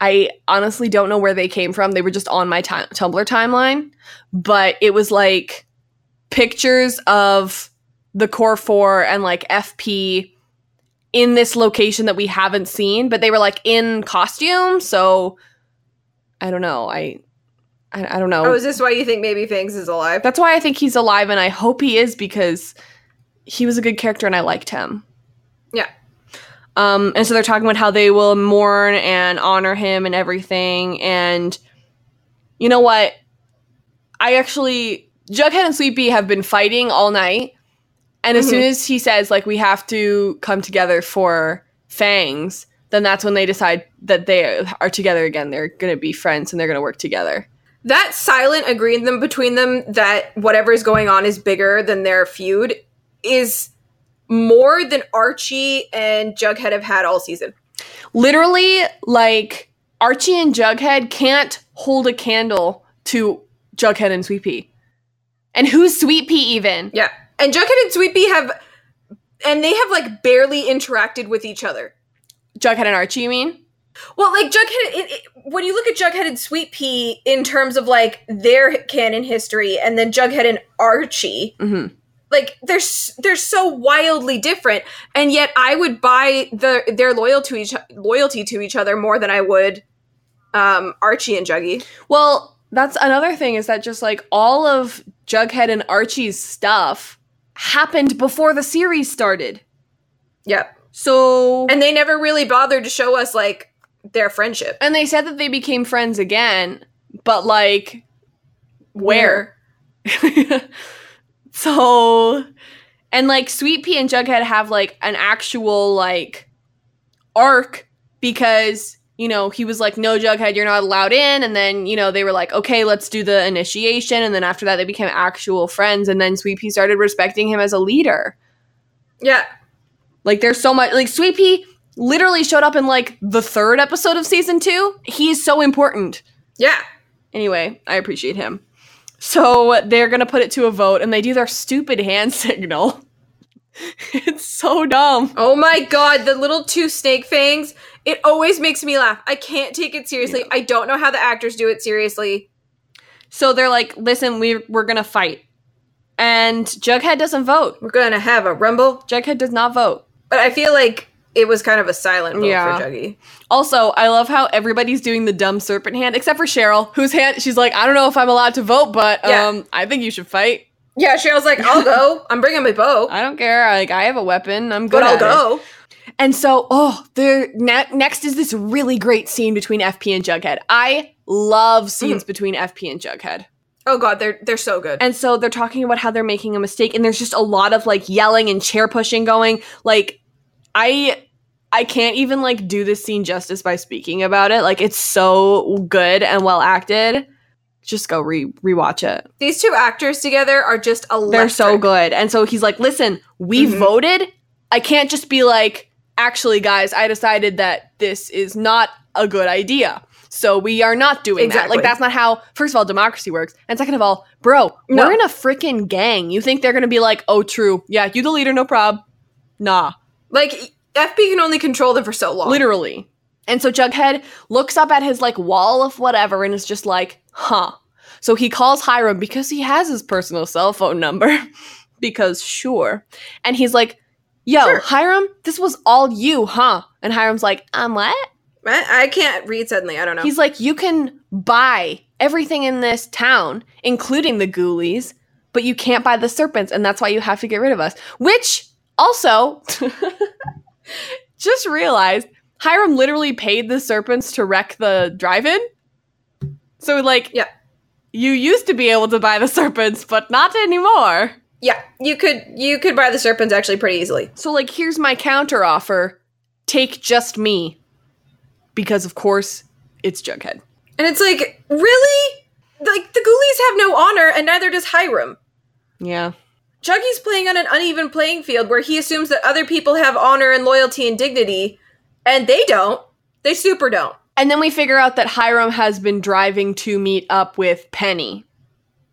I honestly don't know where they came from. They were just on my ti- Tumblr timeline, but it was like pictures of the core four and like FP in this location that we haven't seen, but they were like in costume. So I don't know. I I, I don't know. Oh, is this why you think maybe Fangs is alive? That's why I think he's alive, and I hope he is because he was a good character and I liked him. Yeah. Um, and so they're talking about how they will mourn and honor him and everything. And you know what? I actually, Jughead and Sleepy have been fighting all night. And as Mhm. soon as he says, like, we have to come together for Fangs, then that's when they decide that they are together again. They're going to be friends and they're going to work together. That silent agreement between them that whatever is going on is bigger than their feud is more than Archie and Jughead have had all season. literally like Archie and Jughead can't hold a candle to Jughead and Sweet Pea. And who's Sweet Pea even? Yeah. And Jughead and Sweet Pea have, and they have like barely interacted with each other. Jughead and Archie, you mean? Well, like Jughead, it, it, when you look at Jughead and Sweet Pea in terms of like their canon history, and then Jughead and Archie, Mm-hmm. like they're s- they're so wildly different, and yet I would buy the their loyal to each loyalty to each other more than I would um, Archie and Juggy. Well, that's another thing is that just like all of Jughead and Archie's stuff happened before the series started. Yep, So and they never really bothered to show us like their friendship. and they said that they became friends again, but like where? so and like sweet pea and jughead have like an actual like arc because you know he was like no jughead you're not allowed in and then you know they were like okay let's do the initiation and then after that they became actual friends and then sweet pea started respecting him as a leader Yeah, like there's so much like sweet pea literally showed up in like the third episode of season two he is so important yeah. Anyway, I appreciate him. So they're gonna put it to a vote, and they do their stupid hand signal. it's so dumb. Oh my god, the little two snake fangs. It always makes me laugh. I can't take it seriously. I don't know how the actors do it seriously. So they're like, "Listen, we we're gonna fight," and Jughead doesn't vote. We're gonna have a rumble. Jughead does not vote. But I feel like it was kind of a silent vote Yeah. for Juggy. Also, I love how everybody's doing the dumb serpent hand, except for Cheryl, whose hand she's like, "I don't know if I'm allowed to vote, but Yeah. um, I think you should fight. Yeah, Cheryl's like, I'll go. I'm bringing my bow, I don't care. Like, I have a weapon. I'm good but I'll at it." go. And so, oh, there ne- next is this really great scene between FP and Jughead. I love scenes between FP and Jughead. Oh god, they're they're so good. And so they're talking about how they're making a mistake and there's just a lot of like yelling and chair pushing going. Like I I can't even like do this scene justice by speaking about it. Like it's so good and well acted. Just go re rewatch it. These two actors together are just electric. They're so good. And so he's like, "Listen, we Mhm. voted I can't just be like, actually, guys, I decided that this is not a good idea. So we are not doing that. Exactly. Like that's not how. First of all, democracy works, and second of all, bro, No. we're in a freaking gang. You think they're gonna be like, oh, true, yeah, you the leader, no prob. Nah, Like FB can only control them for so long. literally. And so Jughead looks up at his like wall of whatever and is just like, huh. So he calls Hiram because he has his personal cell phone number. because sure. And he's like, yo, Sure. Hiram, this was all you, huh? And Hiram's like, I'm what? I, I can't read suddenly. I don't know. He's like, you can buy everything in this town, including the ghoulies, but you can't buy the serpents, and that's why you have to get rid of us. Which also just realized Hiram literally paid the serpents to wreck the drive-in. So like Yeah. you used to be able to buy the serpents, but not anymore. yeah, you could you could buy the serpents actually pretty easily. So like here's my counter offer. Take just me. Because of course it's Jughead. And it's like, really? Like the ghoulies have no honor, and neither does Hiram. Yeah. Chuggy's playing on an uneven playing field where he assumes that other people have honor and loyalty and dignity, and they don't. They super don't. And then we figure out that Hiram has been driving to meet up with Penny.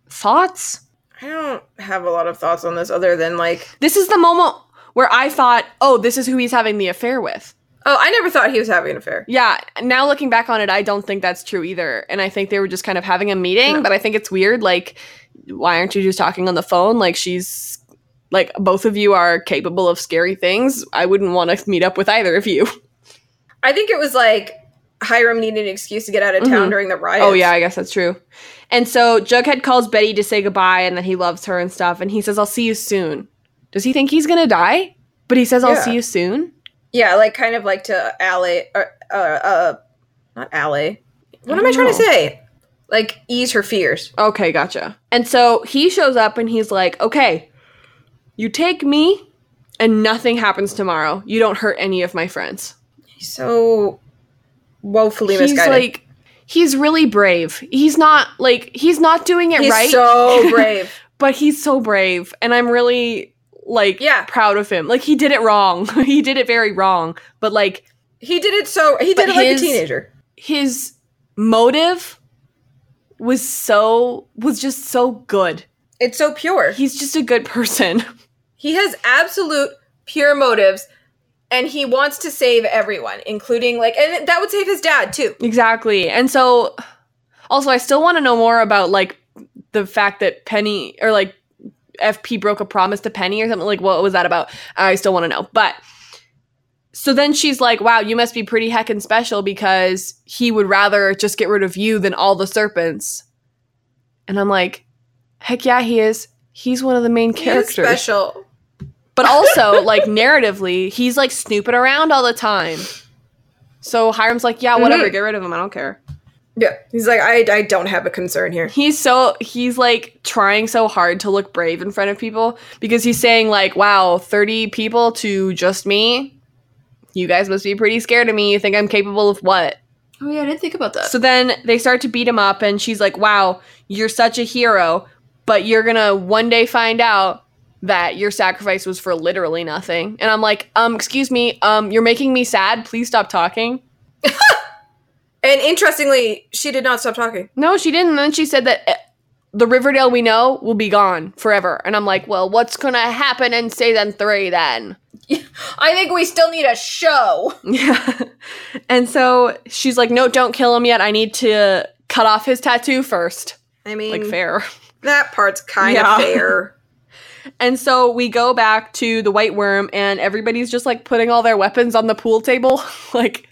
Thoughts? I don't have a lot of thoughts on this other than like, This is the moment where I thought, oh, this is who he's having the affair with. oh, I never thought he was having an affair. Yeah, now looking back on it, I don't think that's true either. And I think they were just kind of having a meeting, but I think it's weird. Like, why aren't you just talking on the phone? Like, she's like, both of you are capable of scary things. I wouldn't want to meet up with either of you. I think it was like Hiram needed an excuse to get out of town Mhm. during the riots. Oh yeah, I guess that's true. And so Jughead calls Betty to say goodbye and that he loves her and stuff and he says I'll see you soon. Does he think he's going to die? But he says I'll Yeah. see you soon. Yeah, like kind of like to alley or uh, uh not alley. What am I don't trying to know. say? Like ease her fears. Okay, gotcha. And so he shows up and he's like, "Okay, you take me and nothing happens tomorrow. You don't hurt any of my friends." He's so woefully he's misguided. like he's really brave. He's not like he's not doing it he's right. so brave. but he's so brave and i'm really like Yeah. proud of him like he did it wrong he did it very wrong but like He did it so he But did it like a his- teenager. his motive was so was just so good It's so pure. He, he's just a good person has absolute pure motives and he wants to save everyone, including like and that would save his dad too. exactly and so also i still want to know more about like the fact that penny or like fp broke a promise to penny or something like what was that about i still want to know but so then she's like wow you must be pretty heckin' special because he would rather just get rid of you than all the serpents and i'm like heck yeah he is he's one of the main He is characters special. but also, like narratively, he's like snooping around all the time. So Hiram's like, yeah, whatever, Mhm. get rid of him. I don't care. Yeah. He's like, I I don't have a concern here. He's so he's like trying so hard to look brave in front of people because he's saying like, wow, thirty people to just me. You guys must be pretty scared of me. You think I'm capable of what? Oh yeah, I didn't think about that. So then they start to beat him up, and she's like, wow, you're such a hero, but you're gonna one day find out that your sacrifice was for literally nothing. And I'm like, um, excuse me, um, you're making me sad. Please stop talking. And interestingly, she did not stop talking. No, she didn't. And then she said that eh, the Riverdale we know will be gone forever. And I'm like, well, what's gonna happen in season three then? I think we still need a show. Yeah. and so she's like, no, don't kill him yet. I need to cut off his tattoo first. I mean, Like, fair. that part's kind Yeah. of fair. And so we go back to the White Worm, and everybody's just like putting all their weapons on the pool table, like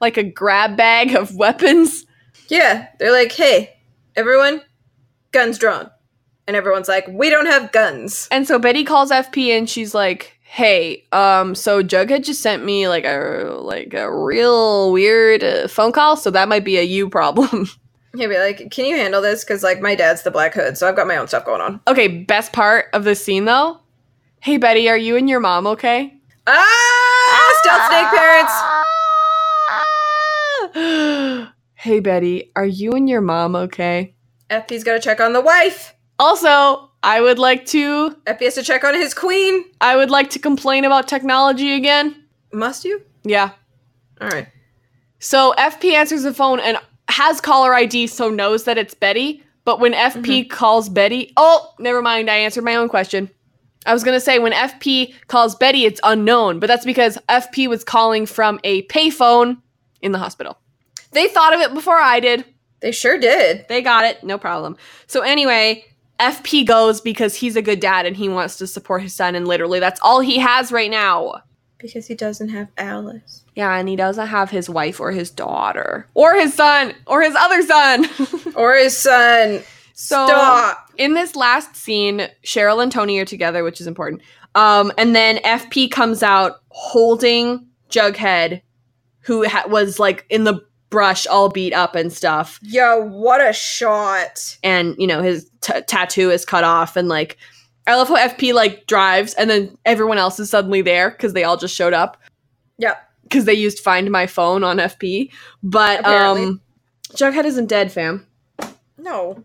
like a grab bag of weapons. Yeah, they're like, hey, everyone, guns drawn. And everyone's like, we don't have guns. And so Betty calls FP, and she's like, "Hey, um, so Jughead just sent me like a like a real weird uh, phone call, so that might be a you problem." He'd be like, can you handle this? Because, like, my dad's the Black Hood, so I've got my own stuff going on. okay, best part of this scene though. Hey Betty, are you and your mom okay? Ah! Ah. Stealth snake parents! hey Betty, are you and your mom okay? FP's got to check on the wife. Also, I would like to Epi has to check on his queen. I would like to complain about technology again. Must you? Yeah. All right. So FP answers the phone and has caller ID, so knows that it's Betty. But when FP calls Betty, oh, never mind. I answered my own question. I was gonna say when FP calls Betty, it's unknown, but that's because FP was calling from a payphone in the hospital. They thought of it before I did. They sure did. They got it, no problem. So anyway, FP goes because he's a good dad and he wants to support his son, and literally that's all he has right now. Because he doesn't have Alice. Yeah, and he doesn't have his wife or his daughter or his son or his other son. Or his son. so Stop. in this last scene, Cheryl and Tony are together, which is important. Um, and then FP comes out holding Jughead, who ha- was like in the brush, all beat up and stuff. Yo, what a shot. And you know his t- tattoo is cut off, and like I love how FP like drives, and then everyone else is suddenly there because they all just showed up Yep. because they used Find My Phone on FP. But um, Jughead isn't dead, fam. No.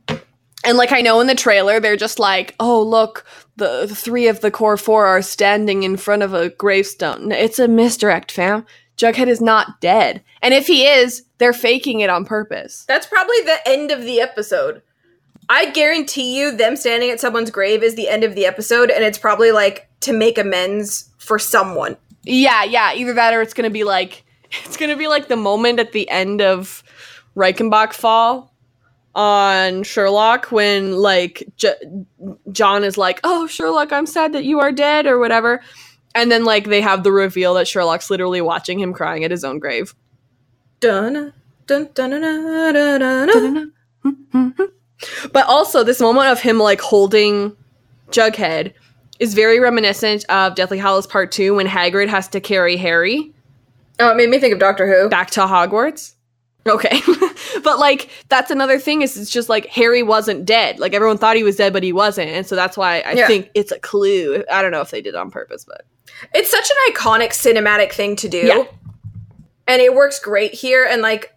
And like I know in the trailer, they're just like, "Oh, look, the, the three of the core four are standing in front of a gravestone." No, It's a misdirect, fam. Jughead is not dead, and if he is, they're faking it on purpose. That's probably the end of the episode. I guarantee you, them standing at someone's grave is the end of the episode, and it's probably like to make amends for someone. Yeah, yeah. Either that, or it's gonna be like it's gonna be like the moment at the end of Reichenbach Fall on Sherlock when like J- John is like, "Oh, Sherlock, I'm sad that you are dead," or whatever, and then like they have the reveal that Sherlock's literally watching him crying at his own grave. Dun dun dun dun dun dun. dun. But also, this moment of him like holding Jughead is very reminiscent of Deathly Hallows Part Two when Hagrid has to carry Harry. Oh, it made me think of Doctor Who. back to Hogwarts. Okay. but like that's another thing is it's just like Harry wasn't dead. Like everyone thought he was dead but he wasn't. And so that's why I Yeah. think it's a clue. I don't know if they did it on purpose, but It's such an iconic cinematic thing to do. Yeah. And it works great here. And like,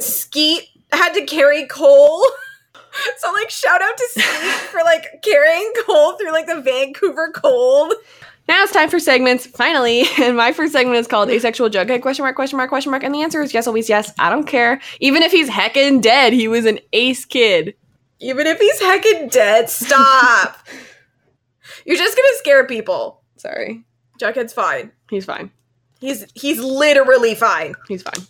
Skeet had to carry Cole. so, like, shout out to Skeet for like carrying Cole through like the Vancouver cold. now it's time for segments finally. And my first segment is called Asexual Jughead question mark question mark question mark and the answer is yes always yes. I don't care. Even if he's heckin' dead, he was an ace kid. Even if he's heckin' dead, stop. You're just gonna scare people. Sorry. Jughead's fine. He's fine. He's he's literally fine. He's fine.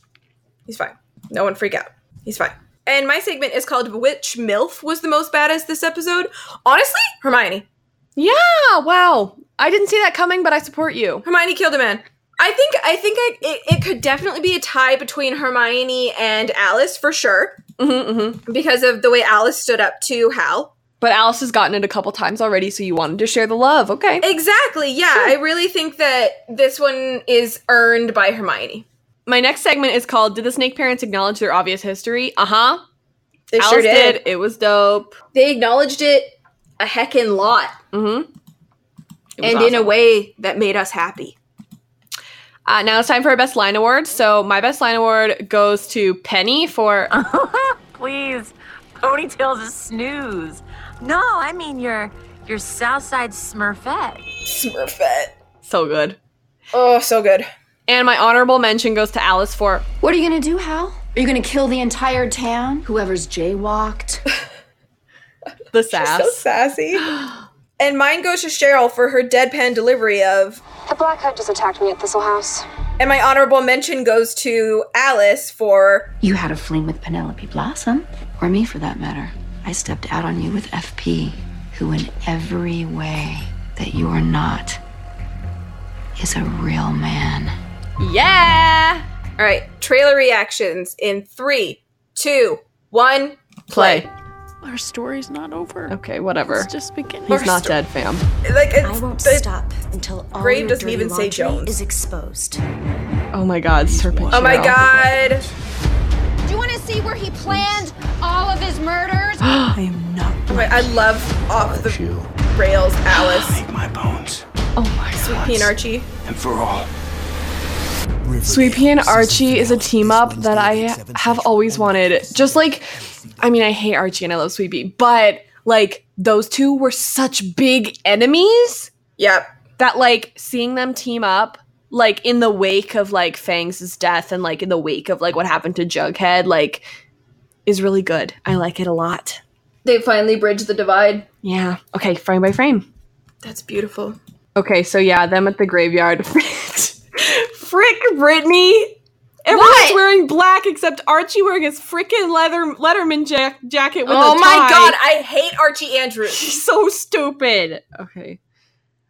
He's fine. No one freak out. He's fine. And my segment is called Which MILF was the most badass this episode? Honestly, Hermione. Yeah, wow. I didn't see that coming, but I support you. Hermione killed a man. I think I think I, it, it could definitely be a tie between Hermione and Alice for sure Mm-hmm, mm-hmm. because of the way Alice stood up to Hal. But Alice has gotten it a couple times already, so you wanted to share the love. Okay. Exactly. Yeah, Sure. I really think that this one is earned by Hermione. My next segment is called Did the Snake Parents Acknowledge Their Obvious History? Uh huh. They Alice It was dope. They acknowledged it a heckin' lot, Mm hmm. and in a way that made us happy. uh, now it's time for our best line award. So my best line award goes to Penny for Please, ponytail's a snooze. No, I mean your your Southside Smurfette. Smurfette. so good, Oh, so good. and my honorable mention goes to Alice for What are you gonna do, Hal? Are you gonna kill the entire town? Whoever's jaywalked? the sass. So sassy. And mine goes to Cheryl for her deadpan delivery of The Black Hood just attacked me at Thistle House. And my honorable mention goes to Alice for You had a fling with Penelope Blossom, or me for that matter. I stepped out on you with FP, who, in every way that you are not, is a real man. yeah, all right trailer reactions in three, two, one. play. Our story's not over. Okay, whatever. It's just beginning. He's not dead, fam. Like it's, I won't the- stop until all grave your doesn't dirty even say laundry Jones. is exposed. Oh my God, Serpent. Oh my Cheryl. god! Do you want to see where he planned all of his murders? Wait, I love off the rails Alice. Take my bones, Sweet Pea and Archie. and for all. Sweet Pea and Archie is a team up that I have always wanted. Just like, I mean, I hate Archie and I love Sweet Pea, but like those two were such big enemies Yep. that like seeing them team up like in the wake of like Fangs' death and like in the wake of like what happened to Jughead like is really good. I like it a lot. They finally bridged the divide. Yeah. Okay, frame by frame. That's beautiful. Okay, so yeah, them at the graveyard. Frick Brittany. Everyone's What? wearing black except Archie wearing his frickin' leather Letterman ja- jacket with oh a my tie. god, I hate Archie Andrews. She's so stupid. Okay.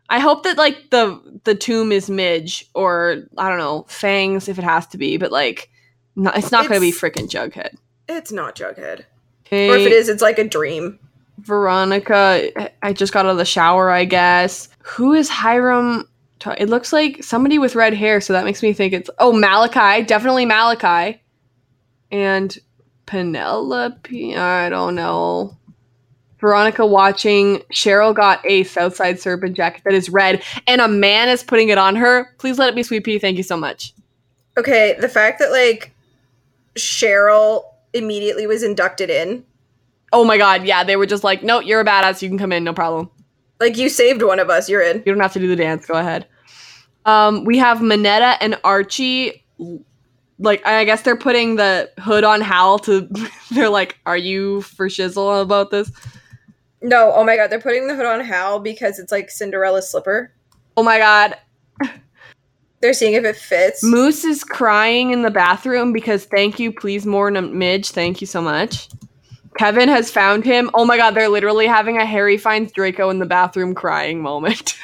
I hope that like the the tomb is Midge or I don't know Fangs if it has to be, but like, no, it's not gonna be It's- frickin' Jughead. It's not Jughead. Okay. Or if it is, it's like a dream. Veronica, I- I just got out of the shower, I guess. Who is Hiram? ta- It looks like somebody with red hair, so that makes me think it's oh Malachi, definitely Malachi, and Penelope. I don't know. Veronica watching Cheryl got a Southside Serpent jacket that is red, and a man is putting it on her. Please let it be Sweet Pea. Thank you so much. Okay, the fact that like Cheryl immediately was inducted in. Oh my God, yeah, they were just like, no, you're a badass. You can come in, no problem. Like you saved one of us, you're in. You don't have to do the dance. Go ahead. Um, we have Minetta and Archie. Like, I guess they're putting the hood on Hal to. They're like, "Are you for shizzle about this?" No, oh my god, they're putting the hood on Hal because it's like Cinderella's slipper. Oh my god, They're seeing if it fits. Moose is crying in the bathroom because thank you, please more n- Midge. Thank you so much. Kevin has found him. Oh my god, they're literally having a Harry finds Draco in the bathroom crying moment.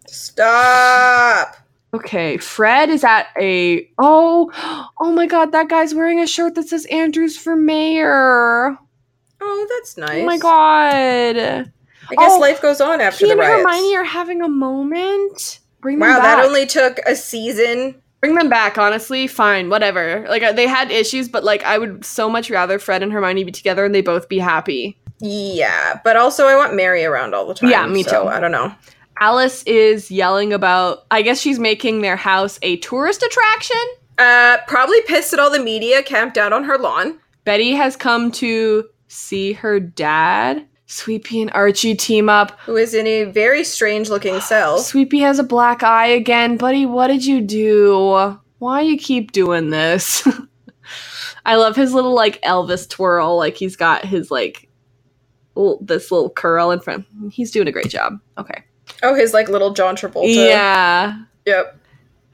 Stop. Okay, Fred is at a oh oh my god, that guy's wearing a shirt that says Andrews for mayor. Oh, that's nice. Oh my god. I guess Oh, life goes on after He the and riots. Hermione are having a moment. Bring them wow, back. that only took a season. Bring them back, honestly. Fine, whatever. Like uh, they had issues, but like I would so much rather Fred and Hermione be together and they both be happy. Yeah, but also I want Mary around all the time. Yeah, me so too. I don't know. Alice is yelling about I guess she's making their house a tourist attraction. Uh, probably pissed at all the media camped out on her lawn. Betty has come to see her dad. Sweet Pea and Archie team up. who is in a very strange looking cell. Sweepy has a black eye again. Buddy, what did you do? Why you keep doing this? I love his little like Elvis twirl. Like he's got his like l- this little curl in front. He's doing a great job. Okay. Oh, his like little John Travolta. Yeah. Yep.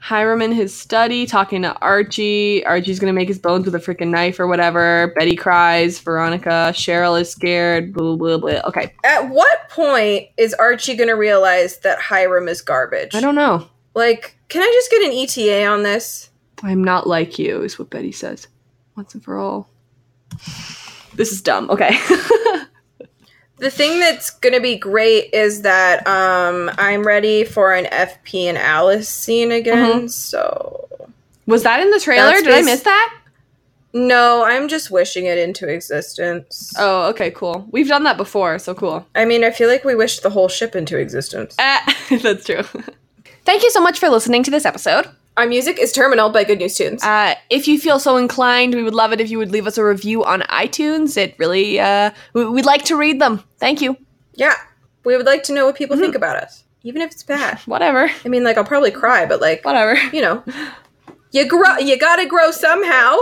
Hiram in his study talking to Archie. Archie's gonna make his bones with a freaking knife or whatever. Betty cries. Veronica. Cheryl is scared. Blah blah blah. Okay. At what point is Archie gonna realize that Hiram is garbage? I don't know. like. Can I just get an ETA on this? I'm not like you, is what Betty says. Once and for all. This is dumb. Okay. The thing that's gonna be great is that um I'm ready for an FP and Alice scene again. Mm-hmm. So Was that in the trailer? That's Did I bas- miss that? no, I'm just wishing it into existence. Oh, okay, cool. We've done that before, so cool. I mean, I feel like we wished the whole ship into existence. Eh, that's true. Thank you so much for listening to this episode. Our music is Terminal by Good News Tunes. Uh, if you feel so inclined, we would love it if you would leave us a review on iTunes. It really, uh, we- we'd like to read them. Thank you. Yeah. We would like to know what people think about us, even if it's bad. Whatever. I mean, like, I'll probably cry, but like, Whatever. you know, you grow, you gotta grow somehow.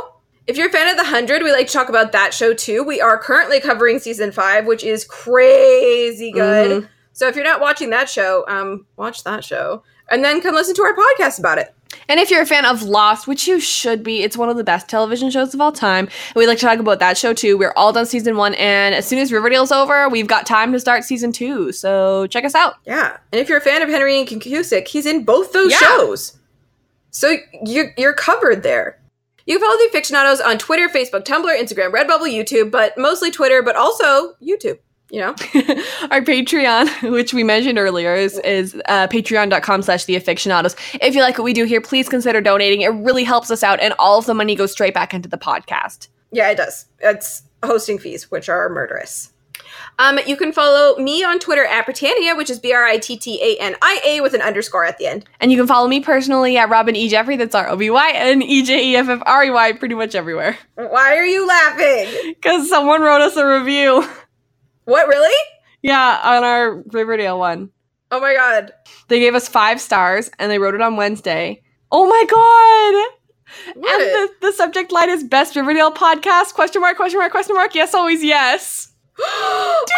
If you're a fan of The Hundred, we like to talk about that show too. We are currently covering season five, which is crazy good. So if you're not watching that show, um, watch that show and then come listen to our podcast about it. And if you're a fan of Lost, which you should be, it's one of the best television shows of all time. And we like to talk about that show too. We're all done season one, and as soon as Riverdale's over, we've got time to start season two. So check us out. Yeah, and if you're a fan of Henry and Cusick, he's in both those Yeah. shows, so you're you're covered there. You can follow the Fictionados on Twitter, Facebook, Tumblr, Instagram, Redbubble, YouTube, but mostly Twitter, but also YouTube. You know, Our Patreon, which we mentioned earlier, is, is uh, patreon.com slash the aficionados. If you like what we do here, please consider donating. It really helps us out, and all of the money goes straight back into the podcast. yeah, it does. It's hosting fees, which are murderous. Um, you can follow me on Twitter at Britannia, which is B R I T T A N I A with an underscore at the end. And you can follow me personally at Robin E. Jeffrey. That's R O B Y and E J E F F R E Y pretty much everywhere. Why are you laughing? Because someone wrote us a review. What really? Yeah, on our Riverdale one. Oh my god. They gave us five stars and they wrote it on Wednesday. Oh my god! What? And the, the subject line is best Riverdale podcast? Question mark, question mark, question mark. Yes, always yes. Dude!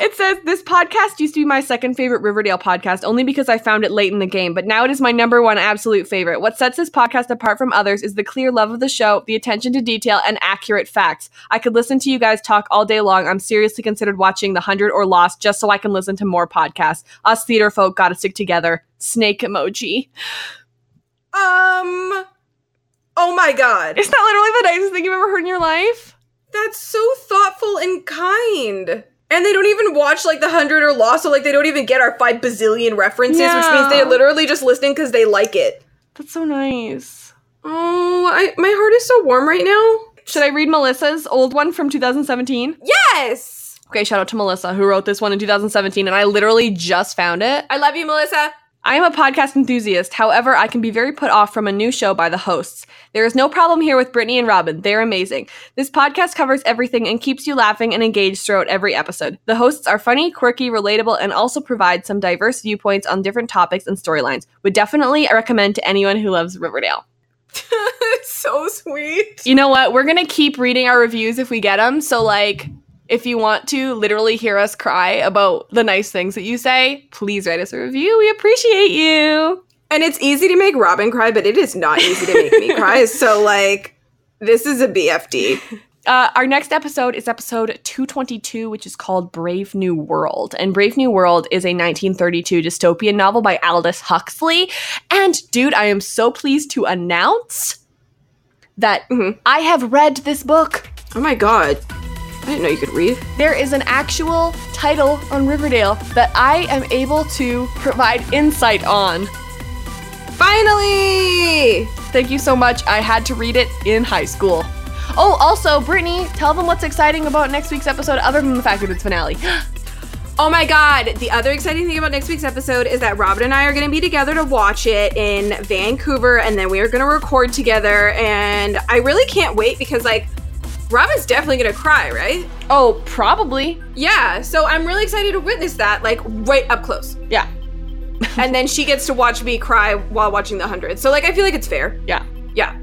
It says this podcast used to be my second favorite Riverdale podcast only because I found it late in the game, but now it is my number one absolute favorite. What sets this podcast apart from others is the clear love of the show, the attention to detail, and accurate facts. I could listen to you guys talk all day long. I'm seriously considered watching The 100 or Lost just so I can listen to more podcasts. Us theater folk gotta stick together. Snake emoji. Um. Oh my god. Isn't that literally the nicest thing you've ever heard in your life? That's so thoughtful and kind. And they don't even watch like the hundred or lost, so like they don't even get our five bazillion references, which means they're No. literally just listening because they like it. That's so nice. Oh, I, my heart is so warm right now. Should I read Melissa's old one from 2017? Yes. Okay, shout out to Melissa who wrote this one in 2017 and I literally just found it. I love you, Melissa. I am a podcast enthusiast. However, I can be very put off from a new show by the hosts. There is no problem here with Brittany and Robin. They're amazing. This podcast covers everything and keeps you laughing and engaged throughout every episode. The hosts are funny, quirky, relatable, and also provide some diverse viewpoints on different topics and storylines. Would definitely recommend to anyone who loves Riverdale. so sweet. You know what? We're going to keep reading our reviews if we get them. So, like, if you want to literally hear us cry about the nice things that you say, please write us a review. We appreciate you. And it's easy to make Robin cry, but it is not easy to make me cry. So like, this is a BFD. Uh, our next episode is episode 222, which is called Brave New World. And Brave New World is a 1932 dystopian novel by Aldous Huxley. And, dude, I am so pleased to announce that I have read this book. Oh my god. I didn't know you could read. There is an actual title on Riverdale that I am able to provide insight on. Finally! Thank you so much. I had to read it in high school. Oh, also, Brittany, tell them what's exciting about next week's episode other than the fact that it's finale. Oh my god, the other exciting thing about next week's episode is that Robin and I are going to be together to watch it in Vancouver and then we are going to record together and I really can't wait because like Robin's definitely going to cry, right? oh, probably. Yeah, so I'm really excited to witness that like right up close. Yeah. and then she gets to watch me cry while watching The 100. So like I feel like it's fair. Yeah. Yeah.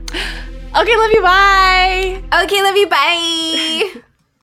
Okay, love you. Bye. Okay, love you. Bye.